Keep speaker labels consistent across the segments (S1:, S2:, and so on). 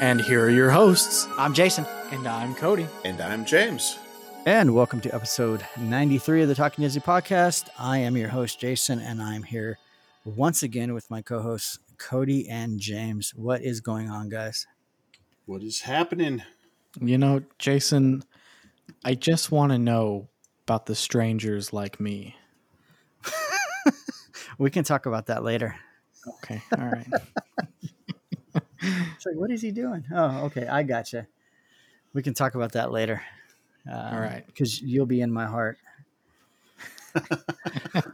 S1: And here are your hosts.
S2: I'm Jason.
S1: And I'm Cody.
S3: And I'm James.
S2: And welcome to episode 93 of the Talking Disney podcast. I am your host, Jason, and I'm here once again with my co hosts, Cody and James. What is going on, guys?
S3: What is happening?
S1: You know, Jason, I just want to know about the strangers like me.
S2: We can talk about that later.
S1: Okay, all right.
S2: It's like, what is he doing? Oh, okay. I gotcha. We can talk about that later. Uh,
S1: All right.
S2: Because you'll be in my heart. so,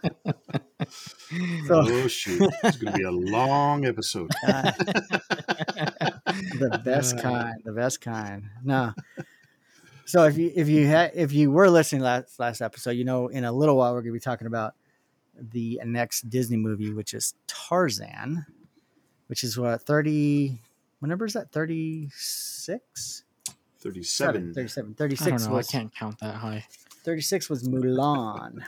S3: Oh shoot! It's going to be a long episode.
S2: uh, the best kind the best kind no so if you if you had if you were listening last last episode you know in a little while we're going to be talking about the next disney movie which is tarzan which is what 30 what number is that 36
S3: Thirty-seven.
S2: 37
S1: I don't
S2: 36
S1: know. I
S2: was
S1: can't count that high.
S2: 36 was mulan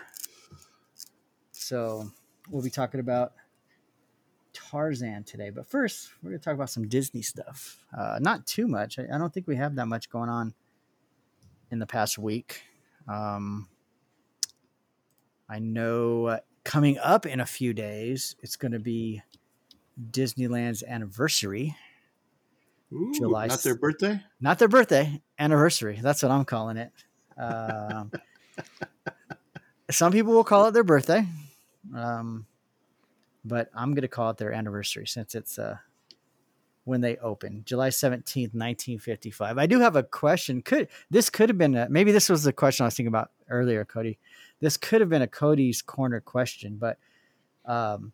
S2: so we'll be talking about Tarzan today. But first, we're going to talk about some Disney stuff. Uh, not too much. I, I don't think we have that much going on in the past week. Um, I know uh, coming up in a few days, it's going to be Disneyland's anniversary.
S3: Ooh,
S2: July
S3: Not their birthday.
S2: Not their birthday, anniversary. That's what I'm calling it. Um, some people will call it their birthday, um, but I'm going to call it their anniversary since it's uh, when they opened, July 17th, 1955. I do have a question. Could this could have been a, maybe this was the question I was thinking about earlier, Cody. This could have been a Cody's corner question, but um,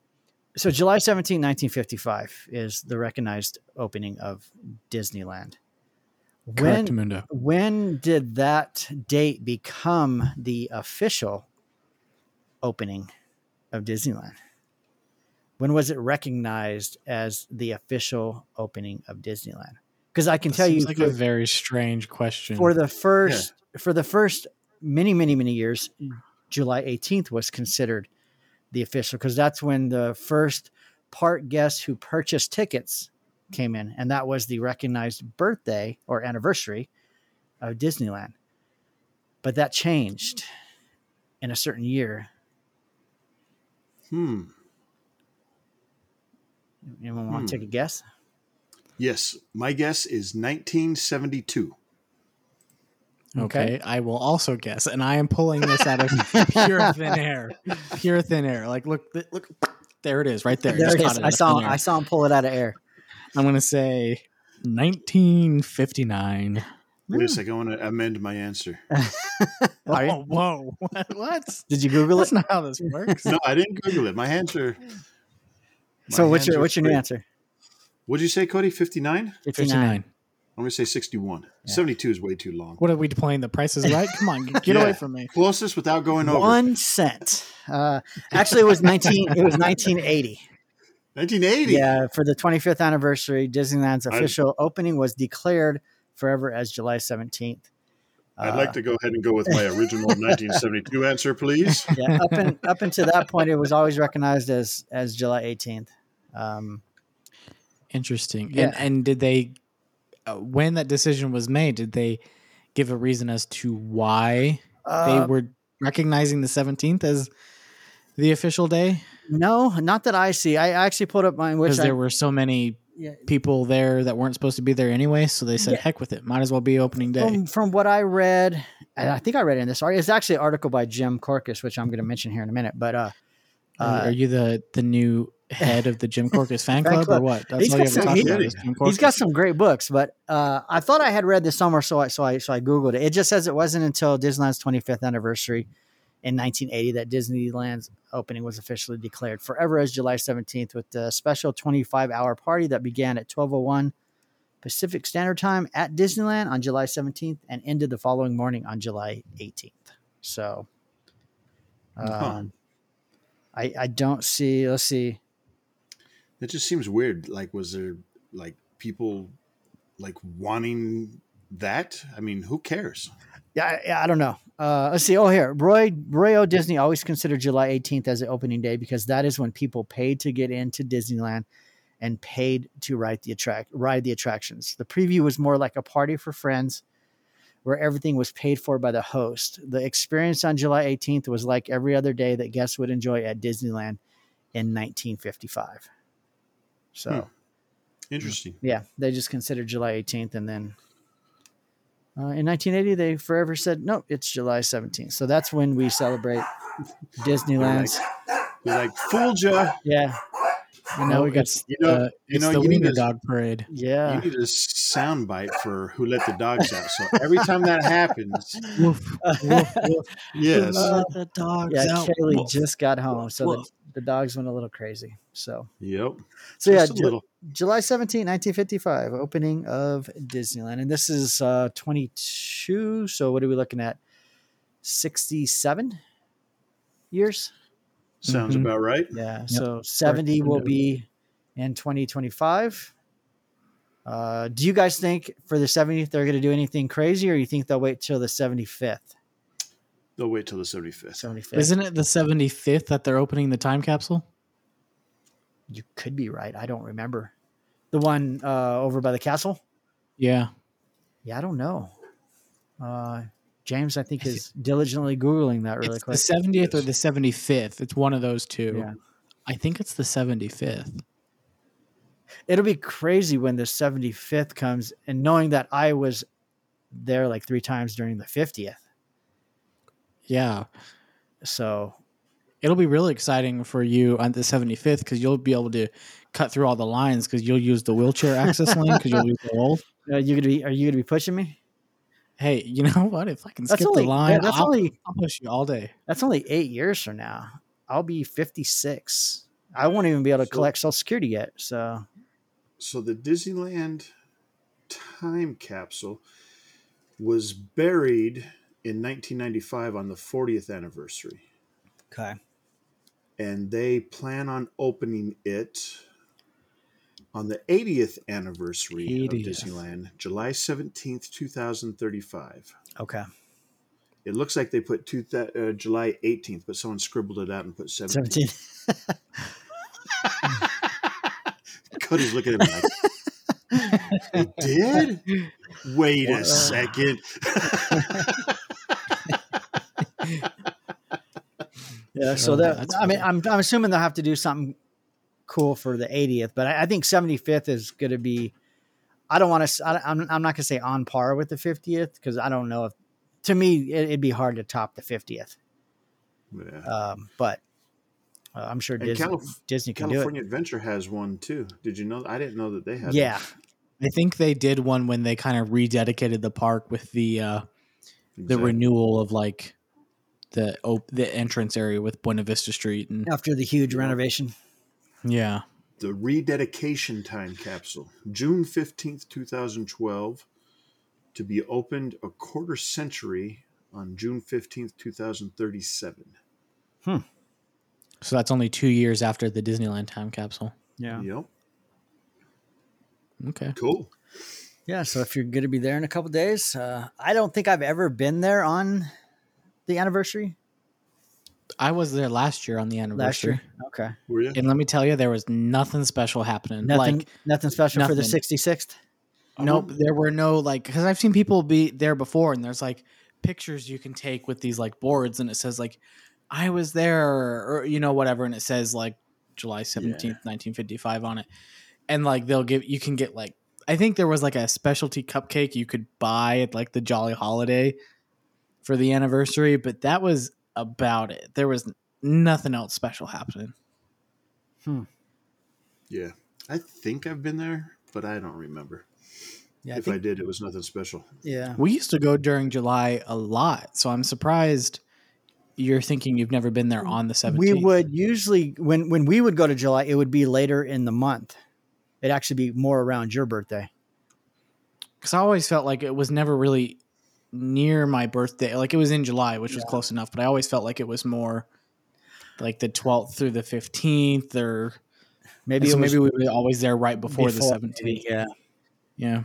S2: so July 17, 1955 is the recognized opening of Disneyland.
S1: Correct,
S2: When
S1: Mundo.
S2: when did that date become the official opening of Disneyland? When was it recognized as the official opening of Disneyland? Because I can
S1: That
S2: tell you
S1: seems like a
S2: for-
S1: very strange question.
S2: for the first for the first many many many years july 18th was considered the official because that's when the first park guests who purchased tickets came in and that was the recognized birthday or anniversary of disneyland but that changed in a certain year
S3: Hmm.
S2: anyone want
S3: Hmm.
S2: to take a guess
S3: Yes, my guess is 1972.
S1: okay. I will also guess, and I am pulling this out of pure thin air. Pure thin air. Like, look, th- look, there it is, right there.
S2: there
S1: Just
S2: it
S1: caught
S2: is.
S1: out
S2: i
S1: of
S2: saw
S1: thin air.
S2: i saw him pull it out of air
S1: I'm gonna say 1959.
S2: Hmm.
S3: Wait a second. I want to amend my answer.
S2: Are you-
S1: Oh, whoa! what?
S2: did you google it
S1: That's not how this works.
S3: No, I didn't Google it. My answer.
S2: so
S3: my
S2: what's your
S3: hands are
S2: what's your new
S3: free.
S2: answer
S3: What'd you say, Cody? 59.
S2: 59
S3: I'm going to say 61. 72 is way too long.
S1: What are we playing? The Price is Right? Come on, get
S3: Yeah.
S1: away from me.
S3: Closest without going over.
S2: one cent. Uh, actually, it was nineteen. it was nineteen eighty.
S3: 1980.
S2: Yeah, for the twenty fifth anniversary, Disneyland's
S3: I-
S2: official opening was declared forever as July seventeenth.
S3: I'd like to go ahead and go with my original 1972 answer, please.
S2: Uh, yeah, up and up until that point, it was always recognized as as July eighteenth. Um,
S1: Interesting.
S2: Yeah.
S1: And and did they uh, when that decision was made, did they give a reason as to why
S2: uh,
S1: they were recognizing the 17th as the official day?
S2: no, not that I see. I actually pulled up mine, which
S1: Because
S2: I,
S1: there were so many
S2: yeah,
S1: people there that weren't supposed to be there anyway, so they said,
S2: Yeah. Um,
S1: "Heck with it, might as well be opening day."
S2: From, from what I read, and I think I read it in this article. It's actually an article by Jim Corcus, which I'm going to mention here in a minute. But uh,
S1: are, are you the the new head of the Jim Corcus fan
S2: Fan
S1: club,
S2: club.
S1: or what? That's
S2: He's
S1: all you
S2: got
S1: ever
S3: some-
S1: talk
S3: he-
S1: about. is Jim
S2: He's got
S1: Corcus.
S2: some great books, but uh, I thought I had read this somewhere, so I so I so I googled it. It just says it wasn't until Disneyland's 25th anniversary in 1980 that Disneyland's opening was officially declared forever as July 17th with the special 25-hour party that began at 12:01 Pacific Standard Time at Disneyland on July 17th and ended the following morning on July 18th. So um,
S3: Huh.
S2: I I don't see let's see
S3: It just seems weird. Like, was there like people like wanting that? I mean, who cares?
S2: Yeah, I, yeah, I don't know. Uh, let's see. Oh, here, Roy Roy O. Disney always considered July 18th as the opening day because that is when people paid to get into Disneyland and paid to ride the attract ride the attractions. The preview was more like a party for friends, where everything was paid for by the host. The experience on July 18th was like every other day that guests would enjoy at Disneyland in 1955. So
S3: Hmm. Interesting.
S2: yeah, they just considered July 18th, and then uh, in 1980 they forever said no, it's July 17th. So that's when we celebrate Disneyland's.
S3: You're like, fooled ya.
S2: Yeah, and now
S1: No,
S2: we got
S1: it's,
S3: You know,
S1: uh,
S3: you
S1: it's
S3: know,
S1: the
S3: you need
S1: Wiener
S3: to-
S1: Dog Parade.
S3: You
S2: yeah.
S3: need a sound bite for who let the dogs out. So every time that happens,
S1: Woof, woof, woof.
S3: yes.
S2: Uh,
S1: Let the dogs
S2: Yeah,
S1: out.
S2: Kaylee
S1: Woof.
S2: just got home, so the,
S1: Woof.
S2: the dogs went a little crazy. So,
S3: yep.
S2: so yeah,
S3: Just a
S2: Ju-
S3: little.
S2: July 17, 1955, opening of Disneyland. And this is uh, 22. So, what are we looking at? 67 years?
S3: Sounds
S1: Mhm.
S3: about right.
S2: Yeah. So 70 will be in 2025. Uh, do you guys think for the 70th they're going to do anything crazy or you think they'll wait till the 75th?
S3: They'll wait till the 75th.
S2: 75th.
S1: Isn't it the 75th that they're opening the time capsule?
S2: you could be right. I don't remember. The one uh, over by the castle?
S1: Yeah.
S2: Yeah, I don't know. Uh, James, I think, is diligently Googling that really
S1: it's
S2: quick.
S1: the 70th or the 75th. It's one of those two.
S2: Yeah.
S1: I think it's the 75th.
S2: It'll be crazy when the 75th comes and knowing that I was there like three times during the 50th.
S1: Yeah.
S2: So
S1: It'll be really exciting for you on the 75th because you'll be able to cut through all the lines because you'll use the wheelchair access lane because you'll be so old.
S2: are uh, you gonna be are you gonna be pushing me?
S1: Hey, you know what? If I can
S2: That's
S1: skip
S2: only
S1: the line,
S2: that's
S1: I'll,
S2: only
S1: I'll push you all day.
S2: that's only eight years from now. I'll be fifty six. I won't even be able to
S3: So-
S2: collect Social Security yet. So
S3: So the Disneyland time capsule was buried in 1995 on the 40th anniversary.
S2: okay,
S3: And they plan on opening it on the 80th anniversary
S1: 80th.
S3: of Disneyland, July 17th, 2035.
S2: okay,
S3: It looks like they put two th- uh, July 18th, but someone scribbled it out and put 17th.
S2: seventeen.
S3: Cody's looking at me like, they did? Wait a second.
S2: Yeah. So
S1: Oh,
S2: that
S1: that's
S2: I mean,
S1: funny.
S2: I'm I'm assuming they'll have to do something cool for the eightieth, but I, I think seventy fifth is gonna be. I don't want to. I'm I'm not gonna say on par with the fiftieth because I don't know if to me it, it'd be hard to top the fiftieth.
S3: Yeah.
S2: Um, but uh, I'm sure
S3: And
S2: Disney
S3: Calif-
S2: Disney can do it.
S3: California Adventure has one too. Did you know? I didn't know that they had.
S2: Yeah,
S1: I think they did one when they kind of rededicated the park with the uh,
S3: one.
S1: the
S3: Exactly.
S1: renewal of like the op- the entrance area with Buena Vista Street and
S2: after the huge renovation.
S1: yeah.
S3: the rededication time capsule, June fifteenth, two thousand twelve, to be opened a quarter century on June fifteenth, two thousand thirty-seven.
S1: So that's only two years after the Disneyland time capsule.
S2: Yeah.
S3: Yep.
S1: Okay.
S3: Cool.
S2: Yeah, so if you're going to be there in a couple days, uh, I don't think I've ever been there on the anniversary
S1: I was there last year on the
S2: last
S1: anniversary.
S2: year. Okay,
S3: Were you?
S1: And let me tell you, there was nothing special happening.
S2: nothing,
S1: Like,
S2: nothing special for the
S1: nothing.
S2: 66th.
S1: nope, there were no like, because I've seen people be there before, and there's like pictures you can take with these like boards, and it says like, I was there, or you know whatever, and it says like July seventeenth, nineteen fifty five on it, and like they'll give you can get like I think there was like a specialty cupcake you could buy at like the Jolly Holiday for the anniversary, but that was about it. There was nothing else special happening.
S3: Yeah. I think I've been there, but I don't remember.
S2: Yeah, I
S3: if
S2: think,
S3: I did, it was nothing special.
S2: yeah,
S1: We used to go during July a lot, so I'm surprised you're thinking you've never been there on the 17th.
S2: we would usually when when we would go to July, it would be later in the month. It'd actually be more around your birthday.
S1: because I always felt like it was never really near my birthday. Like it was in July, which was close enough, but I always felt like it was more like the 12th through the 15th, or
S2: Maybe
S1: maybe,
S2: it was
S1: maybe we were always there right before,
S2: before,
S1: the 17th.
S2: maybe, Yeah.
S1: Yeah,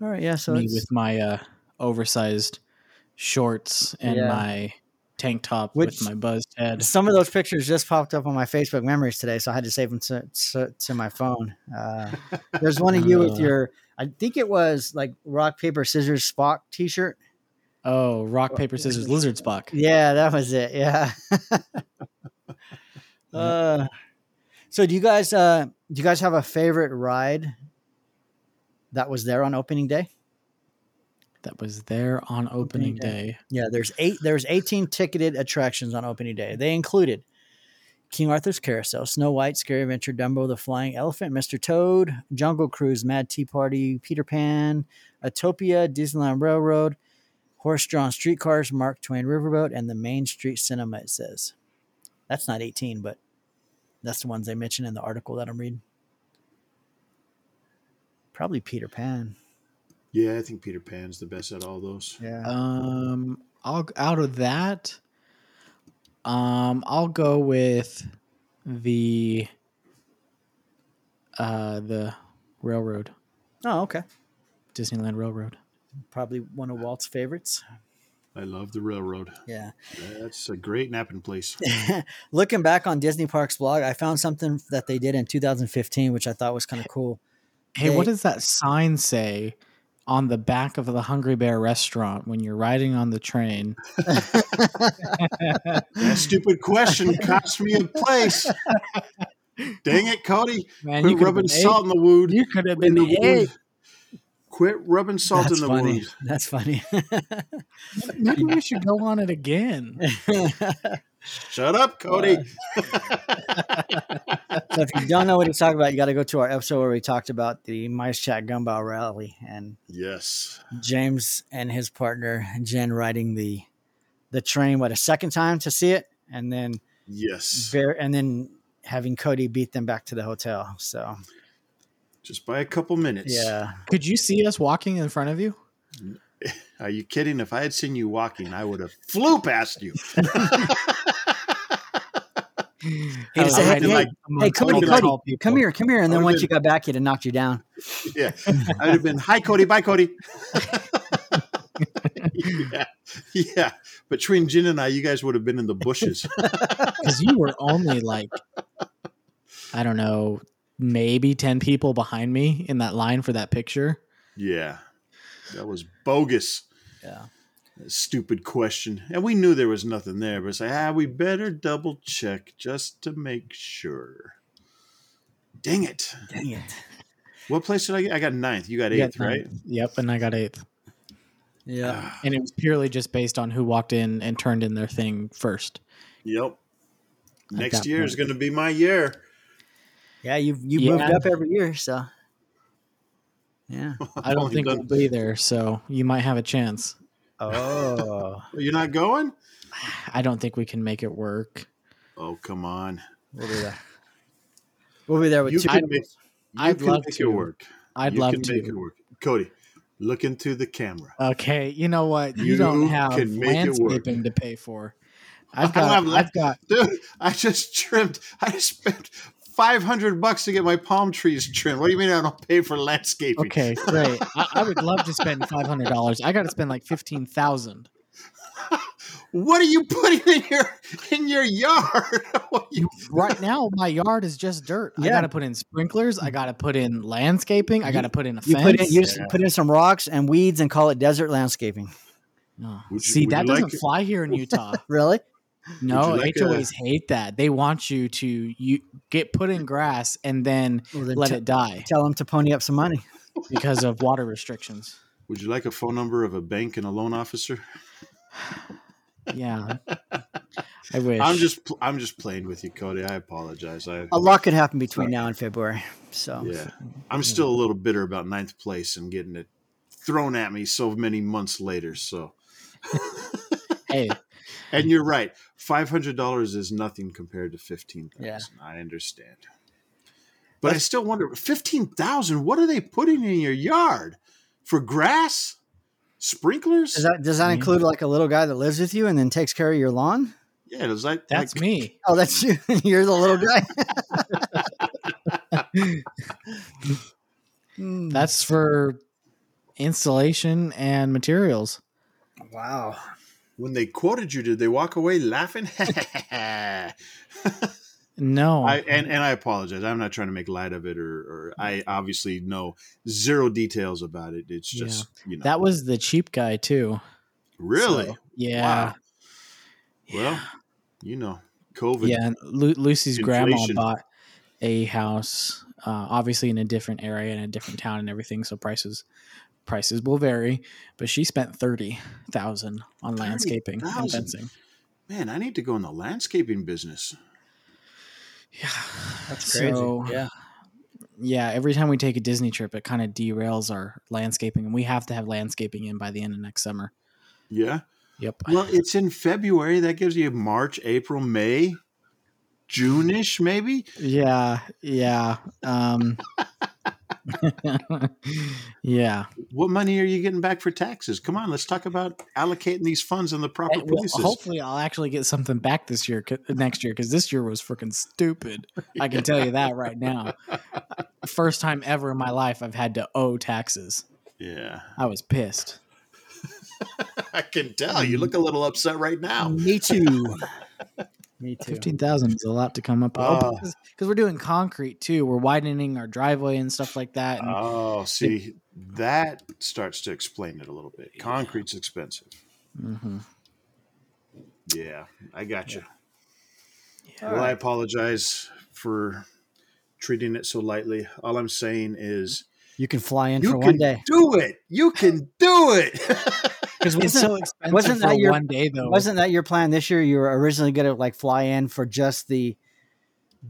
S2: All right. Yeah. So
S1: me
S2: it's-
S1: with my uh, oversized shorts and
S2: Yeah.
S1: my tank top
S2: Which-
S1: with my buzzed head.
S2: some of those pictures just popped up on my Facebook memories today, so I had to save them to, to, to my phone. Uh, there's one of you with
S1: Uh.
S2: your, I think it was like rock paper scissors Spock T-shirt.
S1: Oh, rock paper scissors lizard spock.
S2: Yeah, that was it. Yeah. uh, so do you guys uh, do you guys have a favorite ride that was there on opening day?
S1: That was there on opening day.
S2: Yeah, there's eight. There's 18 ticketed attractions on opening day. They included King Arthur's Carousel, Snow White, Scary Adventure, Dumbo, The Flying Elephant, Mr. Toad, Jungle Cruise, Mad Tea Party, Peter Pan, Atopia, Disneyland Railroad, horse-drawn streetcars, Mark Twain Riverboat, and the Main Street Cinema. It says that's not 18, but that's the ones they mention in the article that I'm reading. Probably Peter Pan.
S3: Yeah, I think Peter Pan's the best at all those.
S2: Yeah.
S1: Um, I'll out of that. Um, I'll go with the uh the railroad,
S2: oh, okay.
S1: Disneyland Railroad.
S2: Probably one of Walt's favorites.
S3: I love the railroad.
S2: Yeah.
S3: That's a great napping place.
S2: looking back on Disney Parks blog, I found something that they did in 2015, which I thought was kind of cool.
S1: Hey, what
S2: They-
S1: does that sign say on the back of the Hungry Bear restaurant when you're riding on the train?
S3: That stupid question cost me a place. Dang it, Cody.
S1: Man,
S3: Quit
S1: could've
S3: rubbing
S1: been
S3: salt in the wood.
S1: eight. You could have been
S3: in the
S1: eight.
S3: wood. Quit rubbing salt
S2: That's
S3: in the
S2: funny.
S3: wound.
S2: That's funny.
S1: Maybe we should go on it again.
S3: Shut up, Cody.
S2: so if you don't know what he's talking about, you got to go to our episode where we talked about the Mice Chat Gumball Rally and
S3: yes.
S2: James and his partner Jen riding the the train what a second time to see it, and then
S3: Yes.
S2: bear, and then having Cody beat them back to the hotel. So
S3: Just by a couple minutes.
S2: yeah,
S1: Could you see us walking in front of you?
S3: Are you kidding? If I had seen you walking, I would have flew past you.
S2: He just said,
S1: Alrighty,
S2: "Hey,
S3: like,
S2: hey,
S1: amongst all
S3: I'd
S2: Cody,
S3: be
S1: the
S3: like,
S2: Cody,
S1: tall people."
S2: come here, come here, and
S3: I would've
S2: then once you
S3: been-
S2: got back, he'd have knocked you down.
S3: yeah. I'd have been, hi, Cody. Bye, Cody. yeah. Yeah. Between Jin and I, you guys would have been in the bushes.
S1: because you were only like i don't know maybe 10 people behind me in that line for that picture
S3: yeah. That was bogus.
S2: Yeah.
S3: stupid question. And we knew there was nothing there, but it's like, ah, we better double check just to make sure. Dang it.
S2: Dang it.
S3: What place did I get? I got ninth. You got
S1: You got
S3: eighth, right?
S1: ninth. yep and i got eighth
S2: Yeah.
S3: Ah,
S1: and it was purely just based on who walked in and turned in their thing first
S3: yep. Next
S1: that
S3: year is
S1: point.
S3: going to be my year.
S2: Yeah, you've you've
S1: Yeah.
S2: moved up every year, so yeah.
S1: i don't
S3: only
S1: think
S3: done-
S1: we'll be there so you might have a chance
S2: Oh,
S3: You're not going?
S1: i don't think we can make it work
S3: Oh, come on.
S2: we'll be there. We'll be there with
S3: You
S2: two.
S3: can make, you
S1: I'd
S3: can
S1: love
S3: make
S1: to.
S3: it work.
S1: i'd
S3: you
S1: love
S3: can make it
S1: to
S3: work. Cody, look into the camera.
S1: okay you know what you, don't
S3: You
S1: have
S3: can make it work.
S1: landscaping to pay for
S3: I
S1: i've
S3: don't
S1: got
S3: have la-
S1: i've got
S3: Dude, I just trimmed. I just spent five hundred bucks to get my palm trees trimmed. What do you mean I don't pay for landscaping?
S1: Okay, great. I, I would love to spend five hundred dollars. I got to spend like fifteen thousand.
S3: What are you putting in your in your yard? What you-
S1: Right now, my yard is just dirt. I
S2: Yeah.
S1: got to put in sprinklers.
S3: Mm.
S1: I got to put in landscaping. I got to put in a
S2: You
S1: fence.
S2: put in you just put in some rocks and weeds and call it desert landscaping.
S1: Oh,
S3: Would you-
S1: See,
S3: would
S1: that
S3: you
S1: doesn't
S3: like it?
S1: fly here in Utah.
S2: Really?
S1: No,
S3: like a-
S1: HOAs hate that. They want you to you get put in grass and then
S2: Well, then
S1: let
S2: t-
S1: it die
S2: tell them to pony up some money.
S1: because of water restrictions.
S3: Would you like a phone number of a bank and a loan officer?
S1: Yeah, I wish.
S3: I'm just pl- I'm just playing with you, Cody. I apologize. I
S2: A lot could happen between now and February. So
S3: yeah. I'm still a little bitter about ninth place and getting it thrown at me so many months later. So
S1: hey,
S3: And you're right. Five hundred dollars is nothing compared to fifteen
S2: Yeah.
S3: thousand. I understand. But I still wonder fifteen thousand, what are they putting in your yard? For grass? Sprinklers?
S2: Does that does that
S1: Yeah.
S2: include like a little guy that lives with you and then takes care of your lawn?
S3: yeah, does that
S1: That's
S3: like,
S1: me.
S2: Oh, that's you. You're the little guy. Hmm.
S1: That's for installation and materials.
S2: wow.
S3: when they quoted you, did they walk away laughing?
S1: No,
S3: I, and and I apologize. I'm not trying to make light of it, or, or I obviously know zero details about it. It's
S1: Yeah.
S3: just you know
S1: that was the cheap guy too.
S3: really
S1: So, yeah.
S3: Wow. well, you know, COVID.
S1: Yeah, and Lu- Lucy's grandma
S3: Inflation.
S1: bought a house, uh, obviously in a different area in a different town and everything, so prices prices will vary. But she spent thirty thousand on landscaping and
S3: 30,000?
S1: fencing.
S3: Man, I need to go in the landscaping business.
S1: Yeah,
S2: That's crazy.
S1: So,
S2: yeah.
S1: yeah, every time we take a Disney trip, it kind of derails our landscaping, and we have to have landscaping in by the end of next summer.
S3: Yeah.
S1: Yep.
S3: Well, it's in February. That gives you March, April, May, June-ish, maybe.
S1: Yeah, yeah. Um Yeah.
S3: What money are you getting back for taxes? Come on, let's talk about allocating these funds in the proper
S1: Well,
S3: places.
S1: hopefully I'll actually get something back this year 'cause- next year cuz this year was freaking stupid. I can tell you that right now. Uh, First time ever in my life I've had to owe taxes.
S3: yeah,
S1: I was pissed.
S3: I can tell. You look a little upset right now.
S2: Me too. Me too.
S1: 15,000 is a lot to come up with.
S3: Ah.
S1: cuz we're doing concrete too. We're widening our driveway and stuff like that. and-
S2: Ah.
S3: Oh, see, that starts to explain it a little bit. Concrete's expensive.
S1: Mhm.
S3: Yeah, I got you.
S2: All
S3: Well, I
S2: right.
S3: apologize for treating it so lightly. All I'm saying is
S2: You can fly in
S3: you
S2: for
S3: can
S2: one day.
S3: do it. You can do it.
S1: Cuz it's
S2: Wasn't-
S1: so expensive
S2: wasn't
S1: for
S2: that your-
S1: one day though.
S2: Wasn't that your plan this year? You were originally going to like fly in for just the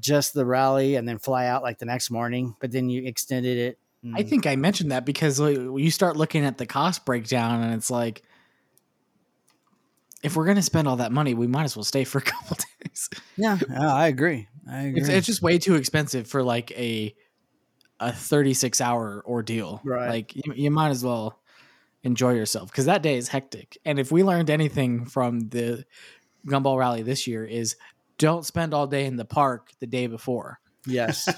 S2: just the rally and then fly out like the next morning, but then you extended it.
S1: I
S2: and-
S1: think I mentioned that because like, you start looking at the cost breakdown and it's like, if we're going to spend all that money, we might as well stay for a couple days.
S2: Yeah, yeah, I agree. I agree.
S1: It's, it's just way too expensive for like a a 36 hour ordeal.
S2: Right.
S1: Like you, you might as well enjoy yourself because that day is hectic. And if we learned anything from the Gumball Rally this year is don't spend all day in the park the day before.
S2: yes,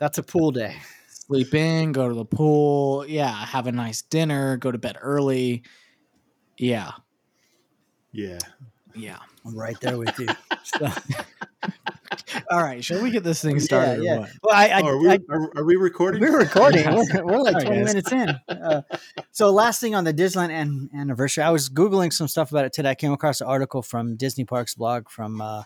S2: that's a pool day.
S1: sleep in, go to the pool, yeah, have a nice dinner, go to bed early. Yeah,
S3: yeah.
S1: yeah.
S2: I'm right there with you. So-
S1: All right, shall we get this thing started?
S2: yeah,
S1: Or
S2: yeah.
S1: what?
S2: Well, I, I,
S3: Oh, are, we,
S2: I
S3: are, are we recording?
S2: we're recording. We're, we're like
S1: Sorry,
S2: 20
S1: guys.
S2: minutes in. Uh, so, last thing on the Disneyland an- anniversary, I was Googling some stuff about it today. I came across an article from Disney Parks blog from uh,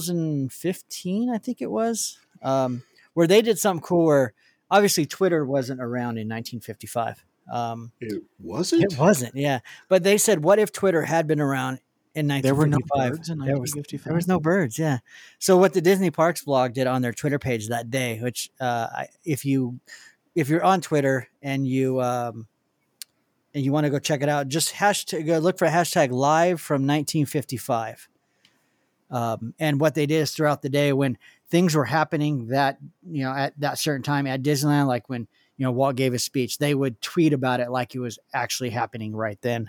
S2: 2015, I think it was, um, where they did something cool where obviously Twitter wasn't around in 1955. Um,
S3: It wasn't.
S2: It wasn't, yeah. But they said, what if Twitter had been around in
S1: There were no
S2: 1955?
S1: birds in
S2: There was-
S1: 1955?
S2: There was no birds, yeah. So what the Disney Parks blog did on their Twitter page that day, which uh, I- if you if you're on Twitter and you um, and you want to go check it out, just hashtag go look for hashtag live from 1955. Um, and what they did is throughout the day when things were happening that you know at that certain time at Disneyland, like when you know Walt gave his speech, they would tweet about it like it was actually happening right then.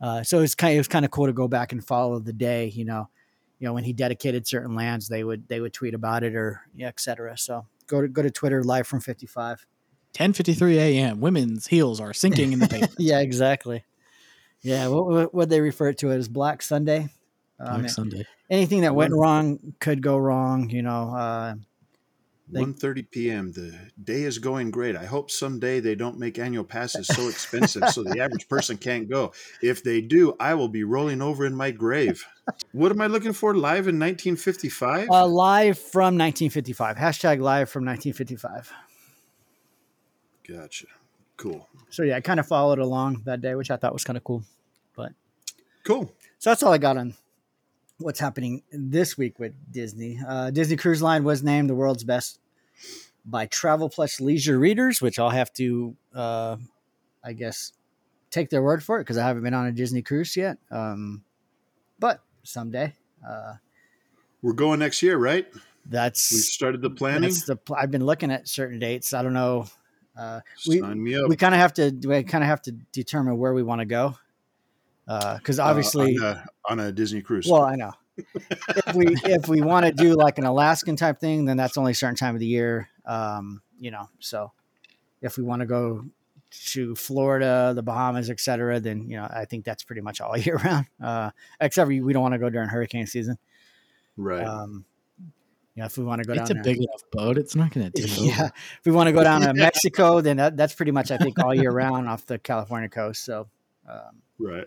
S2: Uh, so it's kind it was kind of cool to go back and follow the day. You know, you know when he dedicated certain lands, they would they would tweet about it or yeah, et cetera. So go to go to Twitter live from fifty five.
S1: 10:53 a.m. Women's heels are sinking in the paper.
S2: Yeah, exactly. Yeah, what what would they refer to it as Black Sunday? Um,
S1: Black Sunday.
S2: anything that went wrong could go wrong. You know, uh,
S3: 1.30 p.m. The day is going great. I hope someday they don't make annual passes so expensive so the average person can't go. If they do, I will be rolling over in my grave. What am I looking for live in 1955?
S2: uh, live from nineteen fifty five. Hashtag live from nineteen fifty five.
S3: gotcha. Cool.
S2: So yeah, I kind of followed along that day, which I thought was kind of cool.
S3: Cool.
S2: So that's all I got on what's happening this week with Disney. Uh, Disney Cruise Line was named the world's best by Travel Plus Leisure readers, which I'll have to, uh, I guess, take their word for it because I haven't been on a Disney cruise yet. Um, but someday, uh,
S3: We're going next year, right? We've
S2: that's
S3: started the planning.
S2: that's the pl- I've been looking at certain dates. I don't know. Uh, we-
S3: Sign me up.
S2: we kind of have to we kind of have to determine where we want to go because
S3: uh,
S2: obviously
S3: on, a, on a Disney cruise.
S2: well uh, i know if we if we want to do like an alaskan type thing then that's only a certain time of the year um you know so if we want to go to florida the bahamas etc then you know i think that's pretty much all year round uh except we we don't want to go during hurricane season
S3: right.
S2: um you know if we want to go
S1: it's a
S2: down there-
S1: big enough boat. It's not going to tip
S2: yeah.
S1: over.
S2: If we want to go down to Mexico, then that, that's pretty much I think all year round off the California coast. So, um,
S3: right.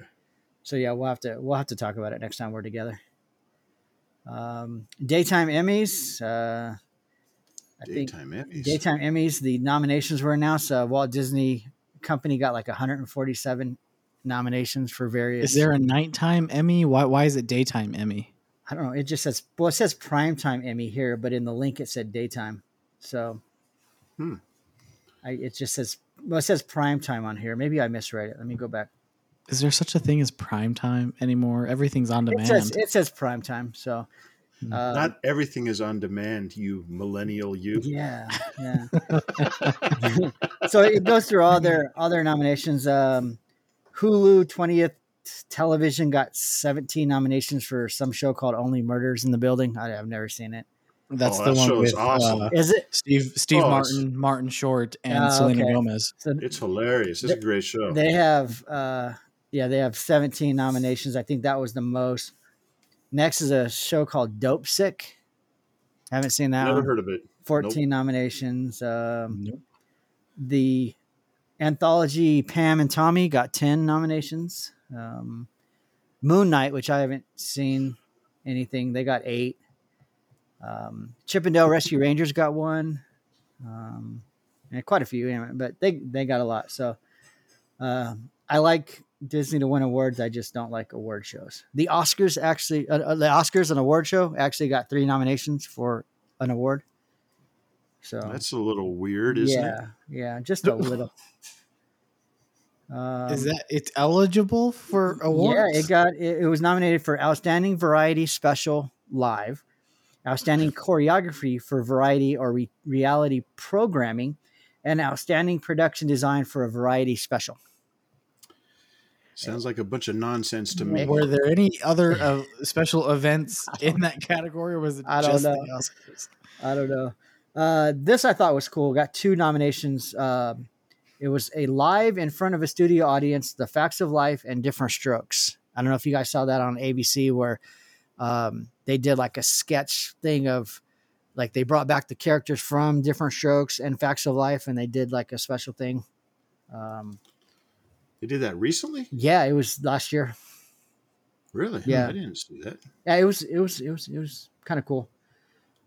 S2: so yeah, we'll have to we'll have to talk about it next time we're together. Um, daytime Emmys. Uh, I think
S3: Daytime Emmys.
S2: daytime Emmys. The nominations were announced. Uh, Walt Disney Company got like 147 nominations for various.
S1: Is there a nighttime Emmy? Why? Why is it daytime Emmy?
S2: I don't know. It just says well, it says primetime Emmy here, but in the link it said daytime. So
S3: Hmm.
S2: I, it just says well, it says primetime on here. Maybe I misread it. Let me go back.
S1: Is there such a thing as prime time anymore? Everything's on
S2: It
S1: demand.
S2: says it says primetime. So
S1: Hmm.
S2: uh,
S3: Not everything is on demand, you millennial you.
S2: yeah, yeah. so it goes through all their all their nominations. Um, Hulu twentieth television got seventeen nominations for some show called Only Murders in the Building. I, I've never seen it.
S1: That's
S3: Oh,
S1: the
S3: that
S1: one
S3: show is
S1: with
S3: awesome.
S1: uh,
S2: Is it?
S1: Steve Steve
S3: Oh, it's-
S1: Martin, Martin Short, and
S2: Ah,
S1: Selena
S2: okay.
S1: Gomez.
S2: So
S3: It's hilarious. It's a great show.
S2: they have uh yeah they have 17 nominations i think that was the most next is a show called dope sick haven't seen that
S3: Never
S2: one.
S3: heard of it.
S2: 14 nominations um
S1: Nope.
S2: the anthology pam and tommy got 10 nominations um moon knight which i haven't seen anything they got eight um chippendale rescue rangers got one um and quite a few anyway, but they they got a lot so uh, I like Disney to win awards. I just don't like award shows. The Oscars actually, uh, uh, the Oscars an award show actually got three nominations for an award. So
S3: That's a little weird, isn't
S2: yeah,
S3: it?
S2: yeah, just a little. Um,
S1: is that it's eligible for awards?
S2: Yeah, it got it, it was nominated for outstanding variety special live, outstanding choreography for variety or re- reality programming, and outstanding production design for a variety special.
S3: Sounds like a bunch of nonsense to me.
S1: Were there any other uh, special events in that category, or was it
S2: I don't
S1: just
S2: know.
S1: the Oscars?
S2: I don't know. Uh, this I thought was cool. Got two nominations. Um, it was a live in front of a studio audience, The Facts of Life and Different Strokes. I don't know if you guys saw that on ABC where um, they did like a sketch thing of like they brought back the characters from Different Strokes and Facts of Life and they did like a special thing. Um,
S3: They did that recently?
S2: yeah, it was last year.
S3: Really?
S2: Yeah. Uh
S3: I didn't see that.
S2: Yeah, it was, it was, it was, it was kind of cool.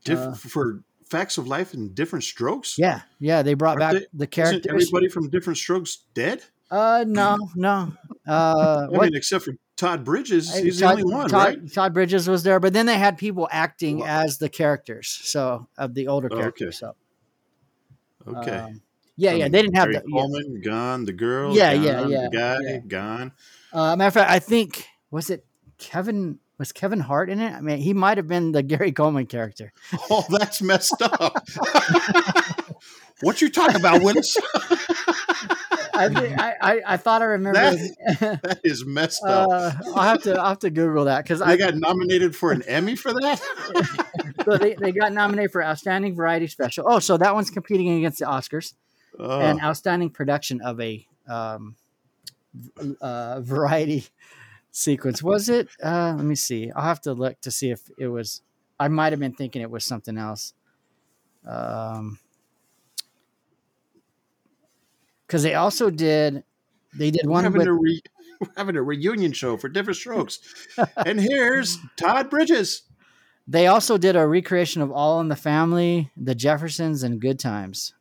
S3: Diff-
S2: Uh,
S3: for Facts of Life and Different Strokes?
S2: Yeah. Yeah. They brought back
S3: Aren't
S2: the
S3: Isn't
S2: characters.
S3: everybody from Different Strokes dead?
S2: Uh, no, no.
S3: I
S2: Uh, what,
S3: mean, except for Todd Bridges.
S2: Hey,
S3: He's
S2: Todd-
S3: the only one,
S2: Todd,
S3: right?
S2: Todd Bridges was there, but then they had people acting
S3: Wow.
S2: as the characters, so of the older
S3: Oh,
S2: characters. So,
S3: Okay.
S2: um, yeah,
S3: I
S2: yeah,
S3: mean,
S2: they didn't have
S3: Gary
S2: the. Yeah.
S3: Coleman gone, the girl,
S2: Yeah,
S3: gone,
S2: yeah, yeah,
S3: the guy,
S2: yeah.
S3: gone.
S2: Uh, matter of fact, I think was it Kevin was Kevin Hart in it? I mean, he might have been the Gary Coleman character.
S3: Oh, that's messed up. what you talking about, Willis?
S2: I think I, I, I thought I remember.
S3: That- that is messed up.
S2: uh, I'll have to I'll have to Google that because
S3: they
S2: I
S3: got nominated for an Emmy for that?
S2: so they, they got nominated for outstanding variety special. Oh, so that one's competing against the Oscars.
S3: oh,
S2: and outstanding production of a um, v- uh, variety sequence. Was it? Uh, let me see. I'll have to look to see if it was. I might have been thinking it was something else. Um, because they also did. They did
S3: we're,
S2: one
S3: having
S2: with
S3: a re- we're having a reunion show for different strokes. and here's Todd Bridges.
S2: They also did a recreation of All in the Family, The Jeffersons, and Good Times.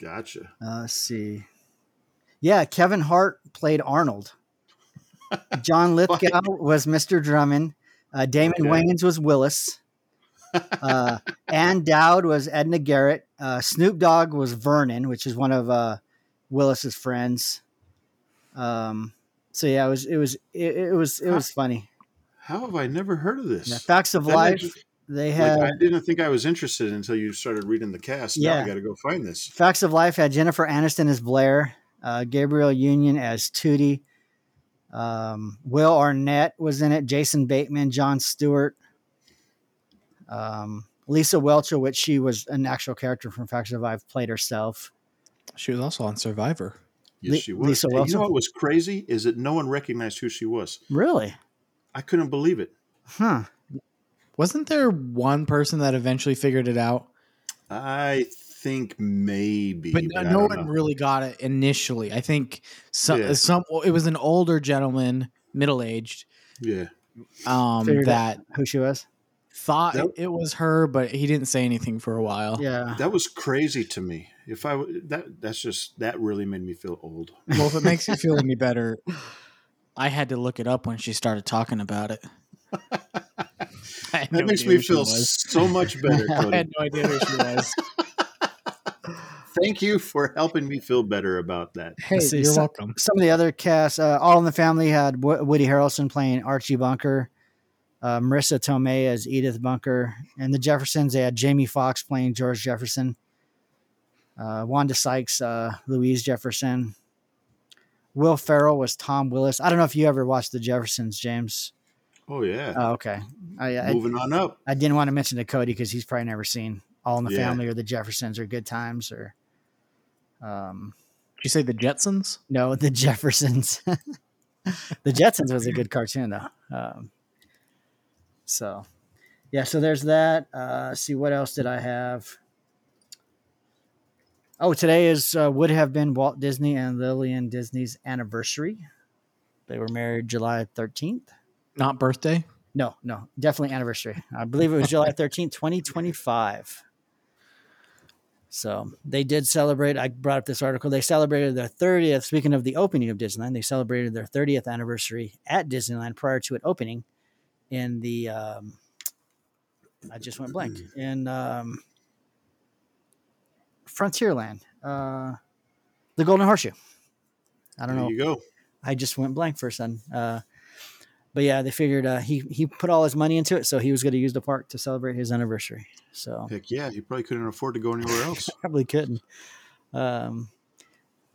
S3: Gotcha.
S2: Uh, let's see. Yeah, Kevin Hart played Arnold. John Lithgow was Mr. Drummond. Uh, Damon
S3: Okay.
S2: Wayans was Willis. Uh, Ann Dowd was Edna Garrett. Uh, Snoop Dogg was Vernon, which is one of uh, Willis's friends. Um, so yeah, it was it was it, it was it was funny.
S3: How have I never heard of this?
S2: Yeah, Facts of
S3: That
S2: Life.
S3: makes-
S2: They
S3: Like,
S2: had
S3: I didn't think I was interested until you started reading the cast. Now
S2: Yeah.
S3: I got to go find this.
S2: Facts of Life had Jennifer Aniston as Blair, uh, Gabriel Union as Tootie, um, Will Arnett was in it, Jason Bateman, John Stewart, um, Lisa Welcher, which she was an actual character from Facts of Life, played herself.
S1: She was also on Survivor.
S3: Yes,
S2: Li-
S3: she was.
S2: Lisa
S3: And you
S2: Wilson.
S3: know what was crazy is that no one recognized who she was.
S2: Really?
S3: I couldn't believe it.
S2: Huh.
S1: Wasn't there one person that eventually figured it out?
S3: I think maybe,
S1: But no,
S3: I
S1: no
S3: don't
S1: one
S3: know.
S1: really got it initially. I think some,
S3: Yeah.
S1: some it was an older gentleman, middle aged,
S3: Yeah,
S1: um,
S2: Figured it-
S1: that
S2: Who she was?
S1: thought
S3: That-
S1: it was her, but he didn't say anything for a while.
S2: Yeah.
S3: that was crazy to me. If I w- that that's just that really made me feel old.
S1: Well, if it makes you feel any better, I had to look it up when she started talking about it. I had
S3: That
S1: no
S3: makes
S1: idea
S3: me
S1: who she
S3: feel
S1: was.
S3: so much better.
S1: I
S3: Cody.
S1: had no idea who she was.
S3: Thank you for helping me feel better about that.
S1: Hey,
S2: See,
S1: you're
S2: so-
S1: welcome.
S2: some of the other cast, uh, All in the Family had w- Woody Harrelson playing Archie Bunker, uh, Marissa Tomei as Edith Bunker, and the Jeffersons. They had Jamie Foxx playing George Jefferson, uh, Wanda Sykes, uh, Louise Jefferson. Will Farrell was Tom Willis. I don't know if you ever watched the Jeffersons, James.
S3: Oh yeah,
S2: Oh, okay. I, I,
S3: moving on up.
S2: I didn't want to mention to Cody because he's probably never seen All in the
S3: Yeah.
S2: Family or the Jeffersons or Good Times or. Um,
S1: Did you say the Jetsons?
S2: No, the Jeffersons. the Jetsons was a good cartoon though. Um, so, yeah. So there's that. Uh, see what else did I have? Oh, today is uh, would have been Walt Disney and Lillian Disney's anniversary. They were married July 13th.
S1: Not birthday.
S2: No, no, definitely anniversary. I believe it was July 13th, 2025. So they did celebrate. I brought up this article. They celebrated their 30th. Speaking of the opening of Disneyland, they celebrated their 30th anniversary at Disneyland prior to it opening in the, um, I just went blank, in um, Frontierland, uh, the Golden Horseshoe. I don't
S3: there
S2: know.
S3: you go.
S2: I just went blank for a second. Uh, but yeah, they figured uh, he he put all his money into it, so he was going to use the park to celebrate his anniversary. So
S3: Heck yeah, you probably couldn't afford to go anywhere else.
S2: probably couldn't. Um,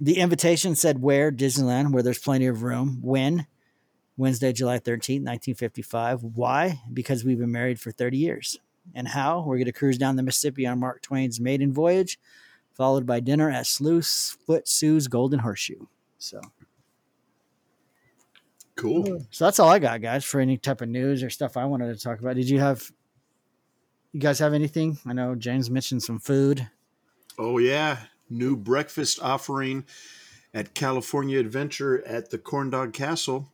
S2: the invitation said where Disneyland, where there's plenty of room. When Wednesday, July thirteenth, nineteen fifty-five. Why? Because we've been married for thirty years. And how? We're going to cruise down the Mississippi on Mark Twain's maiden voyage, followed by dinner at Sluice Foot Sue's Golden Horseshoe. So
S3: Cool.
S2: So that's all I got, guys, for any type of news or stuff I wanted to talk about. Did you have, you guys have anything? I know James mentioned some food.
S3: Oh yeah, new breakfast offering at California Adventure at the Corndog Castle,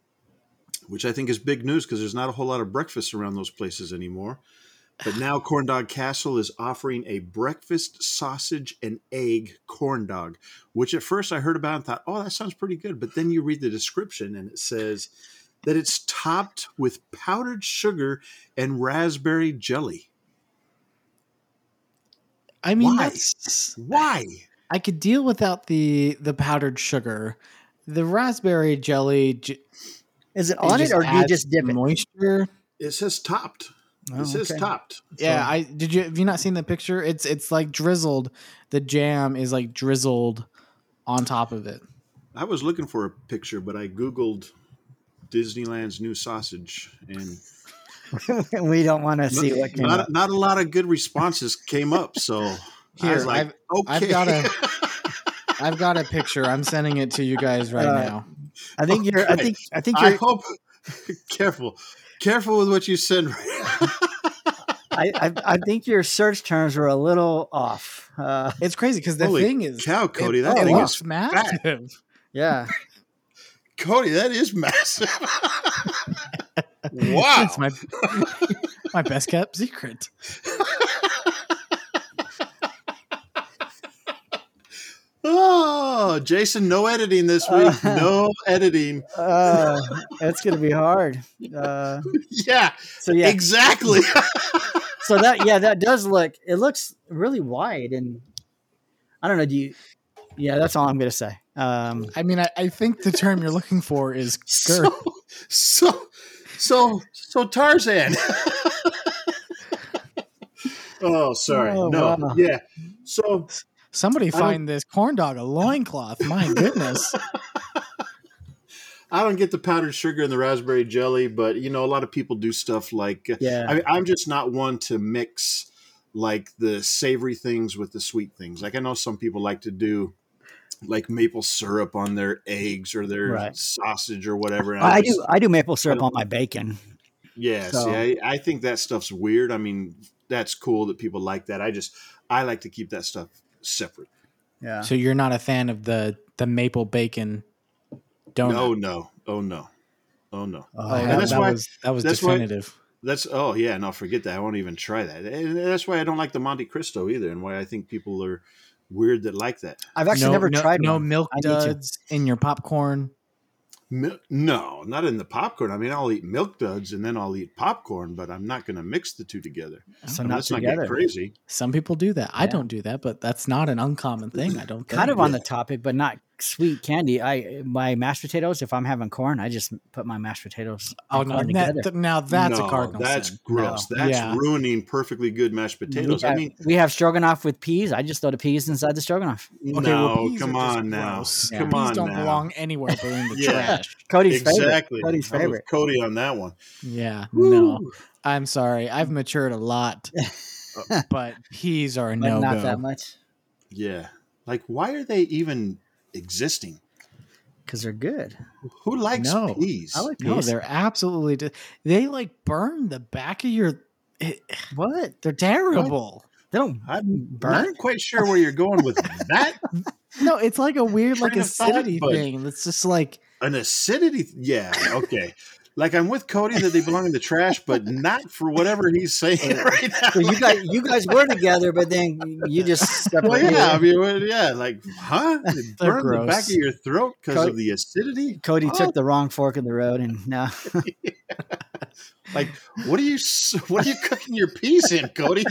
S3: which I think is big news because there's not a whole lot of breakfasts around those places anymore. But now Corndog Castle is offering a breakfast sausage and egg corn dog, which at first I heard about and thought, "Oh, that sounds pretty good." But then you read the description and it says that it's topped with powdered sugar and raspberry jelly.
S1: I mean,
S3: Why?
S1: that's
S3: Why?
S1: I could deal without the the powdered sugar. The raspberry jelly j-
S2: Is it
S1: Oh,
S2: on it, or do you
S1: adds
S2: just dip it?
S1: moisture?
S3: It says topped.
S2: Oh,
S3: it says
S2: okay.
S3: topped.
S1: Yeah, I did you have you not seen the picture? It's it's like drizzled. The jam is like drizzled on top of it.
S3: I was looking for a picture, but I googled Disneyland's new sausage, and
S2: we don't want to see what came
S3: not
S1: uh,
S2: up.
S3: not a lot of good responses came up. So I
S1: Here,
S3: was like, okay,
S1: I've got a- I've got a picture. I'm sending it to you guys right
S2: Uh,
S1: now.
S2: I think you're. I
S3: okay.
S2: think. I think
S3: I
S2: you're.
S3: hope careful, careful with what you send.
S2: I, I, I think your search terms were a little off. Uh,
S1: It's crazy because the
S3: Holy
S1: thing is,
S3: cow, Cody,
S1: it, oh,
S3: that
S1: it
S3: thing
S1: looks
S3: is
S1: massive.
S2: yeah,
S3: Cody, that is massive. wow,
S1: That's my my best kept secret.
S3: oh, Jason, no editing this week.
S2: Uh,
S3: no editing.
S2: uh, it's going to be hard. Uh,
S3: Yeah,
S2: so yeah,
S3: exactly.
S2: so that yeah, that does look. It looks really wide, and I don't know. Do you Yeah, that's all I'm gonna say. Um,
S1: I mean, I, I think the term you're looking for is girth.
S3: So, so, so, so Tarzan. oh, sorry.
S2: Oh,
S3: no.
S2: wow.
S3: Yeah. So,
S1: Somebody
S3: don't-
S1: find this corn dog a loincloth. My goodness.
S3: I don't get the powdered sugar and the raspberry jelly, but you know, a lot of people do stuff like
S2: Yeah.
S3: I mean, I'm just not one to mix like the savory things with the sweet things. Like I know some people like to do like maple syrup on their eggs or their
S2: Right.
S3: sausage or whatever. and
S2: I
S3: just-
S2: do. I do maple syrup
S3: don't-
S2: on my bacon.
S3: Yes,
S2: So-
S3: yeah, I, I think that stuff's weird. I mean, that's cool that people like that. I just I like to keep that stuff separate.
S2: Yeah.
S1: so you're not a fan of the the maple bacon donut?
S3: No, no, oh no, oh no.
S1: Oh,
S2: yeah,
S1: that,
S3: that's
S1: that
S3: why-
S1: was that was
S3: that's why-
S1: definitive.
S3: That's oh yeah, no, forget that. I won't even try that. And that's why I don't like the Monte Cristo either, and why I think people are weird that like that.
S2: I've actually
S1: no,
S2: never
S1: no,
S2: tried
S1: no
S2: one.
S1: milk
S2: I need to.
S1: duds in your popcorn.
S3: Mi- No, not in the popcorn. I mean, I'll eat milk duds and then I'll eat popcorn, but I'm not going to mix the two together.
S2: So
S3: I mean,
S2: not
S3: let's
S2: together.
S3: not get crazy.
S1: Some people do that. I
S2: Yeah.
S1: don't do that, but that's not an uncommon thing. I don't think.
S2: Kind of on
S3: Yeah.
S2: the topic, but not sweet candy. I my mashed potatoes. If I'm having corn, I just put my mashed potatoes.
S1: Oh
S2: and
S1: no!
S2: corn
S1: That,
S2: together.
S1: th- now that's
S3: No,
S1: a cardinal
S3: That's
S1: sin.
S3: gross.
S1: No.
S3: That's
S1: yeah. Mm-hmm.
S3: ruining perfectly good mashed
S2: No, we
S3: potatoes. I
S2: have-
S3: mean,
S2: we have stroganoff with peas. I just throw the peas inside the stroganoff.
S1: Okay,
S3: no,
S1: well, peas
S3: come
S1: are just
S3: on now.
S1: gross.
S2: Yeah.
S3: Come
S1: Peas
S3: on
S1: don't
S3: now.
S1: belong anywhere but in the
S3: Yeah.
S1: trash.
S2: Cody's
S3: exactly.
S2: favorite. Cody's
S3: I was
S2: favorite.
S3: Cody on that one.
S1: Yeah, no.
S3: Woo.
S1: I'm sorry. I've matured a lot, Uh, but peas are a
S2: But
S1: no
S2: not that
S1: go.
S2: much
S3: Yeah. Like, why are they even existing?
S2: because they're good.
S3: Who likes
S1: No.
S3: peas?
S2: I like peas.
S1: No, they're absolutely. di- they like burn the back of your. It,
S2: what?
S1: they're terrible.
S2: They don't
S3: I'm
S2: burn.
S3: not quite sure where you're going with that.
S1: No, it's like a weird, like
S3: Train of thought,
S1: acidity
S3: bud.
S1: thing. That's just like
S3: An acidity. Yeah. Okay. Like I'm with Cody that they belong in the trash, but not for whatever he's saying right now.
S2: So you guys, you guys were together, but then you just
S3: Well,
S2: separated.
S3: yeah, I mean, well, yeah, like, huh? It
S1: They're
S3: burned the back
S1: gross.
S3: of your throat because
S2: Cody-
S3: of the acidity.
S2: Cody
S3: What?
S2: took the wrong fork in the road, and no,
S3: Like, what are you? s- What are you cooking your peas in, Cody?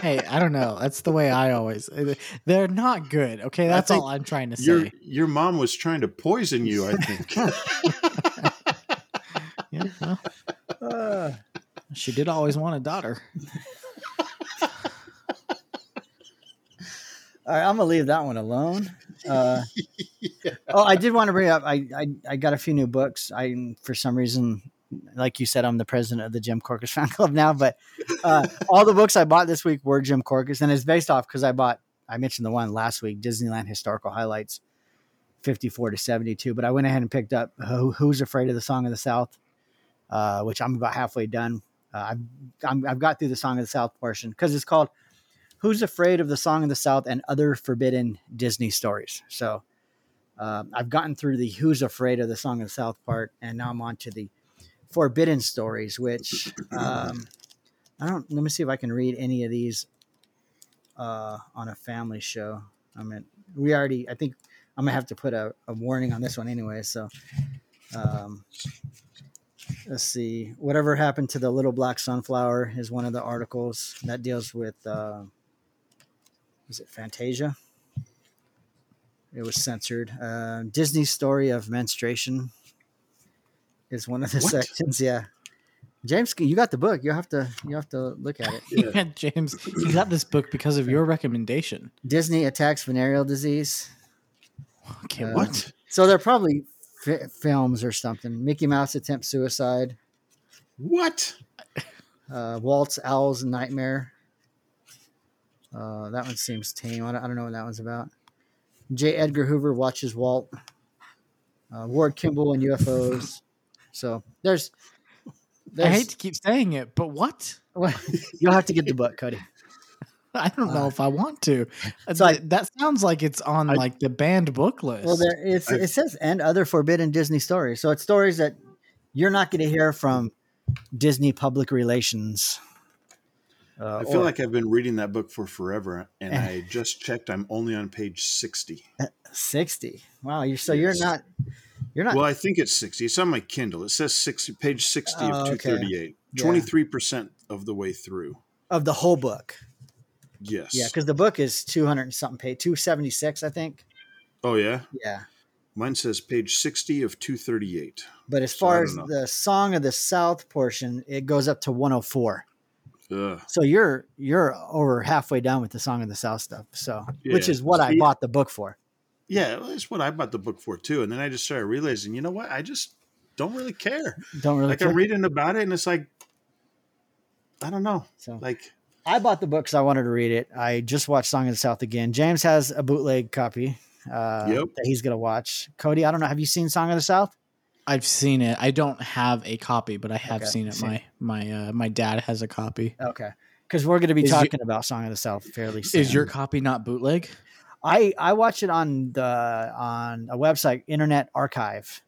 S1: hey, I don't know. That's the way I always. uh, They're not good. Okay,
S3: I
S1: that's
S3: think
S1: all I'm trying to
S3: Your
S1: say.
S3: your mom was trying to poison you. I think.
S1: Yeah, well,
S2: Uh,
S1: she did always want a daughter.
S2: all right, I'm gonna leave that one alone. Uh, Oh, I did want to bring up. I, I I got a few new books. I for some reason, like you said, I'm the president of the Jim Corcus fan club now. But uh, all the books I bought this week were Jim Corcus, and it's based off because I bought. I mentioned the one last week, Disneyland Historical Highlights, 54 to 72. But I went ahead and picked up Who, Who's Afraid of the Song of the South, uh, which I'm about halfway done. Uh, I've I'm, I've got through the Song of the South portion because it's called Who's Afraid of the Song of the South and Other Forbidden Disney Stories. So uh, I've gotten through the Who's Afraid of the Song of the South part, and now I'm on to the Forbidden Stories, which um, I don't. Let me see if I can read any of these uh, on a family show. I mean, we already. I think I'm gonna have to put a, a warning on this one anyway. So, um, let's see. Whatever happened to the little black sunflower is one of the articles that deals with. Uh, was it Fantasia? It was censored. Uh, Disney's story of menstruation is one of the
S3: What?
S2: sections. Yeah, James, you got the book. You have to. You have to look at it.
S3: Yeah.
S1: Yeah, James, he got this book because of your recommendation.
S2: Disney attacks venereal disease.
S1: Okay,
S2: Uh,
S1: what?
S3: What?
S2: So they're probably fi- films or something. Mickey Mouse attempts suicide.
S3: What?
S2: Uh, Walt's Owl's Nightmare. Uh, that one seems tame. I don't, I don't know what that one's about. J. Edgar Hoover watches Walt. Uh, Ward Kimball and UFOs. So there's,
S1: I
S2: there's.
S1: hate to keep saying it, but what?
S2: you'll have to get the book, Cody.
S1: I don't know
S2: Uh,
S1: if I want to. It's
S2: like-
S1: that sounds like it's on
S3: I-
S1: like the banned book list.
S2: Well, there it's,
S3: I-
S2: it says and other forbidden Disney stories. So it's stories that you're not going to hear from Disney public relations. Uh,
S3: I feel
S2: or Eh.
S3: like I've been reading that book for forever, and I just checked. I'm only on page sixty.
S2: sixty. Wow, you're so
S3: Yes.
S2: you're not you're not
S3: Well, I think it's sixty. It's on my Kindle. It says sixty, page sixty
S2: Oh,
S3: of
S2: okay.
S3: two thirty eight.
S2: Yeah.
S3: Twenty three percent of the way through.
S2: of the whole book.
S3: Yes.
S2: Yeah, because the book is two hundred and something page, two seventy six, I think.
S3: oh yeah.
S2: Yeah,
S3: Mine says page sixty of two thirty eight.
S2: but as
S3: So I
S2: far
S3: don't
S2: as
S3: know.
S2: the Song of the South portion, it goes up to one hundred four.
S3: Ugh.
S2: So you're you're over halfway done with the Song of the South stuff. So, which
S3: Yeah.
S2: is what I
S3: See-
S2: bought the book for.
S3: Yeah, well, that's what I bought the book for too. And then I just started realizing, you know what? I just don't really care.
S2: Don't really
S3: Like
S2: care.
S3: I'm reading about it, and it's like, I don't know.
S2: so.
S3: Like,
S2: I bought the book because I wanted to read it. I just watched Song of the South again. James has a bootleg copy uh,
S3: Yep.
S2: that he's gonna watch. Cody, I don't know. Have you seen Song of the South?
S1: I've seen it. I don't have a copy, but I have
S2: Okay,
S1: seen it.
S2: seen
S1: My my uh, my dad has a copy.
S2: Okay, because we're gonna be
S1: Is your-
S2: talking about Song of the South fairly soon.
S1: Is your copy not bootleg?
S2: I I watch it on the on a website, Internet Archive,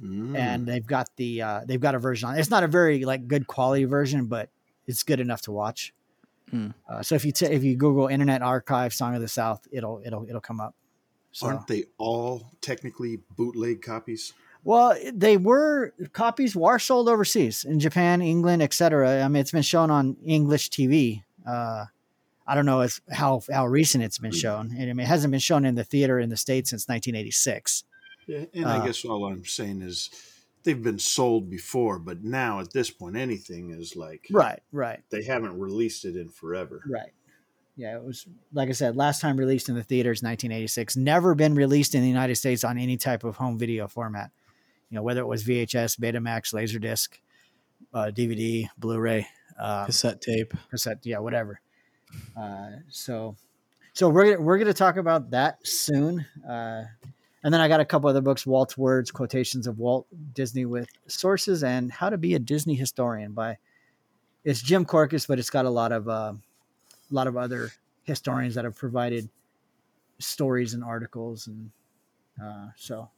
S1: Hmm.
S3: mm,
S2: and they've got the uh, they've got a version on. It's not a very like good quality version, but it's good enough to watch.
S1: Hmm.
S2: Uh, so if you t- if you Google Internet Archive Song of the South, it'll it'll it'll come up. So.
S3: aren't they all technically bootleg copies?
S2: Well, they were copies were sold overseas in Japan, England, etc. I mean, it's been shown on English TV. Uh, I don't know if, how how recent it's been shown, and I mean, it hasn't been shown in the theater in the states since 1986.
S3: Yeah, and
S2: Uh,
S3: I guess all I'm saying is they've been sold before, but now at this point, anything is like
S2: Right, right,
S3: they haven't released it in forever.
S2: right. Yeah, it was like I said, last time released in the theaters 1986. Never been released in the United States on any type of home video format. You know, whether it was VHS, Betamax, Laserdisc, uh, DVD, Blu-ray. Um,
S1: Cassette tape.
S2: cassette, yeah, whatever. Uh, so, so we're we're gonna talk about that soon. Uh, and then I got a couple other books: Walt's Words, Quotations of Walt Disney with Sources, and How to Be a Disney Historian by it's Jim Corcus, but it's got a lot of uh, a lot of other historians that have provided stories and articles, and uh, so.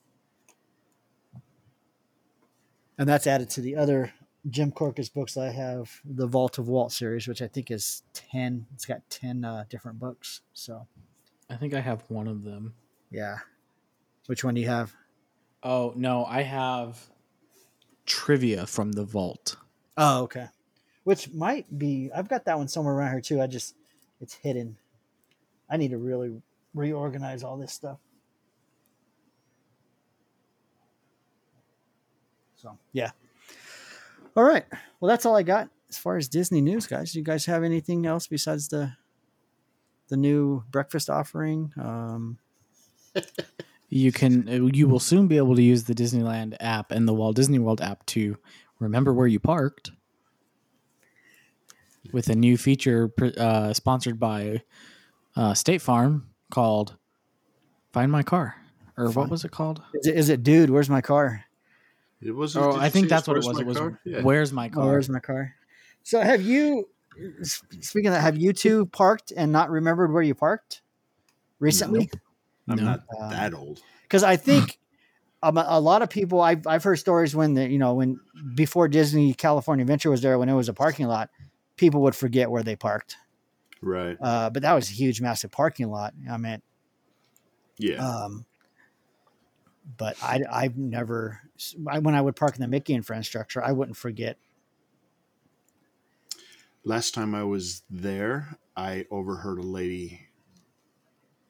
S2: And that's added to the other Jim Corcus books I have the Vault of Walt series, which I think is ten. It's got ten uh, different books. So
S1: I think I have one of them.
S2: yeah, which one do you have?
S1: Oh no, I have trivia from the vault.
S2: Oh, okay. Which might be. I've got that one somewhere around here too. I just it's hidden. I need to really reorganize all this stuff. So yeah. All right. Well, that's all I got as far as Disney news, guys. Do you guys have anything else besides the the new breakfast offering? Um,
S1: You can uh, you will soon be able to use the Disneyland app and the Walt Disney World app to remember where you parked with a new feature pr- uh, sponsored by uh, State Farm called Find My Car or what was it called?
S2: Is it, is it dude? Where's my car?
S3: It was.
S1: Oh,
S3: did
S1: I
S3: you
S1: think
S3: see
S1: that's what it was.
S3: Where's My
S1: It was
S3: Car? Yeah.
S1: Where's My
S2: Oh,
S1: Car?
S2: where's my car? So have you? s- Speaking of, that, have you two parked and not remembered where you parked recently?
S1: No. Uh.
S3: I'm not
S2: Um,
S3: that old.
S2: because I think um, a lot of people I've, I've heard stories when the you know when before Disney California Adventure was there when it was a parking lot, people would forget where they parked.
S3: Right.
S2: Uh, but that was a huge, massive parking lot. I mean,
S1: Uh.
S3: Yeah.
S2: um, but I I've never I, when I would park in the Mickey and Friends structure, I wouldn't forget.
S3: Last time I was there, I overheard a lady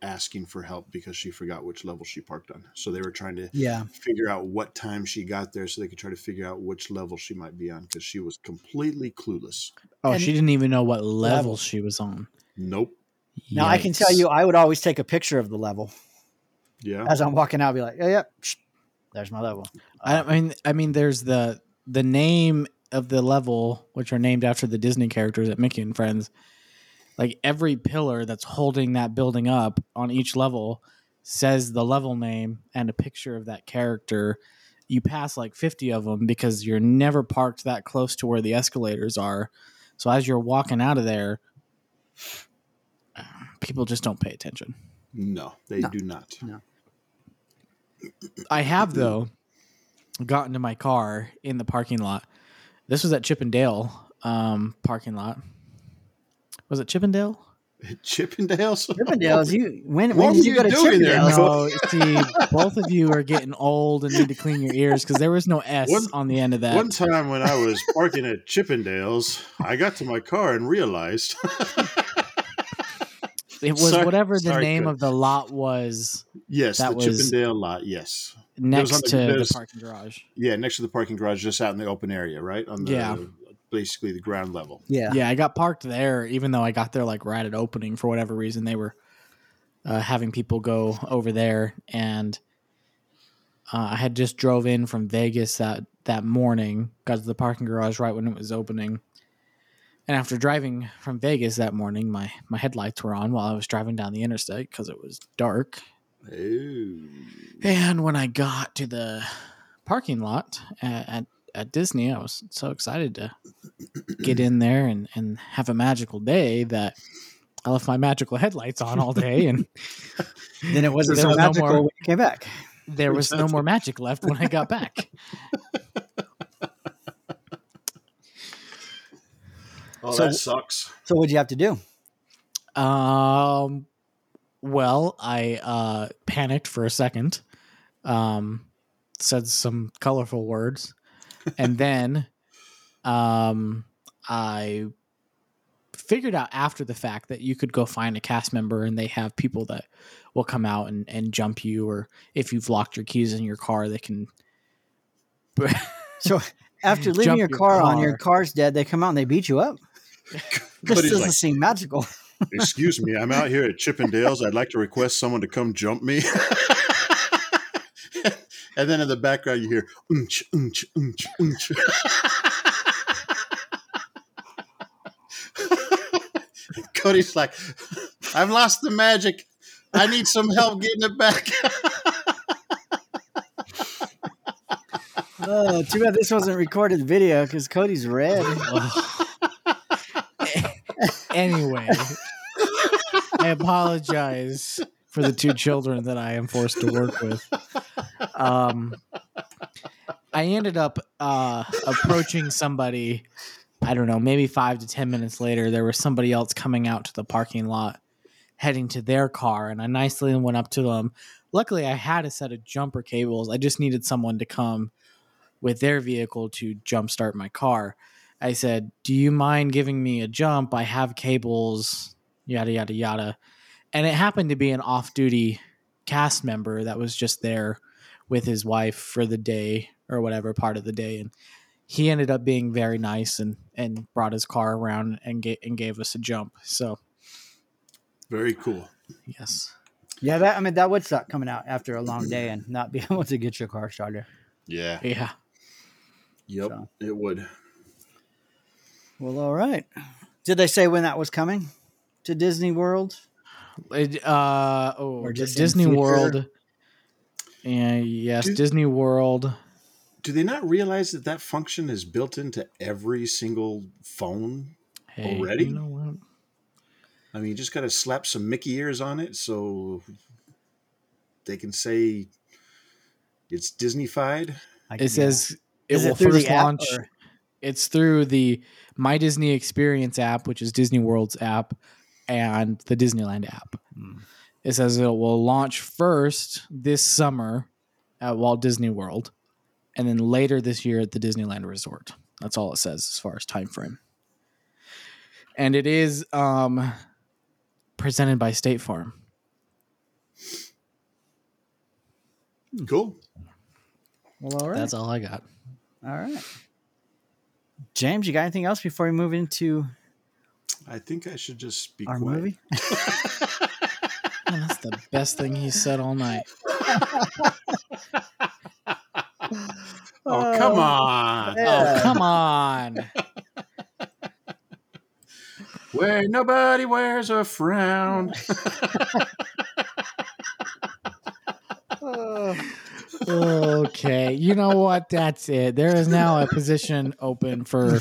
S3: asking for help because she forgot which level she parked on. So they were trying to
S2: Yeah,
S3: figure out what time she got there so they could try to figure out which level she might be on because she was completely clueless.
S1: Oh,
S2: And-
S1: she didn't even know what
S2: Level.
S1: level she was on.
S3: Nope.
S2: now I can tell
S1: Yikes.
S2: you, I would always take a picture of the level
S3: Yeah.
S2: as I'm walking out. I'd be like, yeah, yeah, psh, there's my level.
S1: I I mean, I mean, there's the the name of the level, which are named after the Disney characters at Mickey and Friends. Like every pillar that's holding that building up on each level says the level name and a picture of that character. You pass like 50 of them because you're never parked that close to where the escalators are. So as you're walking out of there, people just don't pay attention.
S3: No, they
S2: No.
S3: do not.
S1: I have though gotten to my car in the parking lot. This was at Chippendale um, parking lot. Was it Chippendale?
S3: Chippendales?
S2: Chippendales, you when
S3: What
S2: when did
S3: were
S2: you go to
S3: you doing there,
S2: Chippendales?
S1: No, see, both of you are getting old and need to clean your ears because there was no S
S3: One-
S1: on the end of that.
S3: One time when I was parking at Chippendales, I got to my car and realized
S1: It was
S3: Sorry-
S1: whatever the
S3: sorry,
S1: name
S3: Chris.
S1: of the lot was
S3: Yes,
S1: That
S3: the
S1: was-
S3: Chippendale lot. Yes, was on
S1: next
S3: the-
S1: to the
S3: there's-
S1: parking garage.
S3: yeah, next to the parking garage, just out in the open area, right on the
S1: Yeah.
S3: basically the ground level.
S2: Yeah.
S1: Yeah, I got parked there, even though I got there like right at opening for whatever reason. They were uh, having people go over there, and uh, I had just drove in from Vegas that that morning. Got to the parking garage right when it was opening, and after driving from Vegas that morning, my my headlights were on while I was driving down the interstate because it was dark.
S3: Oh.
S1: And when I got to the parking lot at, at, at Disney, I was so excited to get in there and, and have a magical day that I left my magical headlights on all day and
S2: Then it wasn't
S1: There
S2: so
S1: was no
S2: magical
S1: more-
S2: when you came back.
S1: there was no more magic left when I got back.
S3: Oh,
S2: So-
S3: that sucks.
S2: So what'd you have to do?
S1: Um, well, I uh, panicked for a second, um, said some colorful words, and then um, I figured out after the fact that you could go find a cast member and they have people that will come out and, and jump you, or if you've locked your keys in your car, they can.
S2: So after leaving
S1: Jump
S2: your
S1: your
S2: car, on, your
S1: car.
S2: car's dead. They come out and they beat you up. This
S3: But he's
S2: doesn't
S3: like-
S2: seem magical.
S3: Excuse me, I'm out here at Chippendales. I'd like to request someone to come jump me. and then in the background, you hear unch, unch, unch, unch. Cody's like, I've lost the magic. I need some help getting it back.
S2: Oh, too bad this wasn't recorded video because Cody's red.
S1: anyway, I apologize for the two children that I am forced to work with. Um, I ended up uh, approaching somebody. I don't know, maybe five to ten minutes later, there was somebody else coming out to the parking lot, heading to their car, and I nicely went up to them. Luckily, I had a set of jumper cables. I just needed someone to come with their vehicle to jumpstart my car. I said, "Do you mind giving me a jump? I have cables, yada yada yada." And it happened to be an off-duty cast member that was just there with his wife for the day or whatever part of the day, and he ended up being very nice and and brought his car around and ga- and gave us a jump. So
S3: Very cool.
S1: yes,
S2: yeah, that I mean that would suck coming out after a long day and not be able to get your car started.
S3: Yeah.
S1: yeah,
S3: Yep.
S2: So.
S3: It would.
S2: Well, all right. Did they say when that was coming to Disney World?
S1: It, uh, oh,
S2: Or just in
S1: Disney
S2: future.
S1: World. Yeah, yes,
S3: Dis-
S1: Disney World.
S3: Do they not realize that that function is built into every single phone
S1: Hey,
S3: Already?
S1: you know what?
S3: I mean, you just got to slap some Mickey ears on it so they can say it's Disneyfied.
S2: I-
S1: It
S2: yeah.
S1: says it
S2: Is
S1: will
S2: through the
S1: first
S2: app,
S1: launch.
S2: or-
S1: It's through the My Disney Experience app, which is Disney World's app, and the Disneyland app.
S2: Hmm.
S1: It says it will launch first this summer at Walt Disney World, and then later this year at the Disneyland Resort. That's all it says as far as time frame. And it is um, presented by State Farm.
S3: Cool.
S2: Well, all right.
S1: That's all I got.
S2: all right. James, you got anything else before we move into
S3: I think I should just be
S2: our
S3: quiet.
S2: movie?
S1: Man, that's the best thing he said all night.
S3: Oh, come
S2: Uh,
S3: on.
S1: Oh, come on.
S3: Where nobody wears a frown. Oh.
S2: Uh,
S1: okay you know what that's it there is now a position open for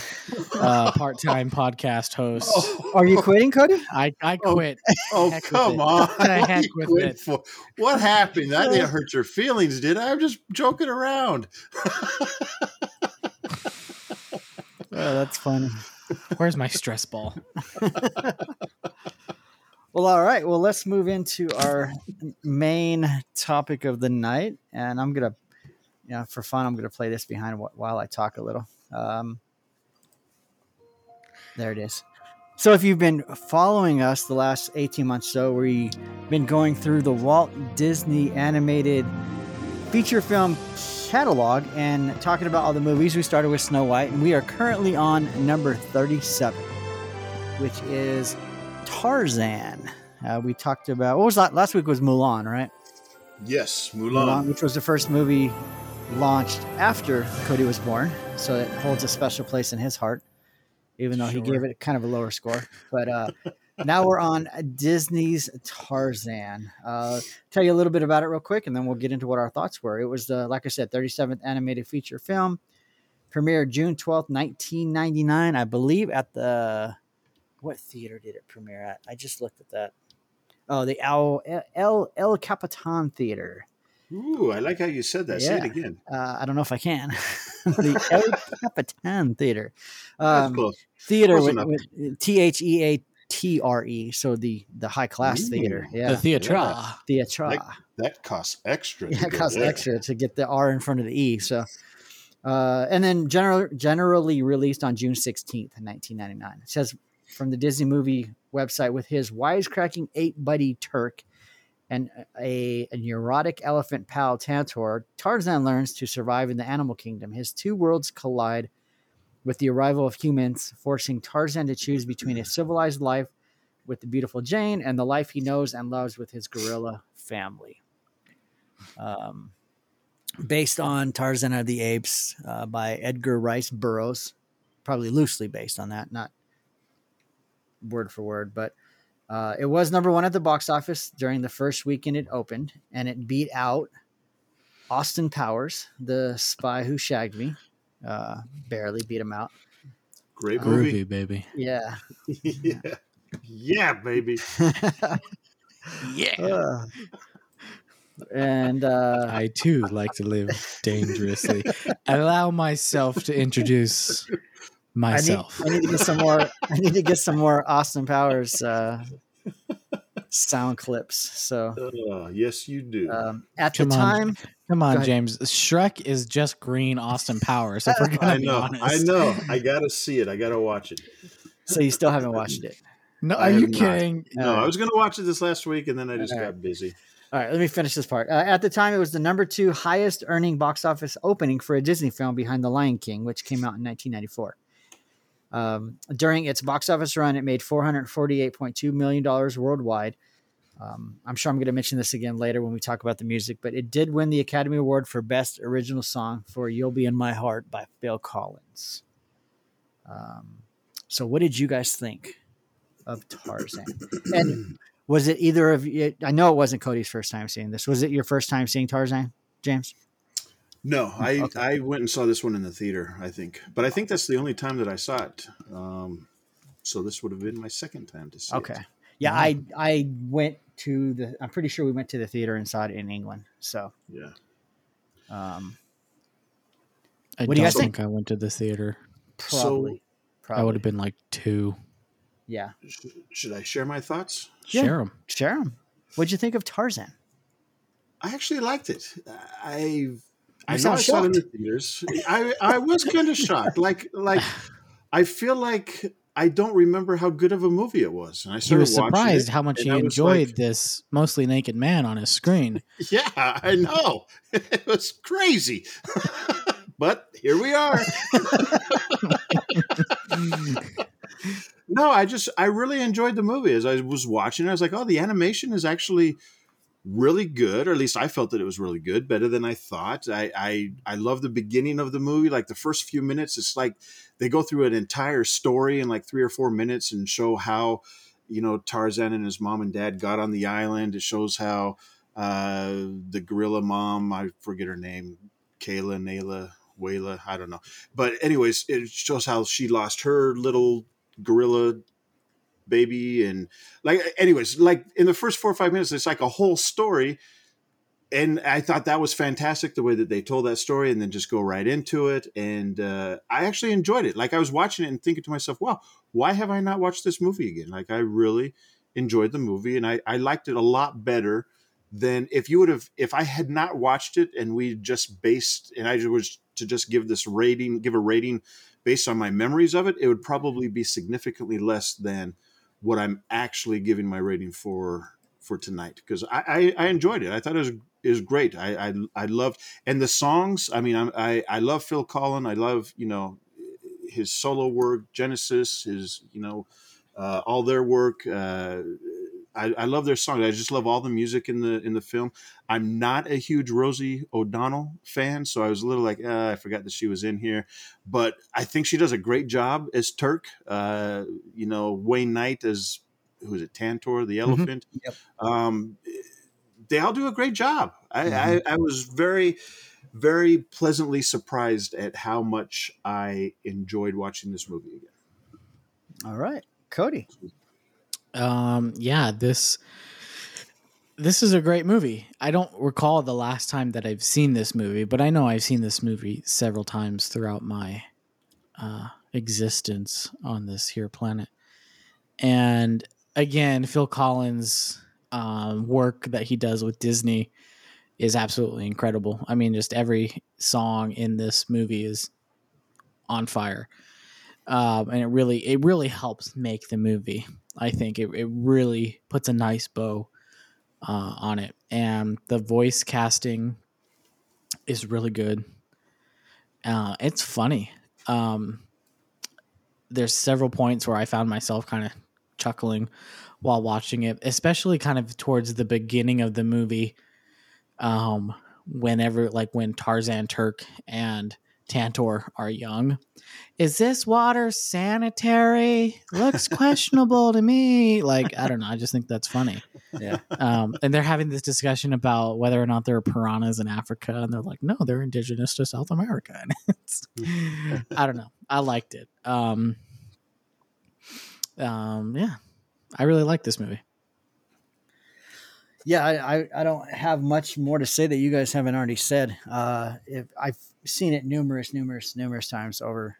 S1: uh, part-time podcast hosts
S2: Are you quitting, Cody?
S1: i i
S3: Oh,
S1: quit
S3: Oh,
S1: heck with
S3: come
S1: it.
S3: on.
S1: The
S3: What
S1: heck
S3: you
S1: with
S3: quit
S1: it.
S3: for? What happened? That didn't hurt your feelings, did I? I'm just joking around.
S2: Oh, that's funny.
S1: where's my stress ball
S2: Well, all right. Well, let's move into our main topic of the night, and I'm gonna, you know, for fun, I'm gonna play this behind wh- while I talk a little. Um, there it is. So if you've been following us the last 18 months or so, we've been going through the Walt Disney animated feature film catalog and talking about all the movies. We started with Snow White, and we are currently on number 37, which is Tarzan. Uh, we talked about what was that last week was Mulan, right?
S3: Yes,
S2: Mulan,
S3: Mulan.
S2: which was the first movie launched after Cody was born, so it holds a special place in his heart, even though he
S1: Sure.
S2: gave it kind of a lower score. But uh, now we're on Disney's Tarzan. Uh, tell you a little bit about it real quick, and then we'll get into what our thoughts were. It was the, like I said, 37th animated feature film, premiered June 12th, 1999, I believe, at the what theater did it premiere at? I just looked at that. Oh, the Al El, El Capitan Theater.
S3: Ooh, I like how you said that. Say it
S2: Yeah.
S3: again.
S2: Uh, I don't know if I can. the El Capitan Theater.
S3: That's
S2: Um,
S3: close.
S2: theater
S3: Close
S2: with,
S3: enough.
S2: with T H E A T R E. So the the high class theater.
S3: Ooh.
S2: Yeah.
S1: the theatre.
S3: yeah.
S2: Theatra.
S3: Like- That costs extra.
S2: yeah,
S3: to
S2: it
S3: go
S2: costs
S3: there.
S2: extra to get the R in front of the E. So, uh, and then general, generally released on June 16th, 1999. It says from the Disney movie website with his wisecracking ape buddy Turk and a, a neurotic elephant pal Tantor, Tarzan learns to survive in the animal kingdom. His two worlds collide with the arrival of humans, forcing Tarzan to choose between a civilized life with the beautiful Jane and the life he knows and loves with his gorilla family. Um, based on Tarzan of the Apes uh, by Edgar Rice Burroughs, probably loosely based on that, not word for word, but uh, it was number one at the box office during the first weekend it opened, and it beat out Austin Powers, the spy who shagged me. Uh, barely beat him out.
S3: Great movie.
S1: Groovy, baby.
S2: Yeah.
S3: yeah. yeah, baby.
S1: Yeah.
S2: Ugh. and uh,
S1: I too like to live dangerously. Allow myself to introduce
S2: I need,
S1: myself.
S2: I need to get some more. I need to get some more Austin Powers uh, sound clips. So
S3: Uh, yes, you do.
S2: um, at
S1: Come
S2: the
S1: on.
S2: time,
S1: Come
S2: Go
S1: on,
S2: ahead.
S1: James. Shrek is just green Austin Powers. If we're gonna
S3: I
S1: be
S3: know.
S1: honest,
S3: I know. I gotta see it. I gotta watch it.
S2: so you still haven't watched it.
S1: No,
S3: I
S1: are
S3: have
S1: you
S3: not.
S1: kidding?
S3: No,
S2: All
S3: I
S2: right.
S3: was gonna watch it this last week, and then I just
S2: All right.
S3: got busy.
S2: All right, let me finish this part. Uh, at the time, it was the number two highest earning box office opening for a Disney film behind The Lion King, which came out in 1994. Um, during its box office run, it made $448.2 million worldwide. Um, I'm sure I'm going to mention this again later when we talk about the music, but it did win the Academy Award for Best Original Song for You'll Be in My Heart by Phil Collins. Um, so, what did you guys think of Tarzan? And was it either of you? I know it wasn't Cody's first time seeing this. Was it your first time seeing Tarzan, James?
S3: No, I
S2: Okay.
S3: I went and saw this one in the theater. I think, but I think that's the only time that I saw it. Um, so this would have been my second time to see
S2: Okay.
S3: it.
S2: Yeah, I I went to the. I'm pretty sure we went to the theater and saw it in England. So,
S3: Yeah.
S2: um,
S1: I
S2: What do
S1: don't
S2: you guys
S1: think I went to the theater.
S2: probably, probably,
S1: I would have been like two.
S2: Yeah,
S3: Sh- should I share my thoughts?
S2: Yeah.
S1: Share them.
S2: share 'em. What'd you think of Tarzan?
S3: I actually liked it. I I
S2: You
S3: know I
S2: sound
S3: saw it in the
S2: shocked.
S3: theaters. I I was kind of shocked. Like like I feel like I don't remember how good of a movie it was, and I
S1: He
S3: started
S1: was
S3: watching
S1: surprised
S3: it,
S1: how much
S3: and
S1: he
S3: I was
S1: enjoyed
S3: like,
S1: this mostly naked man on his screen.
S3: Yeah, I know. It was crazy. but here we are. No, I just I really enjoyed the movie as I was watching. it, I was like, "Oh, the animation is actually really good," or at least I felt that it was really good, better than I thought. I I I love the beginning of the movie, like the first few minutes. It's like they go through an entire story in like three or four minutes and show how you know Tarzan and his mom and dad got on the island. It shows how uh, the gorilla mom, I forget her name, Kayla, Nayla, Wayla, I don't know. But anyways, it shows how she lost her little gorilla baby and like anyways like in the first four or five minutes it's like a whole story and i thought that was fantastic the way that they told that story and then just go right into it and uh, i actually enjoyed it like i was watching it and thinking to myself wow why have i not watched this movie again like i really enjoyed the movie and i, I liked it a lot better than if you would have if i had not watched it and we just based and i was to just give this rating, give a rating based on my memories of it, it would probably be significantly less than what I'm actually giving my rating for for tonight because I, I I enjoyed it. I thought it was is great. I I, I loved and the songs. I mean, I'm, I I love Phil Collin. I love you know his solo work, Genesis. His you know uh, all their work. Uh, I, I love their songs. I just love all the music in the in the film. I'm not a huge Rosie O'Donnell fan, so I was a little like, uh, I forgot that she was in here. But I think she does a great job as Turk. Uh, you know, Wayne Knight as who is it, Tantor the elephant.
S2: Yep.
S3: Um, they all do a great job. I,
S2: Mhm.
S3: I, I was very, very pleasantly surprised at how much I enjoyed watching this movie again.
S2: All right, Cody.
S1: um yeah this this is a great movie i don't recall the last time that i've seen this movie but i know i've seen this movie several times throughout my uh existence on this here planet and again phil collins um work that he does with disney is absolutely incredible i mean just every song in this movie is on fire um, and it really it really helps make the movie. I think it, it really puts a nice bow uh, on it, and the voice casting is really good. Uh, it's funny. Um, there's several points where I found myself kind of chuckling while watching it, especially kind of towards the beginning of the movie. Um, whenever like when Tarzan Turk and Tantor are young, is this water sanitary? Looks questionable to me. Like, I don't know. I just think that's funny.
S2: Yeah.
S1: Um, and they're having this discussion about whether or not there are piranhas in Africa. And they're like, no, they're indigenous to South America. And it's,
S2: Hmm.
S1: I don't know. I liked it. Um, um, yeah. I really like this movie.
S2: Yeah, I, I, I don't have much more to say that you guys haven't already said. Uh, if I've seen it numerous, numerous, numerous times over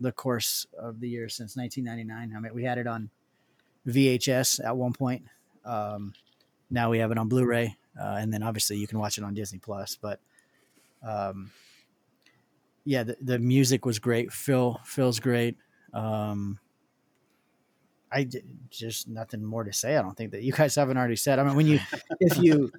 S2: the course of the year since 1999. I mean, we had it on VHS at one point. Um, now we have it on Blu-ray, uh, and then obviously you can watch it on Disney Plus. But um, yeah, the, the music was great. Phil Phil's great. Um, I d- just nothing more to say. I don't think that you guys haven't already said. I mean, when you if you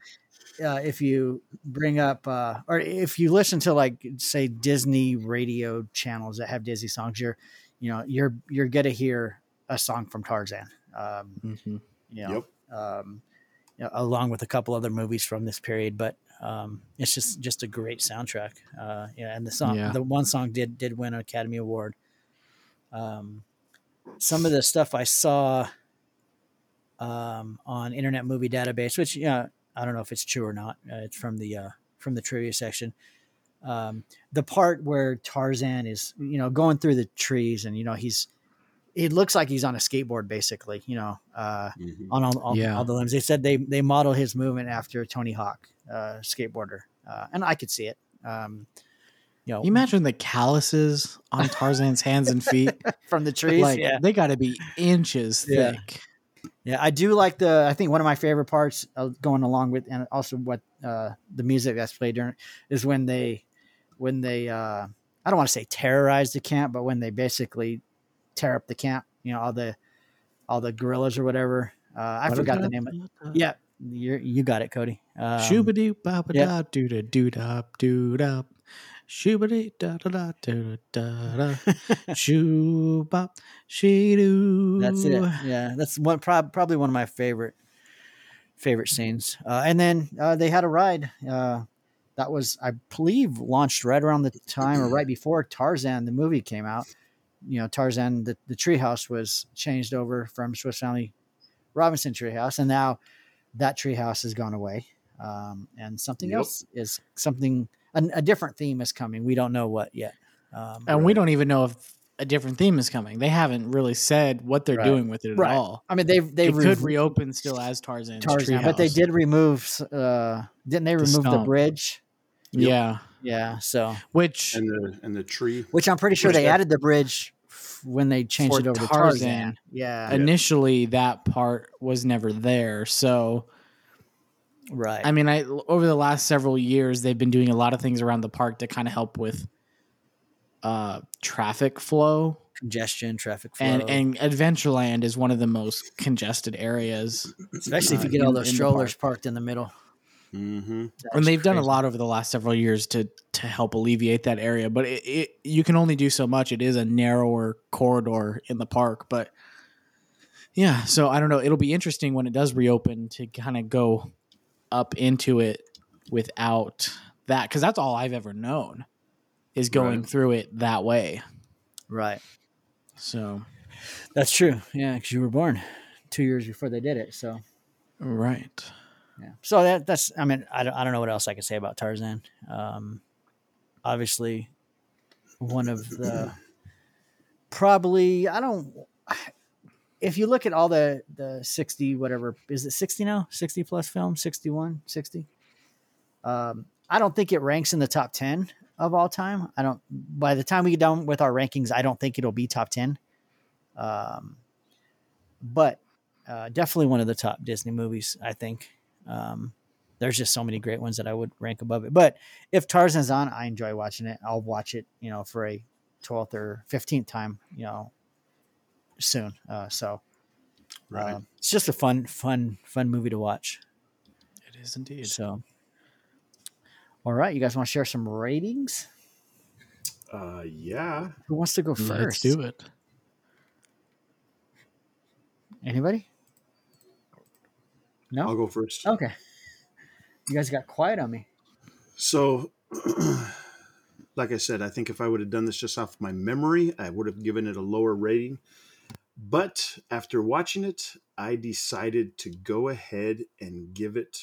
S2: uh, if you bring up uh, or if you listen to like say Disney radio channels that have Disney songs, you're you know you're you're gonna hear a song from Tarzan. Um,
S1: Mhm.
S2: you know, um, you know, along with a couple other movies from this period. But um, it's just just a great soundtrack. Uh, yeah, and the song,
S1: Yeah.
S2: the one song did did win an Academy Award. Um, some of the stuff I saw um, on Internet Movie Database, which yeah, I don't know if it's true or not. Uh, it's from the uh, from the trivia section. Um, the part where Tarzan is, you know, going through the trees, and you know, he's it looks like he's on a skateboard, basically. You know, uh,
S3: Mhm.
S2: on all, all,
S1: Yeah.
S2: all the limbs. They said they they model his movement after Tony Hawk, uh, skateboarder, uh, and I could see it. Um, you know,
S1: You imagine the calluses on Tarzan's hands and feet.
S2: from the trees.
S1: Like,
S2: yeah,
S1: they got to be inches
S2: Yeah.
S1: thick.
S2: yeah. I do like the. I think one of my favorite parts uh, going along with, and also what uh, the music that's played during is when they when they uh, I don't want to say terrorize the camp, but when they basically tear up the camp. You know, all the all the gorillas or whatever. Uh, I forgot the name. of Yeah, you you got it, Cody. Um,
S1: Shoobity baba
S2: yeah.
S1: da doo da doo da doo da. Shoobity da da da doo da da da. Shoo bop she doo.
S2: That's it. Yeah, that's one prob- probably one of my favorite favorite scenes. Uh, and then uh, they had a ride uh, that was, I believe, launched right around the time or right before Tarzan the movie came out. You know, Tarzan the the treehouse was changed over from Swiss Family Robinson treehouse, and now that treehouse has gone away. Um, and something
S3: Yep.
S2: else is something an, a different theme is coming. We don't know what yet. Um,
S1: And we
S3: Right.
S1: don't even know if a different theme is coming. They haven't really said what they're
S2: Right.
S1: doing with it at
S2: Right.
S1: all.
S2: I mean, they've
S1: They
S2: they've
S1: could
S2: rev-
S1: reopen still as Tarzan's
S2: Tarzan,
S1: treehouse.
S2: but they did remove. Uh, didn't they remove the,
S1: stump.
S2: bridge?
S3: Yep.
S1: Yeah.
S2: Yeah, so
S1: Which
S3: And the and the tree.
S2: which I'm pretty sure
S3: Which
S2: they
S3: that-
S2: added the bridge f- when they changed
S1: For
S2: it over to Tarzan.
S1: Tarzan.
S2: Yeah,
S1: initially that part was never there. So
S2: right.
S1: I mean, I over the last several years, they've been doing a lot of things around the park to kind of help with uh, traffic flow,
S2: congestion, traffic flow,
S1: and and Adventureland is one of the most congested areas.
S2: especially if you
S1: uh,
S2: get all
S1: in-
S2: those
S1: in the
S2: strollers parked in the middle.
S3: Mm-hmm.
S2: That's
S1: and they've done a
S2: crazy.
S1: lot over the last several years to to help alleviate that area but it, it you can only do so much it is a narrower corridor in the park but yeah so i don't know it'll be interesting when it does reopen to kind of go up into it without that because that's all i've ever known is going
S3: Right.
S1: through it that way
S2: Right.
S1: so
S2: That's true. Yeah, because you were born two years before they did it. So
S1: right
S2: yeah. So that that's. I mean, I don't, I don't know what else I can say about Tarzan. Um, obviously, one of the probably I don't. If you look at all the the sixty whatever is it sixty now sixty plus film 61, 60? Um, I don't think it ranks in the top ten of all time. I don't. By the time we get done with our rankings, I don't think it'll be top ten. Um, but uh, definitely one of the top Disney movies. I think um, there's just so many great ones that I would rank above it. But if Tarzan's on, I enjoy watching it. I'll watch it, you know, for a twelfth or fifteenth time, you know, soon. Uh, so
S3: Right.
S2: uh, it's just a fun, fun, fun movie to watch.
S1: it is indeed
S2: So, all right, you guys want to share some ratings?
S3: Uh, yeah.
S2: Who wants to go
S1: let let's
S2: 1st
S1: do it
S2: Anybody? No.
S3: I'll go
S1: Oh.
S3: first.
S2: Okay. You guys got quiet on me.
S3: So, like I said, I think if I would have done this just off my memory, I would have given it a lower rating. But after watching it, I decided to go ahead and give it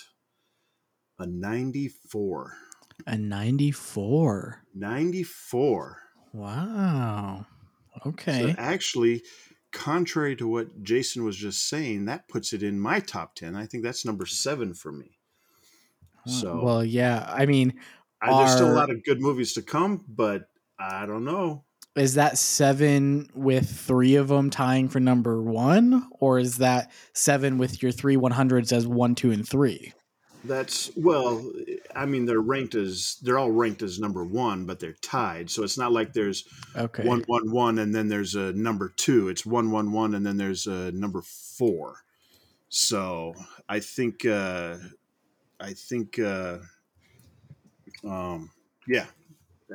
S3: a 94.
S1: a 94
S3: 94.
S1: wow okay
S3: So actually, contrary to what Jason was just saying, that puts it in my top 10. I think that's number seven for me.
S2: Uh,
S3: So,
S1: well yeah i mean
S3: I, there's still a
S1: are-
S3: lot of good movies to come, but I don't know.
S1: is that seven with three of them tying for number one or is that seven with your three 100s as one two and three
S3: That's well, I mean they're ranked as they're all ranked as number one, but they're tied. So it's not like there's
S1: okay
S3: one one one and then there's a number two. It's one one one and then there's a number four. So I think uh I think uh um yeah.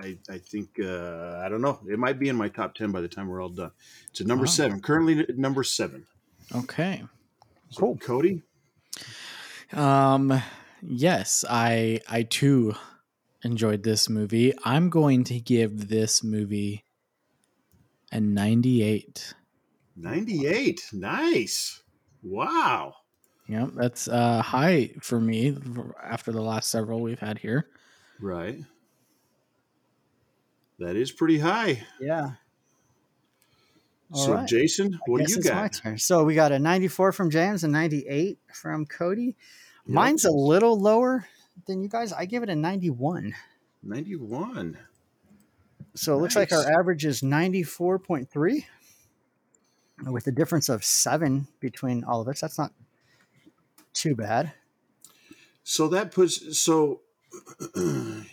S3: I, I think uh, I don't know. It might be in my top ten by the time we're all done. It's a number
S1: Wow.
S3: seven. Currently at number seven.
S1: okay
S3: So, Cody.
S1: um yes i i too enjoyed this movie i'm going to give this movie a 98
S3: 98. Nice. Wow.
S1: yeah that's uh high for me after the last several we've had here
S3: Right. That is pretty high.
S2: Yeah. All
S3: so,
S2: right.
S3: Jason, what do
S2: Guess
S3: you
S2: it's my
S3: got?
S2: turn. So we got a 94 from James and 98 from Cody.
S3: Yep,
S2: Mine's a little lower than you guys. I give it a 91.
S3: 91.
S2: So it looks like our
S3: Nice.
S2: average is 94.3 with a difference of seven between all of us. That's not too bad.
S3: So, that puts, so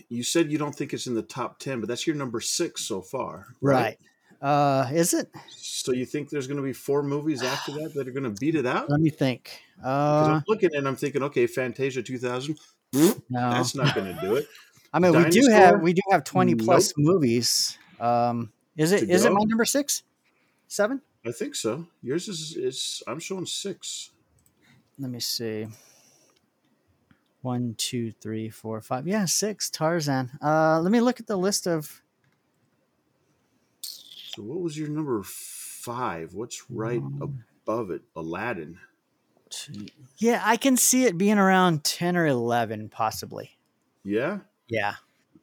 S3: you said you don't think it's in the top 10, but that's your number six so far, right?
S2: Uh, is it?
S3: So, you think there's going to be four movies after that that are going to beat it out?
S2: Let me think.
S3: 'Cause
S2: Uh,
S3: I'm looking and I'm thinking, okay, Fantasia 2000,
S2: no.
S3: that's not going to do it.
S2: I mean, we do have
S3: Dinosaur?
S2: we do have twenty plus movies. Um, is it
S3: To
S2: is it
S3: go.
S2: my number six, seven?
S3: I think so. Yours is, is I'm showing six.
S2: Let me see. One, two, three, four, five. Yeah, six. Tarzan. Uh, let me look at the list of.
S3: So what was your number five? What's right
S2: One,
S3: above it? Aladdin.
S2: two- Yeah, I can see it being around ten or eleven, possibly.
S3: Yeah,
S2: Yeah,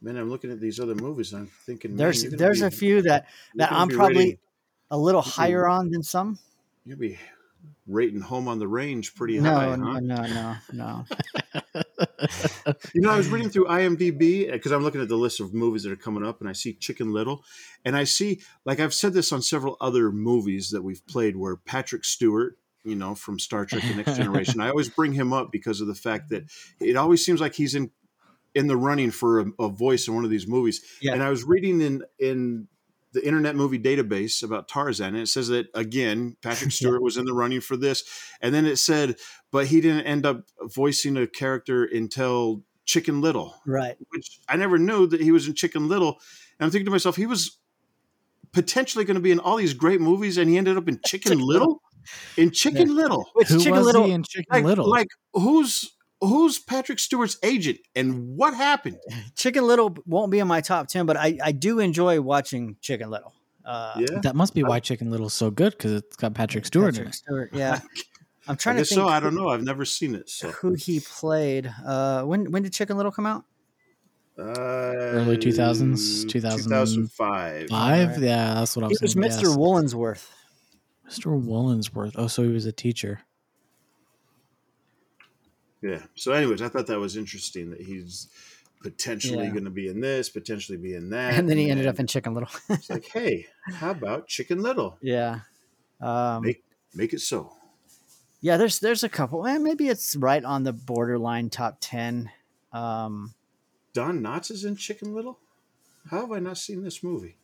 S3: man. I'm looking at these other movies. And I'm thinking, man,
S2: there's
S3: you're gonna
S2: there's
S3: be-
S2: a few that
S3: you're
S2: that
S3: gonna
S2: I'm
S3: be
S2: probably
S3: rating-
S2: a little
S3: gonna-
S2: higher on than some.
S3: you're gonna be rating Home on the Range pretty high,
S2: No,
S3: huh?
S2: no, no, no, no.
S3: You know, I was reading through IMDb because uh, I'm looking at the list of movies that are coming up, and I see Chicken Little, and I see like I've said this on several other movies that we've played where Patrick Stewart, you know, from Star Trek: The Next Generation, I always bring him up because of the fact that it always seems like he's in in the running for a, a voice in one of these movies.
S2: Yeah.
S3: And I was reading in in the Internet Movie Database about Tarzan, and it says that again Patrick Stewart was in the running for this, and then it said, but he didn't end up voicing a character until Chicken Little,
S2: Right.
S3: which I never knew that he was in Chicken Little. And I'm thinking to myself, he was potentially going to be in all these great movies, and he ended up in Chicken Little. In Chicken Little,
S2: Which
S1: Who
S2: Chicken
S1: was
S2: Little
S1: he in Chicken
S3: like,
S1: Little?
S3: like who's who's Patrick Stewart's agent, and what happened?
S2: Chicken Little won't be in my top ten, but I, I do enjoy watching Chicken Little. Uh,
S3: yeah,
S1: that must be why Chicken Little's so good because it's got Patrick Stewart in
S2: Patrick
S1: it.
S2: Stewart. Yeah. I'm
S3: I
S2: trying to
S3: guess
S2: think.
S3: so. I don't know. I've never seen it. So
S2: who he played. Uh, when when did Chicken Little come out?
S3: uh,
S1: Early 2000s,
S3: 2005.
S1: Five?
S2: Alright.
S1: Yeah, that's what I
S2: He
S1: was
S2: was
S1: thinking.
S2: Mr.
S1: yes.
S2: Woolensworth.
S1: Mr. Wollensworth. Oh, so he was a teacher.
S3: Yeah. So, anyways, I thought that was interesting that he's potentially
S2: Yeah.
S3: going to be in this, potentially be in that,
S2: And then he ended up in Chicken Little.
S3: It's like, hey, how about Chicken Little?
S2: yeah. Um,
S3: Make make it so.
S2: yeah, there's there's a couple. Eh, maybe it's right on the borderline top ten. Um,
S3: Don Knotts is in Chicken Little. How have I not seen this movie?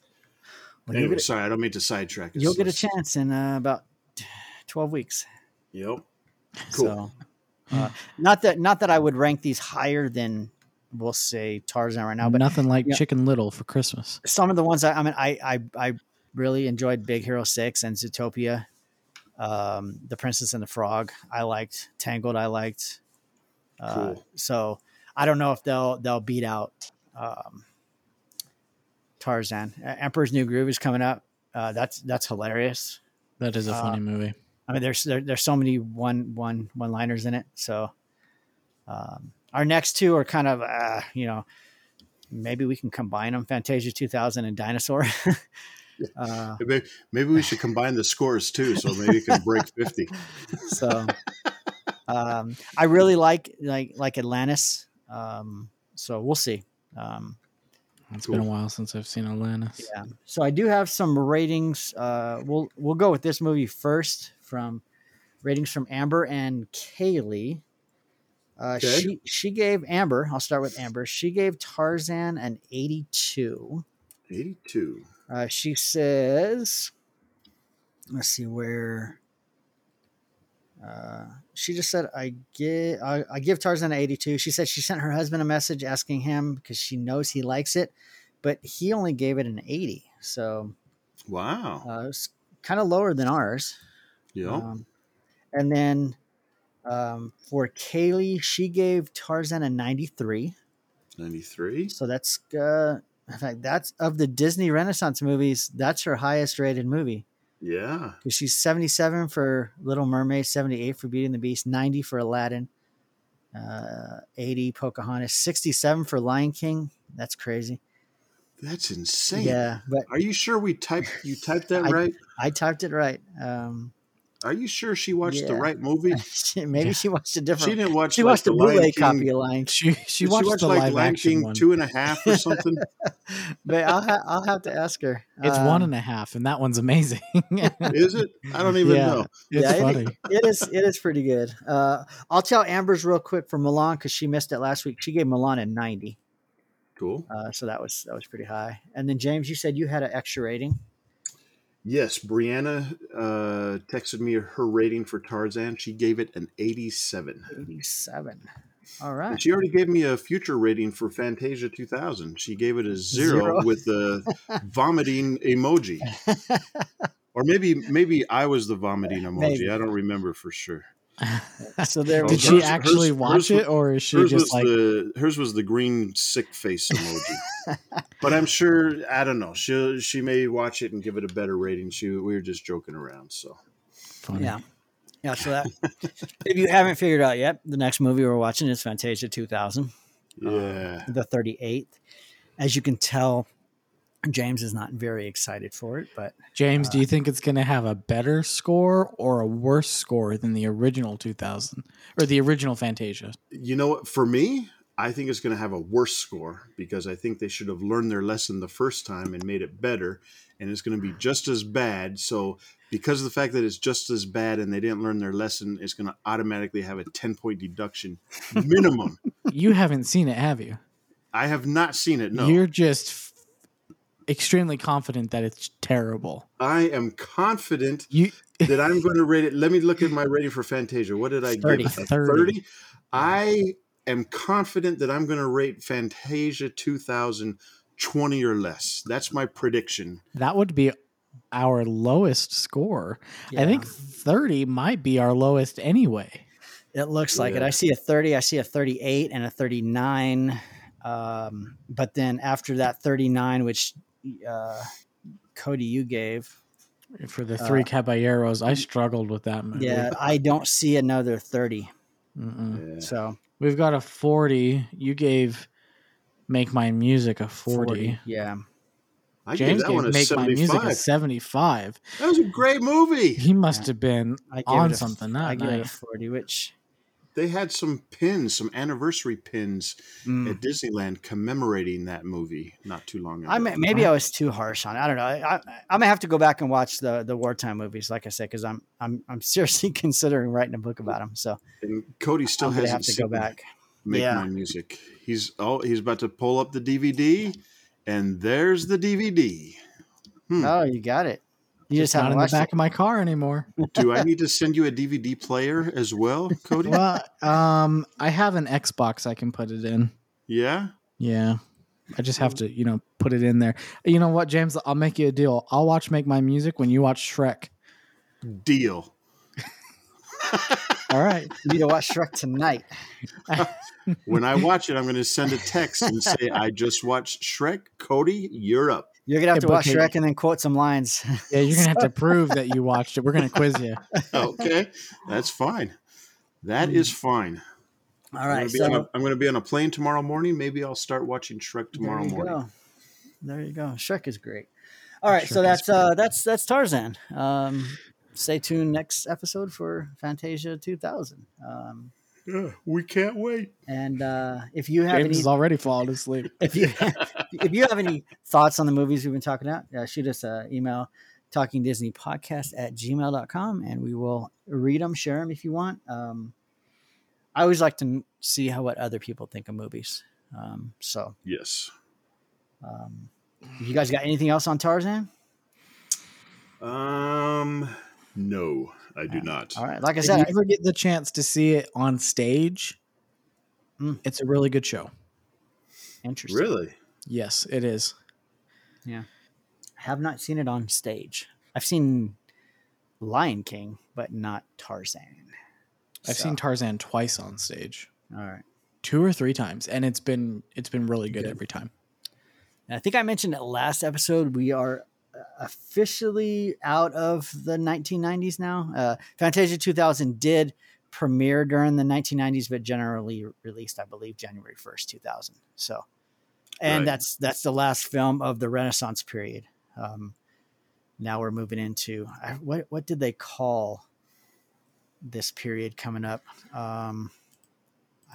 S2: well, you'll
S3: anyway,
S2: get a,
S3: sorry, I don't mean to sidetrack. us.
S2: you'll get a
S3: Let's-
S2: chance in uh, about twelve weeks.
S3: Yep. Cool.
S2: So, uh, not that not that I would rank these higher than we'll say Tarzan right now, but
S1: Nothing like
S2: yeah.
S1: Chicken Little for Christmas.
S2: some of the ones I, I mean, I, I I really enjoyed Big Hero Six and Zootopia, um, The Princess and the Frog. I liked Tangled. I liked. Uh,
S3: Cool.
S2: So I don't know if they'll they'll beat out um, Tarzan. Uh, Emperor's New Groove is coming up. Uh, that's that's hilarious.
S1: That is a
S2: Uh,
S1: funny movie.
S2: I mean, there's there, there's so many one one one liners in it. So um, our next two are kind of uh, you know maybe we can combine them: Fantasia 2000 and Dinosaur. uh,
S3: Maybe, maybe we should combine the scores too, so maybe it can break fifty.
S2: so um, I really like like like Atlantis. Um, so we'll see. Um,
S1: It's
S3: Cool.
S1: been a while since I've seen Atlantis.
S2: Yeah. So I do have some ratings. Uh, we'll we'll go with this movie first from ratings from Amber and Kaylee. Uh,
S3: Okay.
S2: She she gave Amber. I'll start with Amber. She gave Tarzan an eighty-two.
S3: Eighty-two.
S2: Uh, she says, "Let's see where." Uh, she just said, "I give I, I give Tarzan an 82." She said she sent her husband a message asking him because she knows he likes it, but he only gave it an 80. So
S3: Wow.
S2: uh, it's kind of lower than ours.
S3: yeah.
S2: Um, and then um, for Kaylee, she gave Tarzan a 93.
S3: 93.
S2: So that's, uh, in fact, that's of the Disney Renaissance movies, that's her highest rated movie.
S3: Yeah.
S2: 'Cause she's 77 for Little Mermaid, 78 for Beauty and the Beast, 90 for Aladdin, uh, 80 Pocahontas, 67 for Lion King. That's crazy.
S3: That's insane.
S2: Yeah, but
S3: Are you sure we typed you typed that
S2: I-
S3: right?
S2: I typed it right. Um,
S3: Are you sure she watched the
S2: Yeah.
S3: right movie?
S2: maybe
S1: Yeah.
S2: she watched a
S3: She
S2: different
S3: didn't watch
S2: She
S3: like
S2: watched
S3: the
S2: a Blu-ray
S3: Lion King.
S2: copy of Lion King,
S1: She she
S3: Did
S1: watched
S3: she watch
S1: the
S3: like
S1: live
S3: Lion
S1: action
S3: King
S1: one.
S3: two and a half or something?
S2: but I'll ha- I'll have to ask her.
S1: It's one
S2: Um,
S1: and a half, and that one's amazing.
S3: Is it? I don't even
S1: Yeah.
S3: know.
S1: it's
S2: Yeah, it-
S1: funny.
S2: Um, it is it is pretty good. Uh, I'll tell Amber's real quick for Milan because she missed it last week. She gave Milan a ninety,
S3: Cool.
S2: uh, so that was that was pretty high. And then James, you said you had an extra rating.
S3: Yes, Brianna uh, texted me her rating for Tarzan. She gave it an 87.
S2: Eighty-seven. All
S3: And
S2: right.
S3: she already gave me a future rating for Fantasia 2000. She gave it a zero,
S2: Zero.
S3: with the vomiting emoji. Or maybe maybe I was the vomiting emoji.
S2: Maybe.
S3: I don't remember for sure.
S2: So
S3: Oh,
S2: there we
S1: Did
S2: go.
S1: she
S3: hers-
S1: actually
S3: hers-
S1: watch
S3: hers
S1: it, or is she
S3: hers
S1: just
S3: was
S1: like
S3: the hers was the green sick face emoji. but I'm sure I don't know. She she may watch it and give it a better rating. She we were just joking around. So
S1: funny?
S2: Yeah. Yeah, so that if you haven't figured out yet, the next movie we're watching is Fantasia 2000.
S3: yeah,
S2: the 38th. As you can tell, James is not very excited for it, but
S1: James, do you think it's going to have a better score or a worse score than the original 2000 or the original Fantasia?
S3: you know what? For me, I think it's going to have a worse score because I think they should have learned their lesson the first time and made it better, and it's going to be just as bad. So. Because of the fact that it's just as bad and they didn't learn their lesson, it's going to automatically have a 10 point deduction minimum
S1: You haven't seen it, have you?
S3: I have not seen it. No.
S1: You're just f- extremely confident that it's terrible.
S3: I am confident
S1: You
S3: that I'm going to rate it. Let me look at my rating for Fantasia. What did I
S2: Thirty.
S3: give? it? A
S1: Thirty.
S3: Thirty. I am confident that I'm going to rate Fantasia 2000 20 or less. That's my prediction.
S1: that would be our lowest score. I
S2: Yeah.
S1: think 30 might be our lowest anyway.
S2: It looks like it.
S3: Yeah.
S2: I see a 30, I see a 38 and a 39. Um, but then after that 39, which uh, Cody, you gave,
S1: For the
S2: Uh,
S1: three caballeros, I struggled with that movie.
S2: yeah, I don't see another 30.
S1: Mm-mm.
S3: Yeah.
S2: So
S1: We've got a 40. You gave Make My Music a 40.
S2: Yeah.
S3: I
S1: James
S3: gave that
S1: gave
S3: one a
S1: Make My Music
S3: 75.
S1: a 75.
S3: that was a great movie.
S1: He must
S2: Yeah.
S1: have been
S2: I gave
S1: on
S2: it a-
S1: something that
S2: I gave it
S1: night.
S2: a 40, which.
S3: They had some pins, some anniversary pins
S2: mm.
S3: at Disneyland commemorating that movie not too long ago.
S2: I may, maybe I was too harsh on. it. I don't know. I, I I'm gonna have to go back and watch the the wartime movies, like I said, because I'm I'm I'm seriously considering writing a book about them. So
S3: and Cody still
S2: I'm gonna
S3: hasn't
S2: have to go
S3: seen
S2: back.
S3: Make
S2: Yeah.
S3: My Music. He's oh, he's about to pull up the DVD, and there's the DVD. Hmm.
S2: Oh, you got it. You just,
S1: It's not
S2: haven't
S1: in the
S2: watched
S1: back of my car anymore.
S3: Do I need to send you a DVD player as well, Cody?
S1: well, um, I have an Xbox I can put it in.
S3: Yeah.
S1: Yeah. I just have to, you know, put it in there. You know what, James? I'll make you a deal. I'll watch Make My Music when you watch Shrek.
S3: Deal.
S1: All right.
S2: it. You need to watch Shrek tonight.
S3: When I watch it, I'm going to send a text and say, I just watched Shrek. Cody, you're up.
S2: You're gonna have
S1: Yeah,
S2: to
S1: but
S2: watch
S1: okay.
S2: Shrek and then quote some lines.
S1: Yeah, you're gonna have to prove that you watched it. We're gonna quiz you.
S3: Okay. That's fine. That is fine.
S2: All
S3: I'm
S2: Mm. right,
S3: going, to
S2: so
S3: be on a, I'm going to be on a plane tomorrow morning. Maybe I'll start watching Shrek tomorrow
S2: there you
S3: morning.
S2: go. There you go. Shrek is great. All right, so
S1: Shrek is
S2: that's uh that's that's Tarzan. Um, stay tuned next episode for Fantasia 2000. Um,
S3: Yeah, we can't wait.
S2: and uh, if you have
S1: James
S2: any
S1: is already falling asleep.
S2: if you if you have any thoughts on the movies we've been talking about uh, shoot us an email talking disney podcast at gmail.com and we will read them share them if you want um, i always like to n- see how what other people think of movies um, so
S3: Yes.
S2: um, you guys got anything else on tarzan
S3: Um, no, I do
S2: Yeah.
S3: not.
S2: all right like i
S1: If
S2: said
S1: you
S2: I-
S1: ever get the chance to see it on stage,
S2: Mm.
S1: it's a really good show.
S2: interesting
S3: Really?
S1: Yes, it is.
S2: I have not seen it on stage i've seen lion king but not tarzan
S1: I've
S2: So,
S1: seen Tarzan twice on stage.
S2: all right
S1: Two or three times, and it's been it's been really good,
S2: Good.
S1: every time.
S2: And I think I mentioned it last episode. We are uh, officially out of the 1990s now. Uh, Fantasia 2000 did premiere during the 1990s, but generally released, I believe, January 1st, 2000. So, and
S3: Right.
S2: that's that's the last film of the Renaissance period. Um, now we're moving into I, what what did they call this period coming up? Um,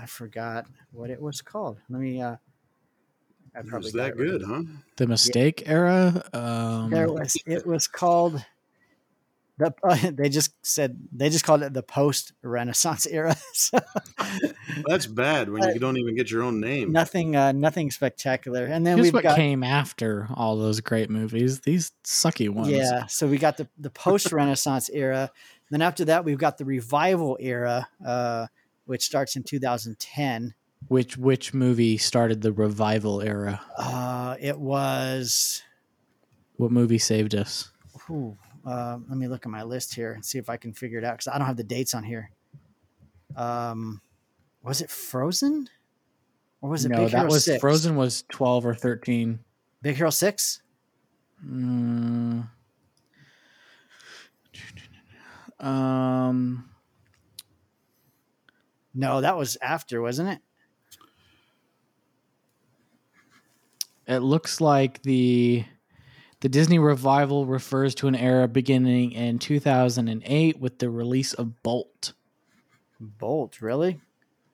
S2: I forgot what it was called. Let me. Uh, I
S3: It
S2: probably
S3: was
S2: got
S3: that
S2: it written
S3: good, huh?
S1: The Mistake era.
S2: there
S1: Um,
S2: was it was called the they just said they just called it the post renaissance era so
S3: That's bad when you don't even get your own name.
S2: nothing uh nothing spectacular and then
S1: here's
S2: we've
S1: what
S2: got
S1: came after all those great movies. These sucky ones.
S2: yeah so we got the the post renaissance era then after that we've got the revival era uh which starts in 2010
S1: Which which movie started the revival era?
S2: uh it was
S1: What movie saved us?
S2: whew, uh, let me look at my list here and see if i can figure it out because i don't have the dates on here um was it frozen or was it
S1: no,
S2: Big
S1: that
S2: Hero
S1: was
S2: 6?
S1: Frozen was twelve or thirteen.
S2: Big Hero Six.
S1: Mm. Um,
S2: No, that was after, wasn't it?
S1: it looks like the the Disney revival refers to an era beginning in 2008 with the release of Bolt.
S2: Bolt, really?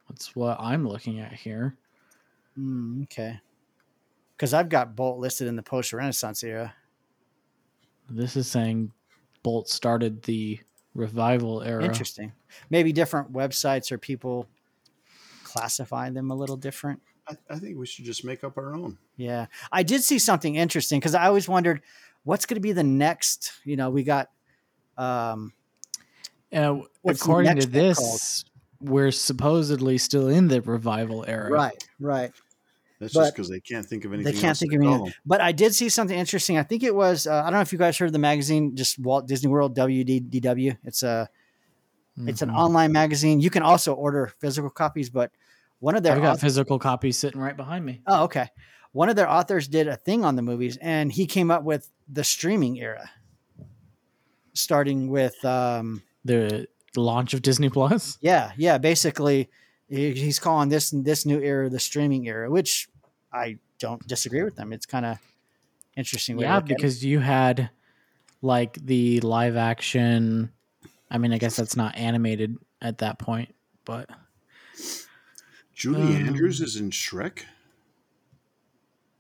S1: That's what I'm looking at here.
S2: Mm, okay. Because I've got Bolt listed in the post Renaissance era.
S1: This is saying Bolt started the revival era.
S2: Interesting. Maybe different websites or people classify them a little different.
S3: I, I think we should just make up our own.
S2: Yeah. I did see something interesting because I always wondered what's going to be the next, you know, we got um
S1: Uh,
S2: What's the
S1: according
S2: next
S1: to
S2: one called?
S1: this, we're supposedly still in the revival era.
S2: right, right.
S3: That's
S2: But
S3: just because they can't think of anything.
S2: they can't
S3: else
S2: think
S3: to
S2: of
S3: call
S2: anything. But I did see something interesting. I think it was uh, I don't know if you guys heard of the magazine, just Walt Disney World WDDW. It's a it's an
S1: Mhm.
S2: online magazine. You can also order physical copies, but one of their
S1: I've got
S2: authors-
S1: physical copies sitting right behind me.
S2: oh okay, one of their authors did a thing on the movies, and he came up with the streaming era, starting with um,
S1: The launch of Disney Plus.
S2: yeah, yeah. Basically, he- he's calling this this new era the streaming era, which I don't disagree with them. It's kind of interesting. way to
S1: Yeah,
S2: look at it.
S1: because you had like the live action. I mean, I guess that's not animated at that point, but
S3: Julie
S1: Um,
S3: Andrews is in Shrek.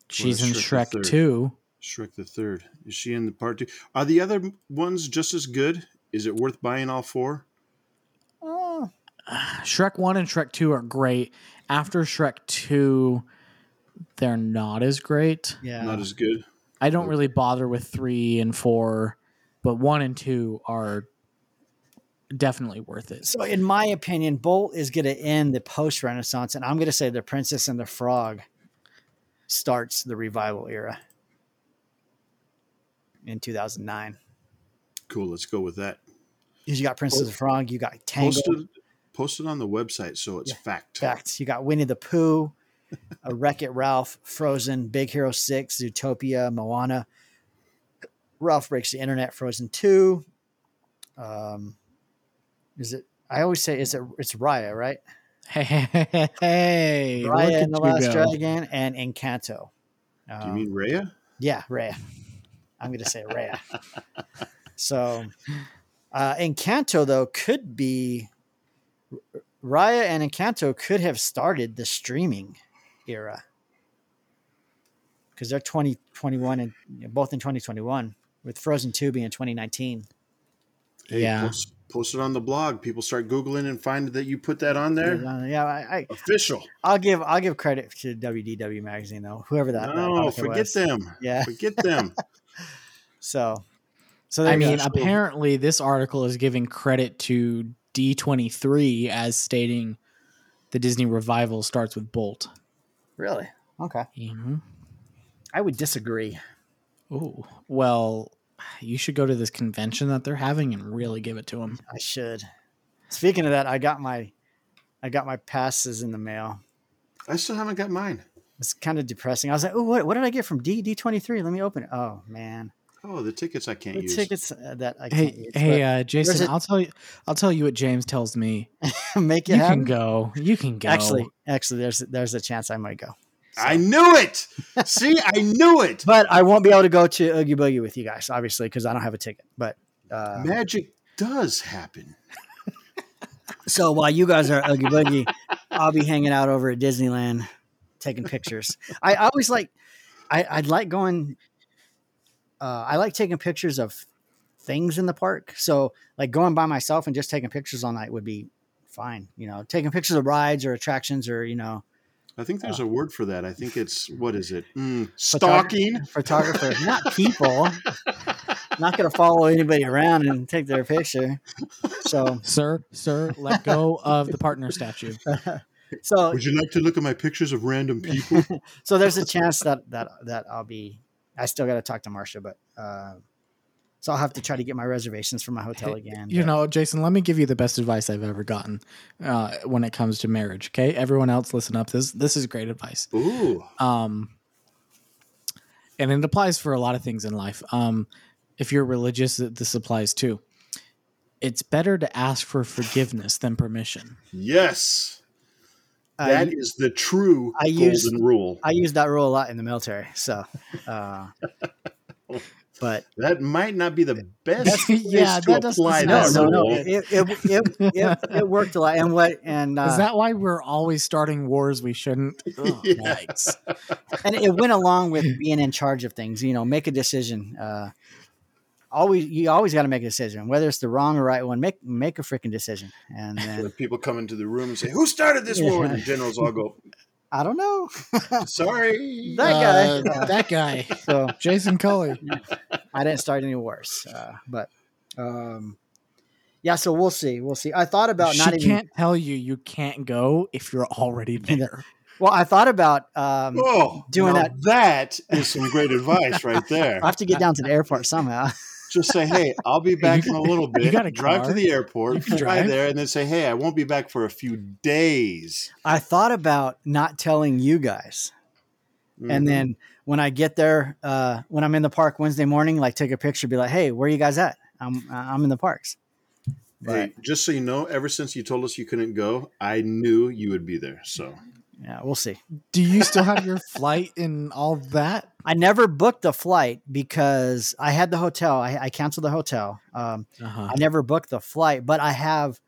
S1: she's in
S3: Shrek the
S1: Shrek
S3: Third.
S1: too.
S3: Shrek the Third. Is she in the part two? Are the other ones just as good? Is it worth buying all four?
S2: Oh,
S1: Shrek 1 and Shrek 2 are great. After Shrek 2, they're not as great.
S2: yeah.
S3: Not as good.
S1: I don't really bother with 3 and 4, but 1 and 2 are definitely worth it.
S2: So, in my opinion, Bolt is going to end the post Renaissance, and I'm going to say the Princess and the Frog starts the revival era in 2009.
S3: Cool. Let's go with that.
S2: Because you got Princess and the Frog, you got Tango,
S3: Posted, posted on the website, so it's
S2: Yeah.
S3: fact.
S2: Facts, you got Winnie the Pooh, a Wreck It Ralph, Frozen, Big Hero 6, Zootopia, Moana, Ralph Breaks the Internet, Frozen 2. Um, is it? I always say, is it? It's Raya, right?
S1: Hey, hey, hey, hey, hey, look
S2: Raya
S1: at
S2: and the
S1: you
S2: Last
S1: go.
S2: Dragon and Encanto. Um,
S3: Do you mean Rhea?
S2: Yeah, Raya. I'm going to say Raya. so, uh, Encanto though could be Raya and Encanto could have started the streaming era because they're 2021 and you know, both in 2021 with Frozen 2 being 2019.
S3: Hey,
S1: Yeah.
S3: post, post it on the blog. People start Googling and find that you put that on there.
S2: Yeah, yeah, I, I,
S3: Official.
S2: I'll give I'll give credit to WDW magazine though, whoever that, that
S3: no,
S2: author
S3: forget
S2: was.
S3: them.
S2: Yeah.
S3: Forget them.
S2: So, so there
S1: I
S2: you go.
S1: mean,
S3: So-
S1: apparently this article is giving credit to D23 as stating the Disney revival starts with Bolt.
S2: really okay.
S1: hmm
S2: I would disagree.
S1: Oh, well, you should go to this convention that they're having and really give it to them.
S2: I should. Speaking of that, I got my I got my passes in the mail.
S3: I still haven't got mine.
S2: It's kind of depressing. I was like, oh, what, what did I get from D D twenty three? Let me open it. Oh man,
S3: Oh, the tickets I can't
S2: the
S3: use.
S2: tickets uh, that I can't
S1: Hey,
S2: use.
S1: hey, uh, Jason,
S2: it-
S1: I'll tell you, I'll tell you what James tells me.
S2: but make it
S1: uh, You can
S2: happen.
S1: go. You can go.
S2: Actually, actually, there's there's a chance I might go,
S3: I knew it. See, I knew it.
S2: but I won't be able to go to Oogie Boogie with you guys, obviously, because I don't have a ticket. But uh,
S3: Magic does happen.
S2: so while you guys are at Oogie Boogie, I'll be hanging out over at Disneyland taking pictures. I I always like, I I like going. Uh, I like taking pictures of things in the park. So like going by myself and just taking pictures all night would be fine. You know, taking pictures of rides or attractions or you know,
S3: I think
S2: uh,
S3: there's a word for that. I think it's what is it? Mm,
S2: Photog-
S3: stalking.
S2: photographer, not people. Not going to follow anybody around and take their picture. So,
S1: sir, sir, let go of the partner statue.
S2: so
S3: Would you like to look at my pictures of random people?
S2: so there's a chance that that that I'll be. I still got to talk to Marcia, but uh, so I'll have to try to get my reservations for my hotel again.
S1: You
S2: but-
S1: know, Jason, let me give you the best advice I've ever gotten uh, when it comes to marriage. Okay, everyone else, listen up. This this is great advice.
S3: Ooh,
S1: um and it applies for a lot of things in life um if you're religious th- this applies too it's better to ask for forgiveness than permission
S3: yes,
S2: I-
S3: that is the true
S2: Uh, I
S3: golden
S2: used-
S3: rule.
S2: I use that rule a lot in the military. So, uh, but
S3: that might not be the best place
S1: Yeah,
S3: to
S1: that doesn't
S3: apply
S1: sound
S3: that
S2: no, no,
S1: so
S2: no,
S3: rule.
S1: good.
S2: it, it, it, it, it worked a lot. And what, and,
S1: is
S2: uh,
S1: that why we're always starting wars we shouldn't Ugh,
S3: Yeah.
S1: yikes.
S2: and it went along with being in charge of things, you know, make a decision. Uh, always, you always got to make a decision, whether it's the wrong or right one, make, make a freaking decision. And then
S3: When people come into the room and say, "Who started this war?" and the generals all go,
S2: I don't know.
S3: Sorry.
S2: That guy.
S1: Uh, that guy.
S2: So
S1: Jason Cully.
S2: I didn't start any wars, uh, but um, yeah. So we'll see. We'll see. I thought about
S1: she
S2: not
S1: can't
S2: even.
S1: tell you you can't go if you're already there.
S2: Well, I thought about. Um,
S3: oh,
S2: doing
S3: now
S2: that-
S3: That is some great advice right there.
S2: I have to get down to the airport somehow.
S3: Just say, hey, I'll be back in a little bit.
S1: got a
S3: drive
S1: car.
S3: to the airport,
S1: You can
S3: fly
S1: drive.
S3: there, and then say, hey, I won't be back for a few days.
S2: I thought about not telling you guys,
S3: Mhm.
S2: and then when I get there, uh, when I'm in the park Wednesday morning, like take a picture, be like, "Hey, where you guys at? I'm I'm in the parks." But
S3: Hey, just so you know, ever since you told us you couldn't go, I knew you would be there. So
S2: yeah, we'll see.
S1: Do you still have your flight and all that?
S2: I never booked a flight because I had the hotel. I, I canceled the hotel. Um,
S1: Uh-huh.
S2: I never booked the flight, but I have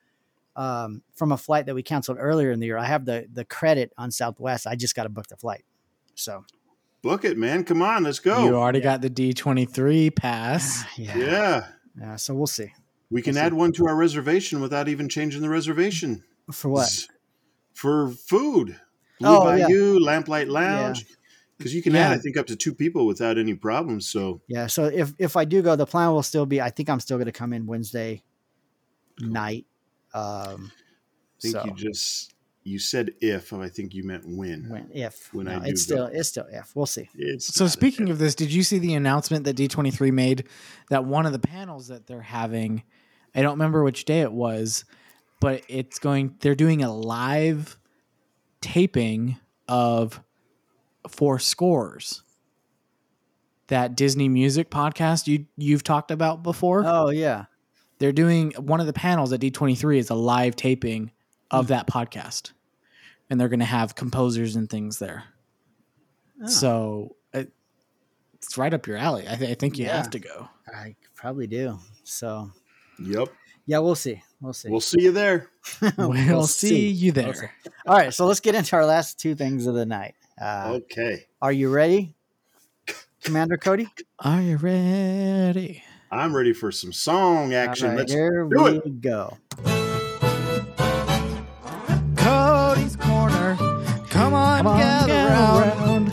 S2: um, from a flight that we canceled earlier in the year. I have the the credit on Southwest. I just got to book the flight. So
S3: book it, man. Come on, let's go.
S1: You already got the D23 pass.
S2: yeah, yeah.
S3: yeah.
S2: so we'll see
S3: We can add one to our reservation without even changing the reservation.
S2: for what.
S3: For food. Blue
S2: Oh, yeah.
S3: Bayou, Lamplight Lounge. Because you can add,
S1: Yeah.
S3: I think, up to two people without any problems. So
S2: Yeah. So if if I do go, the plan will still be. I think I'm still going to come in Wednesday night. Um,
S3: I think
S2: so
S3: you just you said if, and I think you meant when.
S2: when if
S3: when I
S2: no,
S3: do
S2: it's
S3: go.
S2: still it's still if we'll see.
S3: It's
S1: So
S3: not
S1: speaking
S3: a-
S1: of this, did you see the announcement that D23 made that one of the panels that they're having, I don't remember which day it was, but it's going they're doing a live taping of four scores. That Disney music podcast you you've talked about before.
S2: Oh yeah.
S1: they're doing one of the panels at D23 is a live taping of that podcast. And they're going to have composers and things there. Ah.
S2: Oh,
S1: So it, it's right up your alley. I, th- I think you
S2: Yeah.
S1: have to go.
S2: I probably do. So
S3: Yep.
S2: yeah, we'll see. We'll see.
S3: We'll see you there.
S1: We'll, see, you there.
S2: We'll see. All right. So let's get into our last two things of the night. Uh,
S3: Okay.
S2: Are you ready, Commander Cody?
S1: Are you ready?
S3: I'm ready for some song action.
S2: All right,
S3: Let's
S2: here
S3: do
S2: we go.
S1: Cody's Corner. Come on,
S2: gather
S1: round.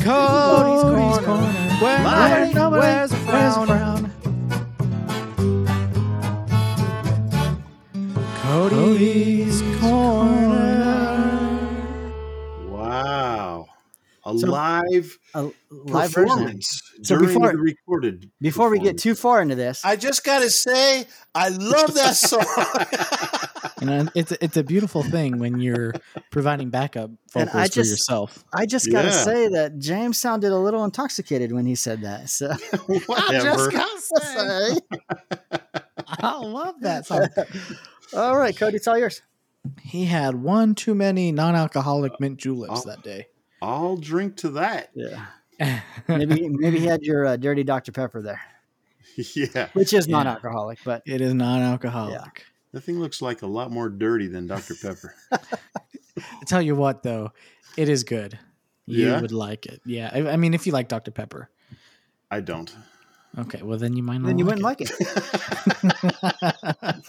S1: Cody's, Corner. Where,
S3: Mine.
S1: nobody wears a
S2: wears a
S1: frown. Cody's Corner.
S3: Wow. A
S2: So-
S3: live
S2: A live version.
S3: performance
S2: So
S3: during
S2: before-
S3: the recorded.
S2: Before we get
S3: performance.
S2: too far into this,
S4: I just got to say, I love that song.
S1: You know, it's it's a beautiful thing when you're providing backup
S2: And
S1: vocals
S2: I
S1: for
S2: just-
S1: yourself.
S2: I just got to
S3: Yeah.
S2: say that James sounded a little intoxicated when he said that. So
S3: Whatever.
S1: can't I love that song.
S2: all right, Cody, it's all yours.
S1: He had one too many non-alcoholic mint juleps
S3: Oh.
S1: that day.
S3: I'll drink to that.
S2: Yeah, maybe maybe he had your uh, dirty Dr Pepper there,
S3: yeah.
S2: which is
S1: Yeah.
S2: non-alcoholic, but
S1: it is non-alcoholic.
S3: That thing looks like a lot more dirty than Dr. Pepper.
S1: I tell you what, though, it is good. You
S3: Yeah?
S1: would like it. Yeah, I, I mean, if you like Dr. Pepper,
S3: I don't.
S1: okay, well then you might not.
S2: then you
S1: like
S2: wouldn't like it.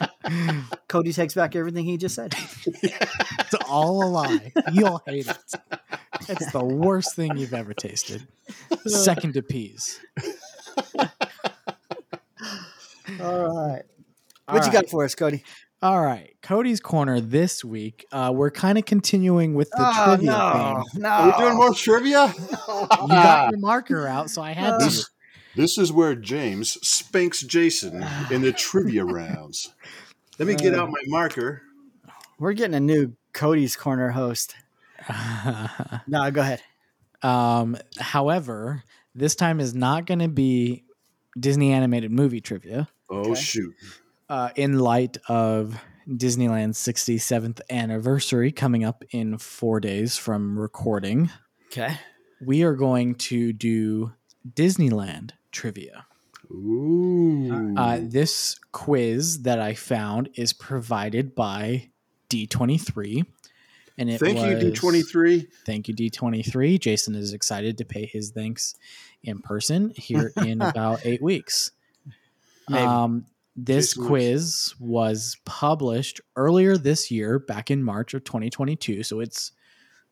S1: it.
S2: Cody takes back everything he just said.
S1: it's all a lie. You'll hate it. It's the worst thing you've ever tasted. Second to peas.
S2: All right,
S1: All
S2: what you
S1: right.
S2: got for us, Cody?
S1: All right, Cody's corner this week. Uh, we're kind of continuing with the trivia
S2: Ah, no,
S1: theme.
S2: no.
S3: Are we doing more trivia?
S1: You got your marker out, so I had to.
S3: This, this is where James spanks Jason in the trivia rounds. Let me get out
S2: Uh.
S3: my marker.
S2: We're getting a new Cody's Corner host. No, go ahead.
S1: um, however, this time is not going to be Disney animated movie trivia.
S3: Oh, shoot.
S1: uh, in light of Disneyland's 67th anniversary coming up in four days from recording,
S2: Okay.
S1: we are going to do Disneyland trivia.
S3: Ooh.
S1: Uh, this quiz that I found is provided by D23. And it
S3: Thank
S1: was,
S3: you, D23.
S1: Thank you, D23. Jason is excited to pay his thanks in person here in about eight weeks.
S2: Maybe.
S1: Um, this
S3: Jason looks-
S1: quiz was published earlier this year, back in March of 2022. So it's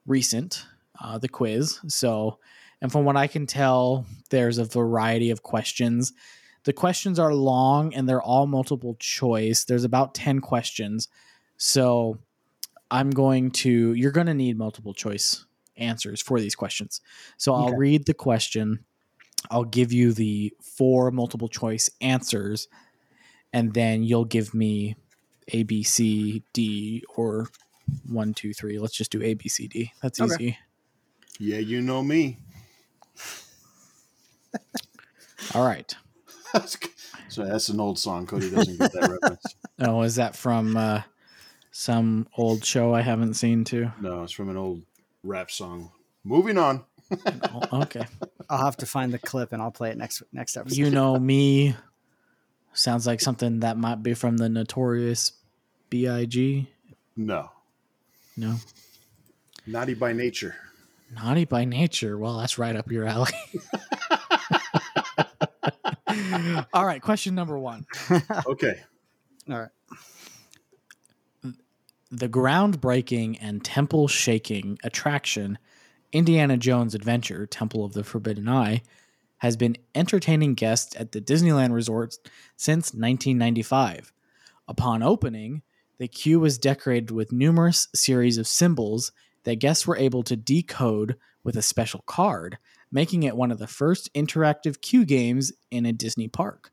S1: recent, uh, the quiz. So, and from what I can tell, there's a variety of questions. The questions are long and they're all multiple choice. There's about 10 questions. So, I'm going to, you're going to need multiple choice answers for these questions. So, I'll
S2: Okay.
S1: read the question, I'll give you the four multiple choice answers, and then you'll give me A, B, C, D, or one, two, three. Let's just do A, B, C, D. That's
S2: Okay.
S1: easy.
S3: Yeah, you know me.
S1: All right.
S3: so that's an old song. Cody doesn't get that reference.
S1: Oh, is that from uh, some old show I haven't seen too?
S3: No, it's from an old rap song. Moving on.
S1: Oh, okay.
S2: I'll have to find the clip and I'll play it next next episode.
S1: You know me. Sounds like something that might be from the notorious B.I.G.
S3: No,
S1: No.
S3: naughty by nature.
S1: Naughty by nature. Well, that's right up your alley. All right. Question number one.
S3: Okay.
S2: All right.
S1: the groundbreaking and temple shaking attraction Indiana Jones Adventure Temple of the Forbidden Eye has been entertaining guests at the Disneyland resorts since 1995. Upon opening, the queue was decorated with numerous series of symbols that guests were able to decode with a special card, making it one of the first interactive queue games in a Disney park.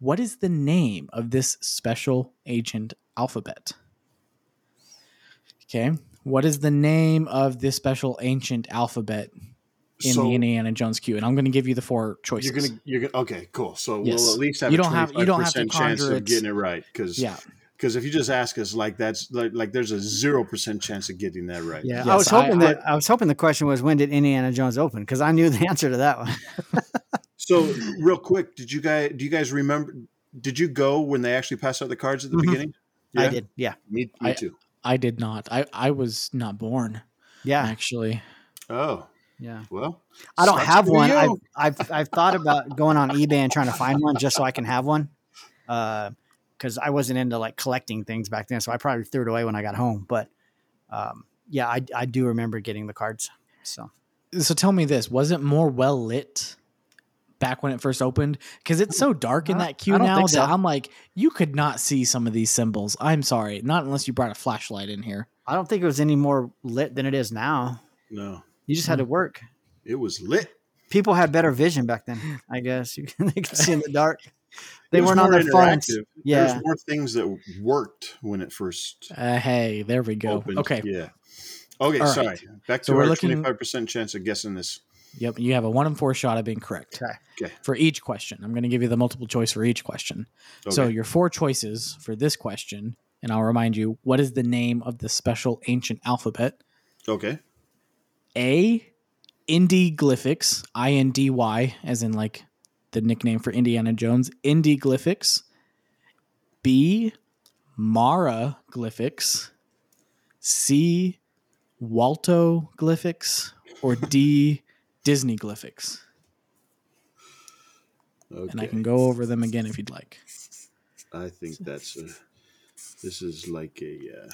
S1: What is the name of this special agent alphabet? Okay. What is the name of this special ancient alphabet in
S3: so
S1: the Indiana Jones queue? And I'm going to give you the four choices.
S3: you're gonna you're gonna okay, cool. So
S1: Yes.
S3: we'll at least have
S1: You
S3: a
S1: don't have- you don't have to
S3: 25% chance
S1: conjure
S3: of
S1: it.
S3: getting it right because
S1: yeah.
S3: because if you just ask us like that's like, like there's a zero percent chance of getting that right.
S2: Yeah, I
S1: Yes,
S2: was hoping
S1: I-
S2: that I was hoping the question was when did Indiana Jones open because I knew the answer to that one.
S3: So real quick, did you guys do you guys remember? Did you go when they actually passed out the cards at the
S1: Mhm.
S3: beginning?
S2: I did. Yeah.
S3: Me, me
S1: I-
S3: too.
S1: I did not. I, I was not born,
S2: Yeah.
S1: actually.
S3: Oh
S2: Yeah.
S3: well,
S2: I don't
S3: sucks
S2: have
S3: for
S2: one.
S3: you.
S2: I've, I've I've thought about going on eBay and trying to find one just so I can have one. Uh, because I wasn't into like collecting things back then, so I probably threw it away when I got home. But um, yeah, I I do remember getting the cards. So
S1: So tell me this was it more well lit back when it first opened? Because it's so dark in
S2: I don't-
S1: that queue
S2: I don't
S1: now
S2: think
S1: that
S2: so.
S1: I'm like, you could not see some of these symbols. I'm sorry. Not unless you brought a flashlight in here.
S2: I don't think it was any more lit than it is now.
S3: no,
S2: You just had to work.
S3: it was lit.
S2: People had better vision back then, I guess. You can, they could see in the dark. They
S3: It was
S2: weren't on
S3: more
S2: their phones.
S3: interactive.
S2: Yeah.
S3: There's more things that worked when it first
S1: Uh, hey, there we go.
S3: opened.
S1: Okay.
S3: Yeah. Okay.
S1: All right.
S3: sorry. Back to
S1: So we're
S3: our
S1: looking-
S3: twenty-five percent chance of guessing this.
S1: Yep, you have a one in four shot of being correct.
S2: Okay.
S3: Okay.
S1: For each question, I'm going to give you the multiple choice for each question.
S3: Okay.
S1: So your four choices for this question, and I'll remind you: what is the name of the special ancient alphabet?
S3: okay.
S1: A, Indiglyphics, I N D Y, as in like the nickname for Indiana Jones. Indiglyphics. B, Mara glyphics. C, Walto glyphics, or D, Disney glyphics.
S3: Okay.
S1: and I can go over them again if you'd like.
S3: I think that's a. This is like a. Uh,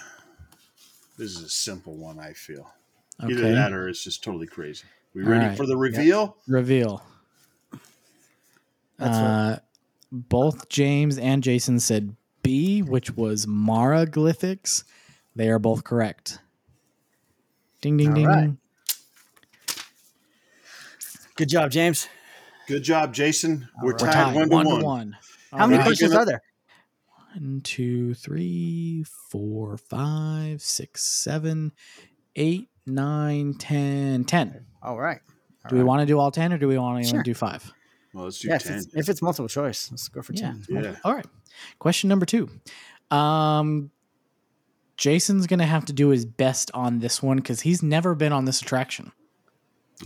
S3: this is a simple one. I feel either that or it's just totally crazy. We
S1: All
S3: ready
S1: right.
S3: for the reveal?
S1: Reveal.
S2: That's
S1: uh, both James and Jason said B, which was Mara glyphics. They are both correct. Ding ding
S2: All
S1: ding.
S2: right. Good job, James.
S3: Good job, Jason. We're
S2: right.
S3: tied,
S1: We're tied
S3: one, to one.
S2: How many
S3: right.
S2: questions
S3: Gonna-
S2: are there?
S1: One, two, three, four, five, six, seven, eight, nine, ten, ten.
S2: All right. All
S1: Do we
S2: right.
S1: want to do all ten, or do we want to
S2: Sure.
S1: do five?
S3: Well, let's do
S2: Yeah, if
S3: ten.
S2: it's, if it's multiple choice, let's go for
S1: Yeah.
S2: 10.
S3: Yeah.
S1: All right. Question number two. Um, Jason's gonna have to do his best on this one because he's never been on this attraction.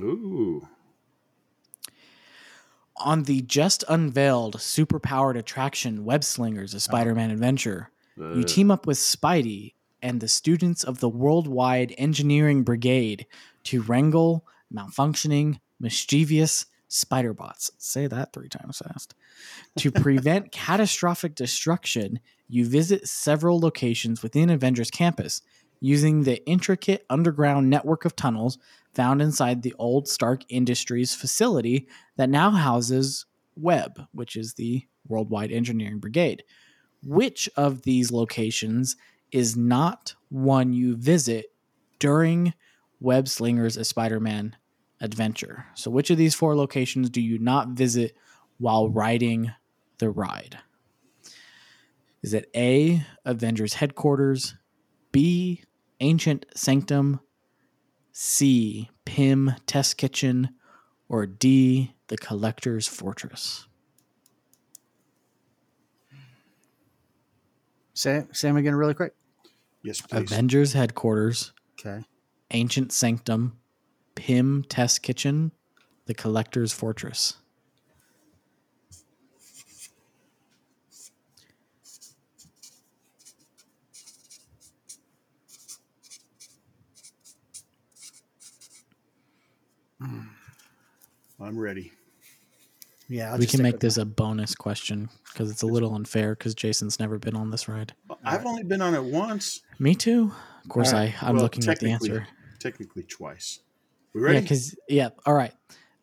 S3: Ooh.
S1: On the just unveiled superpowered attraction Web Slingers, a Spider-Man adventure, you
S3: Uh,
S1: team up with Spidey and the students of the Worldwide Engineering Brigade to wrangle malfunctioning, mischievous spider bots. Say that three times fast. To prevent catastrophic destruction, you visit several locations within Avengers Campus, using the intricate underground network of tunnels found inside the old Stark Industries facility that now houses Webb, which is the Worldwide Engineering Brigade. Which of these locations is not one you visit during Web Slingers a Spider Man adventure? So, which of these four locations do you not visit while riding the ride? Is it A, Avengers Headquarters, B, Ancient Sanctum, C, Pym Test Kitchen, or D, The Collector's Fortress?
S2: Say say 'em again really quick.
S3: Yes, please.
S1: Avengers Headquarters,
S2: Okay.
S1: Ancient Sanctum, Pym Test Kitchen, The Collector's Fortress.
S3: I'm ready.
S2: Yeah, I'll
S1: we
S2: just
S1: can
S2: stick
S1: make
S2: with
S1: this a bonus question because it's a little unfair because Jason's never been on this ride.
S3: I've only been on it once.
S1: Me too. Of course,
S3: All right.
S1: I, I'm
S3: Well,
S1: looking at the
S3: technically-
S1: answer.
S3: Technically twice. We
S1: Yeah,
S3: ready?
S1: because, yeah, all right.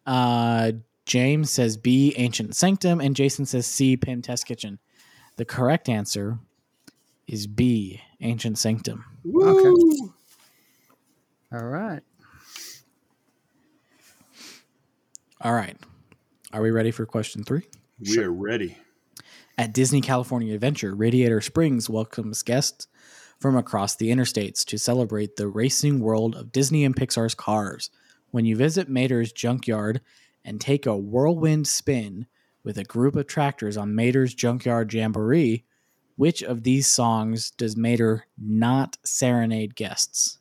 S1: Uh, James says B, Ancient Sanctum, and Jason says C, Pym Test Kitchen. The correct answer is B, Ancient Sanctum.
S3: Woo!
S2: All right.
S1: All right. Are we ready for question three?
S3: We are ready.
S1: At Disney California Adventure, Radiator Springs welcomes guests from across the interstates to celebrate the racing world of Disney and Pixar's cars. When you visit Mater's junkyard and take a whirlwind spin with a group of tractors on Mater's junkyard jamboree, which of these songs does Mater not serenade guests?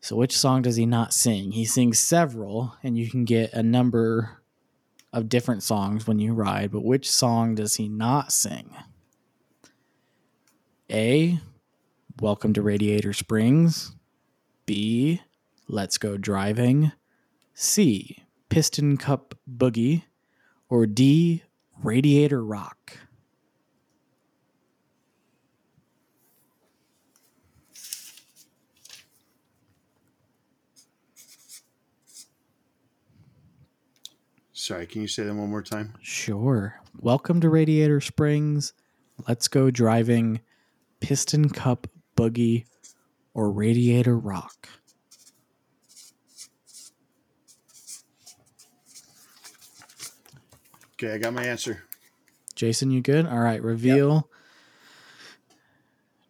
S1: So, which song does he not sing? He sings several, and you can get a number of different songs when you ride, but which song does he not sing? A. Welcome to Radiator Springs. B. Let's Go Driving. C. Piston Cup Boogie. Or D. Radiator Rock.
S3: Sorry, can you say that one more time?
S1: Sure. Welcome to Radiator Springs. Let's Go Driving. Piston Cup Boogie. Or Radiator Rock.
S3: Okay, I got my answer.
S1: Jason, you good? All right, reveal.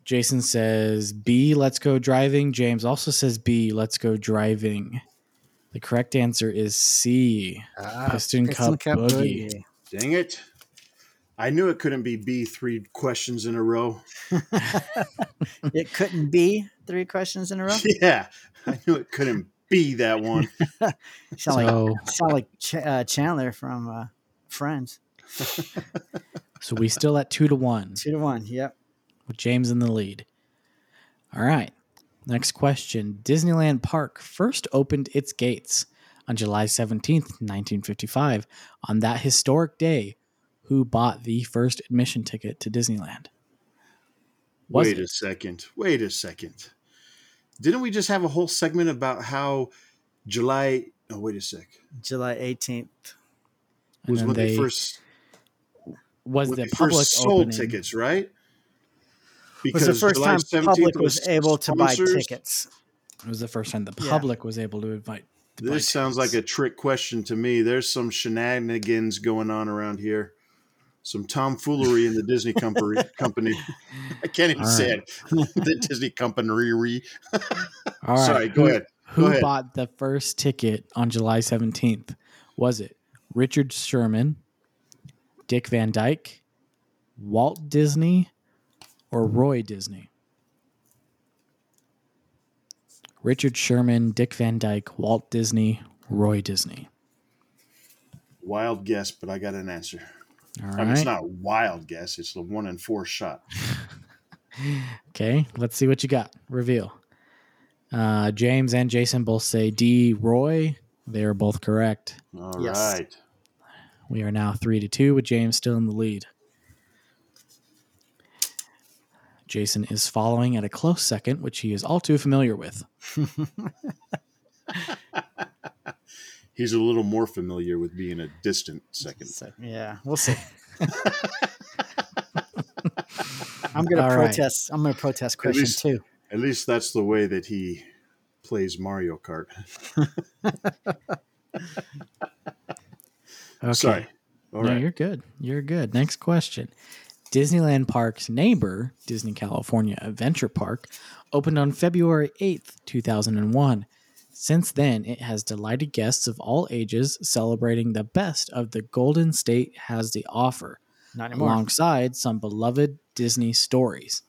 S1: Jason says B, let's go driving. James also says B, let's go driving. The correct answer is C.
S2: Ah,
S1: Piston Cup Boogie.
S3: Dang it. I knew it couldn't be B three questions in a row.
S2: Boogie. It couldn't be three questions in a row.
S3: Yeah, I knew it couldn't be that one.
S2: You sound like
S1: So,
S2: sound like Ch- uh, Chandler from uh, Friends.
S1: so we still at two to one
S2: Two to one. Yep.
S1: with James in the lead. All right. Next question. Disneyland Park first opened its gates on July 17th, 1955. On that historic day, who bought the first admission ticket to Disneyland? Was
S3: Wait
S1: it?
S3: a second. Wait a second. Didn't we just have a whole segment about how July? Oh, wait a sec.
S2: July eighteenth.
S1: And
S3: Was
S1: then
S3: when they, first
S1: was
S3: when
S1: the
S3: they
S1: public
S3: first sold
S1: opening.
S3: tickets, right?
S2: Was the first
S3: July
S2: time
S3: 17th
S2: public was, able to buy
S3: sponsors.
S2: tickets.
S1: It was the first time the
S2: Yeah.
S1: public was able to invite. to buy
S3: This sounds like
S1: tickets.
S3: a trick question to me. There's some shenanigans going on around here. Some tomfoolery in the Disney company. company. I can't even
S1: All right.
S3: say it. the Disney company.
S1: All right.
S3: Sorry, go
S1: who,
S3: ahead.
S1: Who
S3: Go ahead.
S1: bought the first ticket on July 17th? Was it Richard Sherman, Dick Van Dyke, Walt Disney, or Roy Disney? Richard Sherman, Dick Van Dyke, Walt Disney, Roy Disney.
S3: Wild guess, but I got an answer.
S1: All
S3: I mean, it's
S1: right.
S3: not a wild guess. It's the one in four shot.
S1: Okay, let's see what you got. Reveal. Uh, James and Jason both say D. Roy. They are both correct.
S3: All right.
S2: Yes.
S1: We are now three to two with James still in the lead. Jason is following at a close second, which he is all too familiar with.
S3: He's a little more familiar with being a distant second.
S2: So, yeah, we'll see. I'm gonna
S1: All right.
S2: protest. I'm gonna protest question
S3: least-
S2: two.
S3: At least that's the way that he plays Mario Kart.
S1: Okay.
S3: Sorry. All
S1: no,
S3: right.
S1: you're good. You're good. Next question. Disneyland Park's neighbor, Disney California Adventure Park, opened on February 8th, 2001. Since then, it has delighted guests of all ages, celebrating the best of the Golden State has to offer,
S2: Not anymore.
S1: alongside some beloved Disney stories.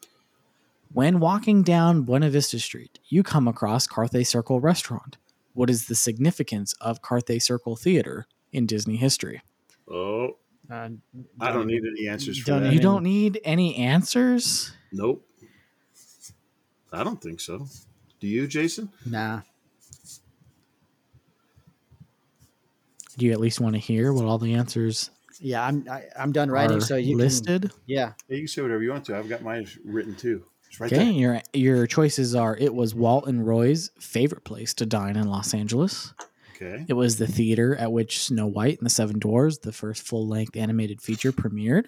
S1: When walking down Buena Vista Street, you come across Carthay Circle Restaurant. What is the significance of Carthay Circle Theater in Disney history?
S3: Oh,
S2: Uh,
S3: I don't need any answers for
S2: Don't
S3: that.
S2: need-
S1: You don't need any answers.
S3: Nope. I don't think so. Do you, Jason?
S2: Nah.
S1: Do you at least want to hear what all the answers
S2: Yeah, I'm I, I'm done
S1: are
S2: writing. So you Can,
S1: listed?
S2: yeah.
S3: Yeah, you can say whatever you want to. I've got mine written too. It's right
S1: okay, your your choices are: it was Walt and Roy's favorite place to dine in Los Angeles.
S3: there. Okay.
S1: It was the theater at which Snow White and the Seven Dwarfs, the first full length animated feature, premiered.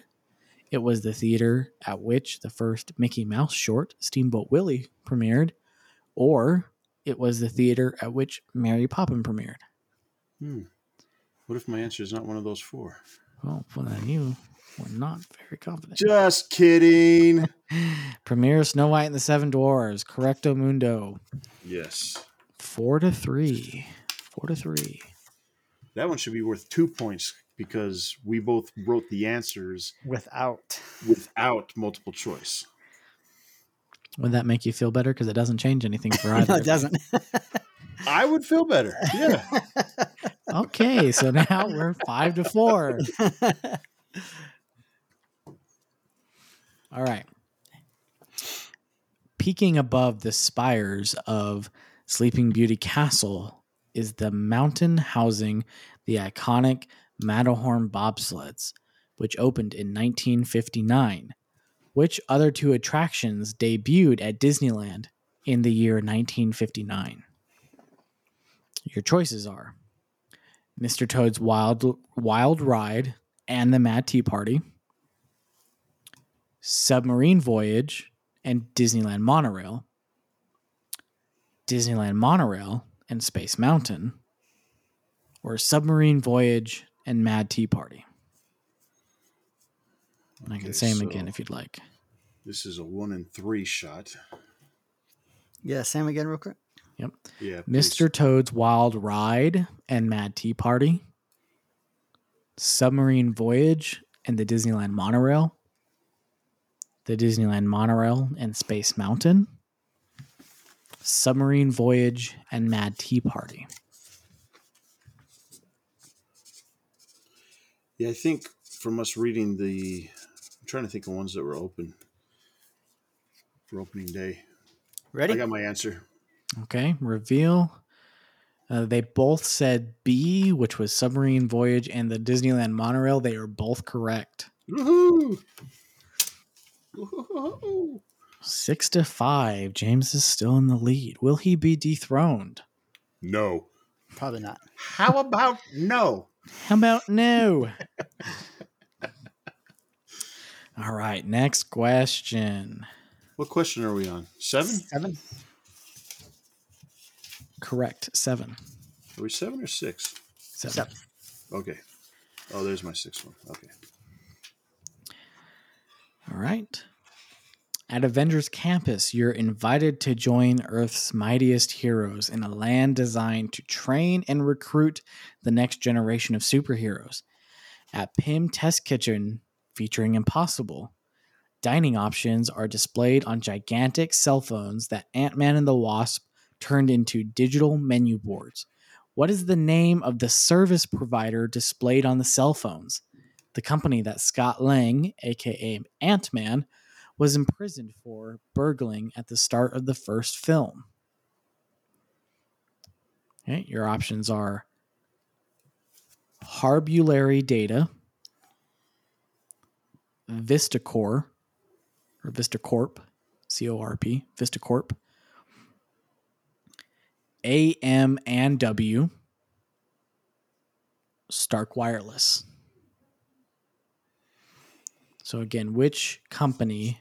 S1: It was the theater at which the first Mickey Mouse short, Steamboat Willie, premiered. Or it was the theater at which Mary Poppin premiered.
S3: Hmm. What if my answer is not one of those four?
S1: Well, well then you were not very confident.
S3: Just kidding.
S1: Premiere Snow White and the Seven Dwarfs, Correcto Mundo.
S3: yes.
S1: Four to three. Four to three.
S3: That one should be worth two points because we both wrote the answers
S2: Without.
S3: without multiple choice.
S1: Would that make you feel better? Because it doesn't change anything for either.
S2: No,
S1: of
S2: it
S1: you.
S2: doesn't.
S3: I would feel better. Yeah.
S1: Okay, so now we're five to four. All right. Peaking above the spires of Sleeping Beauty Castle is the mountain housing the iconic Matterhorn bobsleds, which opened in 1959. Which other two attractions debuted at Disneyland in the year 1959? Your choices are Mr. Toad's Wild Wild Ride and the Mad Tea Party, Submarine Voyage and Disneyland Monorail, Disneyland Monorail and Space Mountain, or Submarine Voyage and Mad Tea Party. And I can
S3: Okay,
S1: say them
S3: so
S1: again if you'd like.
S3: This is a one and three shot.
S2: Yeah, Sam again, real quick.
S1: Yep.
S3: Yeah. please.
S1: Mr. Toad's Wild Ride and Mad Tea Party, Submarine Voyage and the Disneyland Monorail, the Disneyland Monorail and Space Mountain, Submarine Voyage and Mad Tea Party.
S3: Yeah, I think from us reading the, I'm trying to think of ones that were open for opening day. I
S2: Ready?
S3: got my answer.
S1: Okay, reveal. Uh, they both said B, which was Submarine Voyage and the Disneyland Monorail. They are both correct.
S3: Woohoo! Woohoo!
S1: Six to five. James is still in the lead. Will he be dethroned?
S3: No.
S2: Probably not.
S3: How about no?
S1: How about no? All right, next question.
S3: What question are we on? Seven?
S2: Seven.
S1: Correct. Seven.
S3: Are we seven or six?
S1: Seven.
S2: Seven.
S3: Okay. Oh, there's my sixth one. Okay.
S1: All right. At Avengers Campus, you're invited to join Earth's mightiest heroes in a land designed to train and recruit the next generation of superheroes. At Pym Test Kitchen, featuring Impossible, dining options are displayed on gigantic cell phones that Ant Man and the Wasp turned into digital menu boards. What is the name of the service provider displayed on the cell phones? the company that Scott Lang, aka Ant Man, was imprisoned for burgling at the start of the first film. Okay, your options are Harbulary Data, Vistacorp, or Vistacorp, C O R P, Vista Corp. A M and W, Stark Wireless. So again, which company?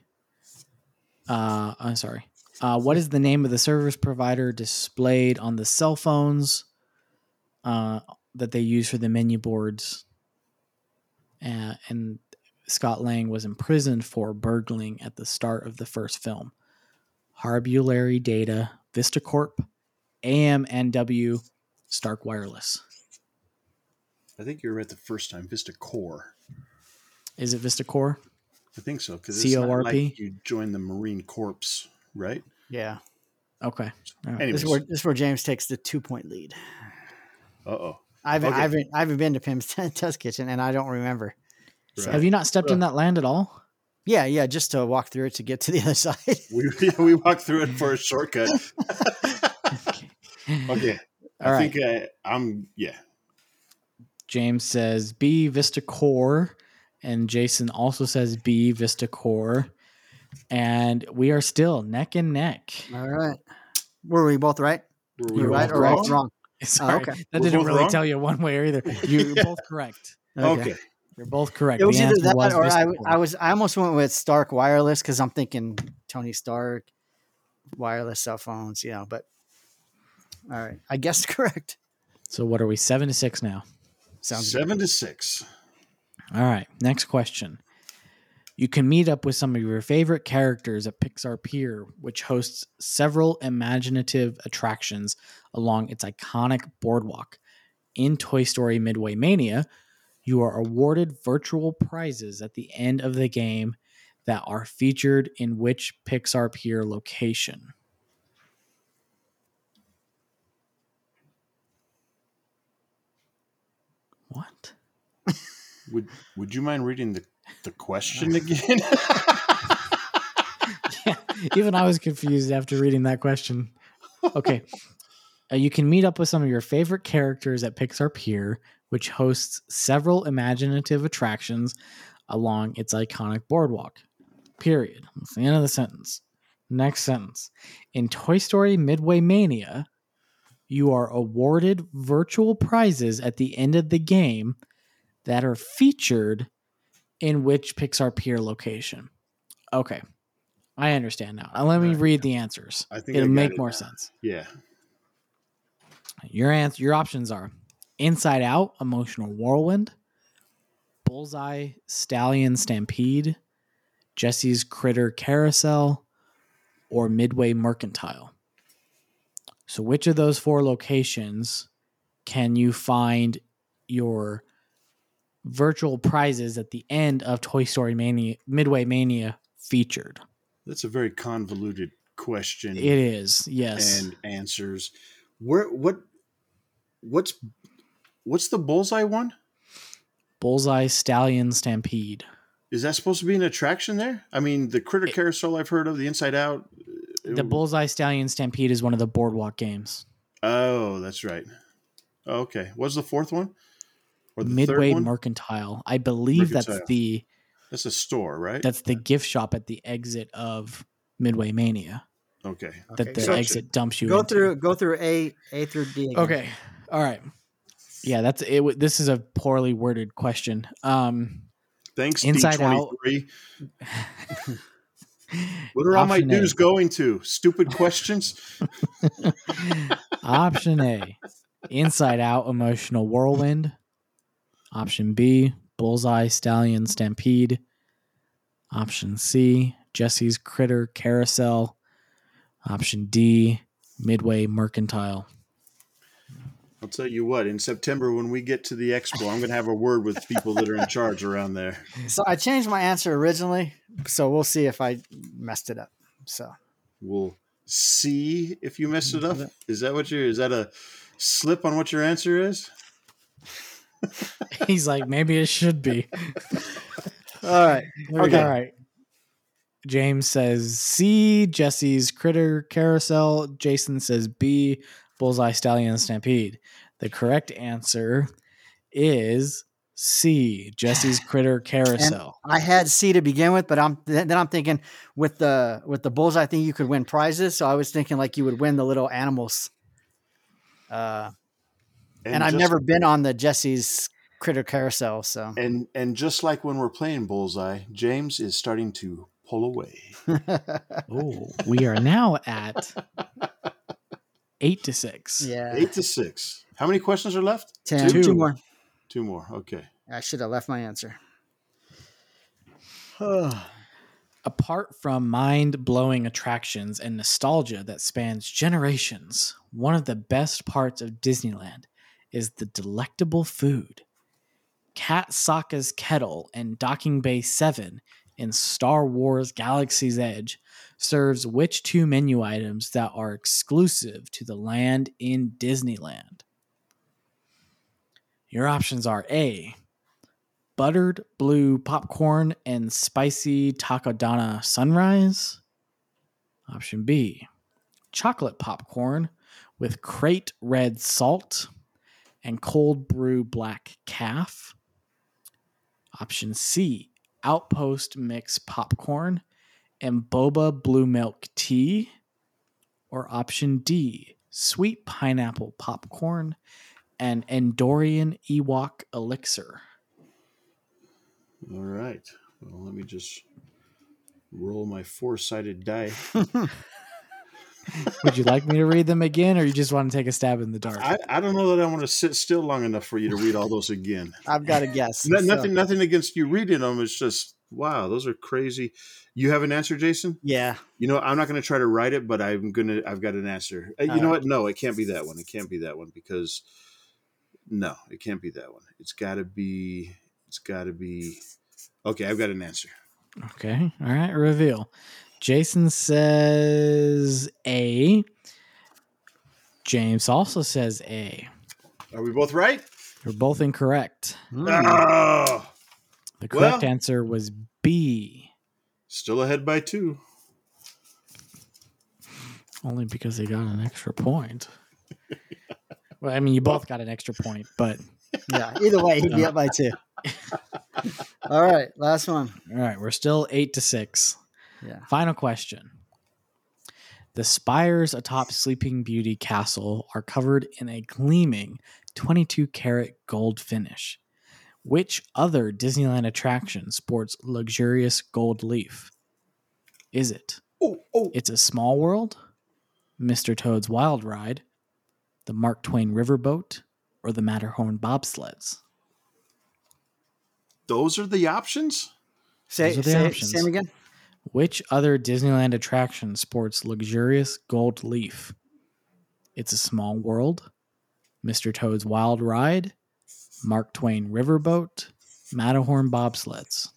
S1: Uh, I'm sorry. Uh, what is the name of the service provider displayed on the cell phones uh, that they use for the menu boards? Uh, and Scott Lang was imprisoned for burgling at the start of the first film. Harbulary Data, Vistacorp, AMNW, Stark Wireless.
S3: I think you were right the first time. Vista Corps.
S1: Is it Vistacore?
S3: I think so. Because it's not
S1: CORP?
S3: like you joined the Marine Corps, right?
S2: Yeah.
S1: Okay.
S3: Anyways.
S2: This is where this is where James takes the two point lead.
S3: Uh oh.
S2: I haven't,
S3: Okay.
S2: I haven't, I haven't been to Pim's Test Kitchen, and I don't remember.
S1: So have you not stepped in that land at all?
S2: Yeah, yeah, just to walk through it to get to the other side.
S3: We, we walked through it for a shortcut. okay.
S1: All
S3: I
S1: right.
S3: think I, I'm, yeah.
S1: James says B Vista Core, and Jason also says B Vista Core, and we are still neck and neck.
S2: All right. Were we both right?
S3: Were
S2: You
S3: we
S2: right
S3: both
S2: or
S3: wrong?
S2: both wrong?
S1: Sorry,
S2: okay.
S1: that
S3: We're
S1: didn't
S3: both
S1: really
S3: wrong?
S1: tell you one way or either. You're both correct.
S3: Okay.
S1: You're both correct.
S2: Oh, It was
S1: The
S2: either
S1: answer
S2: that
S1: was
S2: or
S1: Vista
S2: I,
S1: Core.
S2: I was I almost went with Stark Wireless because I'm thinking Tony Stark, wireless cell phones, you know, but all right. I guessed correct.
S1: so what are we? Seven to six now.
S2: Sounds good.
S3: Seven to six.
S1: All right. Next question. You can meet up with some of your favorite characters at Pixar Pier, which hosts several imaginative attractions along its iconic boardwalk. In Toy Story Midway Mania, you are awarded virtual prizes at the end of the game that are featured in which Pixar Pier location? What?
S3: Would Would you mind reading the the question again?
S1: Even I was confused after reading that question. Okay. Uh, you can meet up with some of your favorite characters at Pixar Pier, which hosts several imaginative attractions along its iconic boardwalk. Period. That's the end of the sentence. Next sentence. In Toy Story Midway Mania, you are awarded virtual prizes at the end of the game that are featured in which Pixar Pier location. Okay. I understand now. Now let me
S3: Right.
S1: read the answers.
S3: I think I
S1: It'll
S3: got
S1: make
S3: it
S1: more
S3: now.
S1: sense.
S3: yeah.
S1: Your answer, your options are Inside Out, Emotional Whirlwind, Bullseye, Stallion Stampede, Jesse's Critter Carousel, or Midway Mercantile. So, which of those four locations can you find your virtual prizes at the end of Toy Story Mania, Midway Mania featured?
S3: That's a very convoluted question
S1: It is, yes.
S3: and answers. Where what what's what's the bullseye one?
S1: Bullseye, Stallion Stampede.
S3: Is that supposed to be an attraction there? I mean, the Critter Carousel I've heard of, the Inside Out. uh,
S1: The Bullseye Stallion Stampede is one of the boardwalk games.
S3: Oh, that's right. Okay. What's the fourth one? Or the
S1: Midway
S3: third one?
S1: Mercantile. I believe
S3: Mercantile.
S1: that's the
S3: that's a store, right?
S1: that's the gift shop at the exit of Midway Mania
S3: okay.
S1: that the
S3: gotcha.
S1: exit dumps you
S2: Go
S1: into.
S2: through go through A A through D. again.
S1: Okay. All right. Yeah, that's it. w- This is a poorly worded question. Um
S3: Thanks,
S1: Inside
S3: D23.
S1: Out.
S3: What are all my
S1: Option A.
S3: dues going to? Stupid questions?
S1: Option A, Inside Out Emotional Whirlwind. Option B, Bullseye Stallion Stampede. Option C, Jesse's Critter Carousel. Option D, Midway Mercantile.
S3: I'll tell you what, in September when we get to the expo, I'm going to have a word with people that are in charge around there.
S2: So I changed my answer originally, so we'll see if I messed it up. So
S3: We'll see if you mess it up. Is that what you're, is that a slip on what your answer is?
S1: He's like, maybe it should be.
S2: all right.
S1: All right. James says C, Jesse's Critter Carousel. Jason says B, Bullseye Stallion Stampede. The correct answer is C, Jesse's Critter Carousel.
S2: I had C to begin with, but I'm then then I'm thinking with the with the bullseye thing you could win prizes. So I was thinking like you would win the little animals. Uh, and, I've
S3: just-
S2: never been on the Jesse's Critter Carousel, so
S3: And and just like when we're playing bullseye, James is starting to pull away.
S1: oh, we are now at eight to six.
S2: yeah,
S3: Eight to six. How many questions are left?
S2: ten, two.
S1: Two.
S2: more.
S3: Two more. Okay.
S2: I should have left my answer.
S1: Apart from mind blowing attractions and nostalgia that spans generations, one of the best parts of Disneyland is the delectable food. Cat Sokka's Kettle and Docking Bay 7 in Star Wars Galaxy's Edge serves which two menu items that are exclusive to the land in Disneyland? Your options are A, buttered blue popcorn and spicy takodana sunrise. Option B, chocolate popcorn with crate red salt and cold brew black calf. Option C, outpost mix popcorn and boba blue milk tea. Or option D, sweet pineapple popcorn and Endorian Ewok elixir.
S3: All right. Well, let me just roll my four-sided die.
S1: Would you like me to read them again, or you just want to take a stab in the dark?
S3: I, I don't know that I want to sit still long enough for you to read all those again.
S2: I've got a guess.
S3: No-
S2: so-
S3: Nothing nothing against you reading them. It's just wow, those are crazy. You have an answer, Jason?
S2: Yeah.
S3: You know, I'm not going to try to write it, but I'm going to. I've got an answer. Uh, You
S2: All
S3: know
S2: right.
S3: what? No, it can't be that one. It can't be that one because no, it can't be that one. It's got to be. It's got to be. Okay, I've got an answer.
S1: Okay. All right. Reveal. Jason says A. James also says A.
S3: Are we both right?
S1: They're both incorrect.
S3: Hmm.
S5: Hmm.
S2: Mm.
S3: Oh,
S1: The correct
S3: Well-
S1: answer was B,
S3: still ahead by two.
S1: only because they got an extra point. Well, I mean, you both got an extra point, but
S2: yeah. Either way, he'd be up by two. All right, last one.
S1: all right, we're still eight to six.
S2: Yeah.
S1: Final question. The spires atop Sleeping Beauty Castle are covered in a gleaming 22 karat gold finish. Which other Disneyland attraction sports luxurious gold leaf? Is it?
S3: Oh, oh,
S1: It's a Small World, Mr. Toad's Wild Ride, the Mark Twain Riverboat, or the Matterhorn bobsleds?
S3: those are the options.
S2: Say,
S1: Those are the
S2: say
S1: options.
S2: same again.
S1: Which other Disneyland attraction sports luxurious gold leaf? It's a small world, Mr. Toad's Wild Ride, Mark Twain Riverboat, Matterhorn Bobsleds.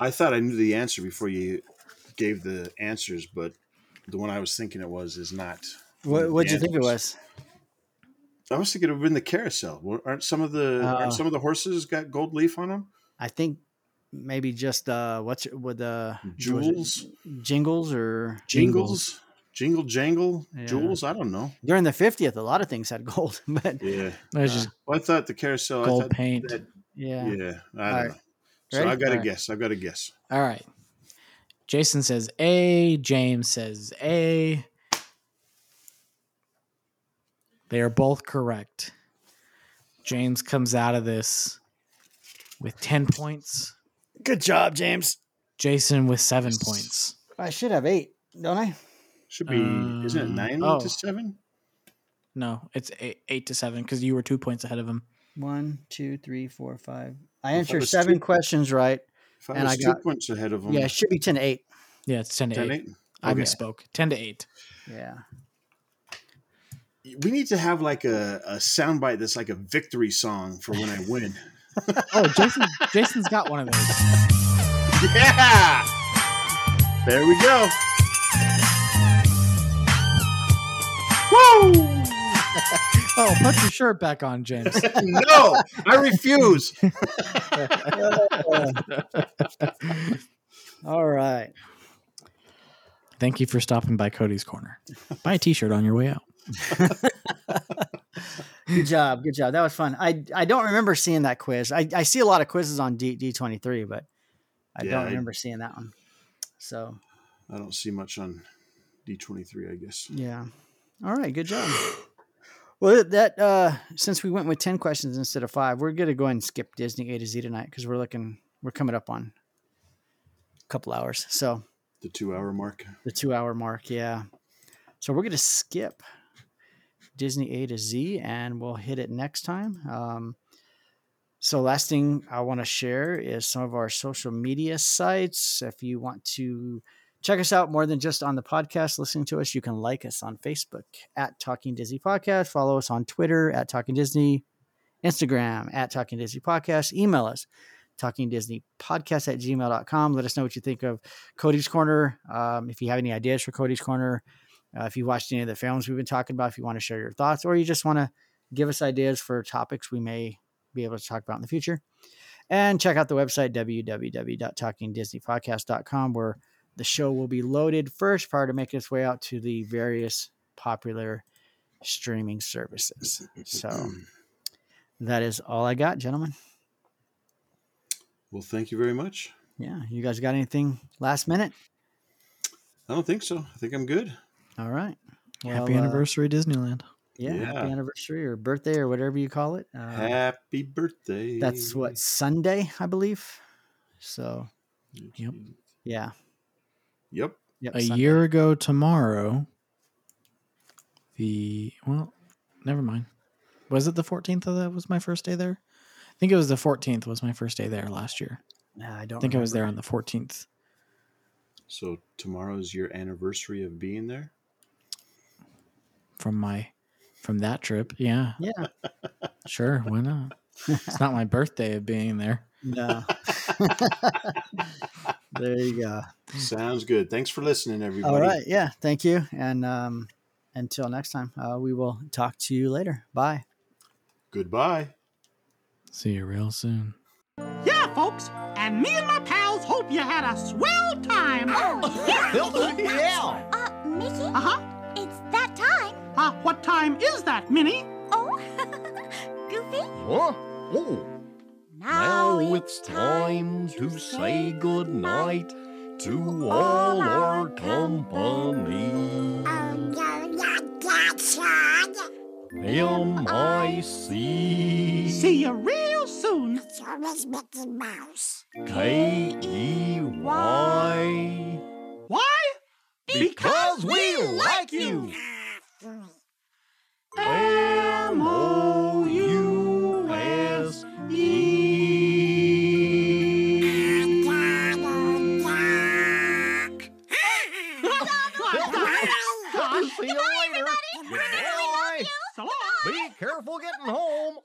S3: I thought I knew the answer before you gave the answers, but the one I was thinking it was is not.
S2: What what'd you think it
S3: Yes.
S2: was?
S3: I was thinking it would have been the carousel. Well, Aren't some of the
S2: Oh.
S3: aren't some of the horses got gold leaf on them?
S2: I think maybe just uh what's it- with the
S3: Jewels,
S2: jingles or
S3: jingles, jingle jangle,
S2: Yeah.
S3: jewels. I don't know.
S2: during the 50th a lot of things had gold but
S3: Yeah,
S1: That's just
S3: well, I thought the carousel. Oh, I
S1: gold
S3: thought
S1: paint.
S3: that-
S2: yeah,
S3: yeah, I don't
S2: All right.
S3: know. So
S2: Ready?
S3: I've got
S2: All
S3: a
S2: right.
S3: guess. I've got a guess.
S1: All right. Jason says A. James says A. They are both correct. James comes out of this with 10 points,
S2: good job james
S1: Jason with seven points.
S2: i should have eight don't i
S3: Should be isn't it
S1: Um,
S3: nine
S1: oh.
S3: to seven?
S1: No, it's eight, eight to seven because you were two points ahead of him.
S2: one two three four five i
S3: thought it
S2: answered
S3: was Oh
S2: seven
S3: two.
S2: questions right
S3: If I
S2: And
S3: was
S2: I
S3: two
S2: got-
S3: points ahead of them.
S2: yeah it should be 10 to 8
S1: Yeah, it's ten to
S3: ten
S1: eight.
S3: eight.
S1: I
S3: Okay.
S1: misspoke. Ten to eight.
S2: yeah
S3: We need to have like a a soundbite that's like a victory song for when I win.
S1: Oh, Jason, Jason's got one of those.
S3: yeah. There we go.
S1: Oh, put your shirt back on, James.
S3: no, I refuse.
S2: all right
S1: Thank you for stopping by Cody's Corner. Buy a T-shirt on your way out.
S2: Good job. Good job. That was fun. I I don't remember seeing that quiz. I, I see a lot of quizzes on D D twenty three, but I
S3: Yeah,
S2: don't
S3: I-
S2: remember seeing that one. So
S3: I don't see much on D23, I guess.
S2: yeah. All right. Good job. Well, that uh, since we went with ten questions instead of five, we're gonna go ahead and skip Disney A to Z tonight because we're looking we're coming up on a couple hours. So
S3: The two hour mark.
S2: the two hour mark, yeah. So we're gonna skip Disney A to Z and we'll hit it next time. Um, so last thing I want to share is some of our social media sites. If you want to check us out more than just on the podcast, listening to us, you can like us on Facebook at Talking Disney Podcast, follow us on Twitter at Talking Disney, Instagram at Talking Disney Podcast, email us talking disney podcast at gmail.com let us know what you think of cody's corner um, if you have any ideas for cody's corner uh, if you watched any of the films we've been talking about if you want to share your thoughts or you just want to give us ideas for topics we may be able to talk about in the future and check out the website www.talkingdisneypodcast.com where the show will be loaded first prior to making its way out to the various popular streaming services so that is all i got gentlemen
S3: Well, thank you very much.
S2: Yeah, you guys got anything last minute?
S3: I don't think so. I think I'm good.
S2: All right.
S1: Happy
S2: Well, uh,
S1: anniversary, Disneyland.
S2: yeah, happy
S3: Yeah.
S2: anniversary or birthday or whatever you call it. Uh,
S3: Happy birthday.
S2: that's what Sunday, I believe. So
S1: Yep.
S2: yeah,
S3: Yep.
S2: yep,
S1: A
S2: Sunday.
S1: year ago tomorrow, the well, never mind. Was it the 14th of that was my first day there? I think it was the 14th was my first day there last year.
S2: Nah, I
S1: I
S2: don't
S1: think I was there
S2: remember.
S1: on the 14th.
S3: So tomorrow is your anniversary of being there.
S1: from my from that trip. Yeah,
S2: Yeah,
S1: sure. Why not? it's not my birthday of being there.
S2: no. there you go.
S3: Sounds good. Thanks for listening, everybody.
S2: Hmm. All right. Yeah. Thank you. And um, until next time, uh, we will talk to you later. Bye.
S3: Goodbye.
S1: See you real soon.
S6: Yeah, folks, and me and my pals hope you had a swell time.
S4: yeah.
S7: Uh, Mickey,
S6: Uh huh.
S7: it's that time.
S6: Uh, what time is that, Minnie?
S7: Oh, Goofy.
S5: What? Oh. Now it's time to say good night to all our company.
S7: Um, yeah,
S5: M I C
S6: See you real soon.
S7: Mickey Mouse.
S5: K E Y.
S6: Why?
S5: Because we like you.
S7: Ah,
S5: M O U S E.
S6: Gosh,
S5: See you later. Goodbye.
S6: so long.
S5: Be careful getting home.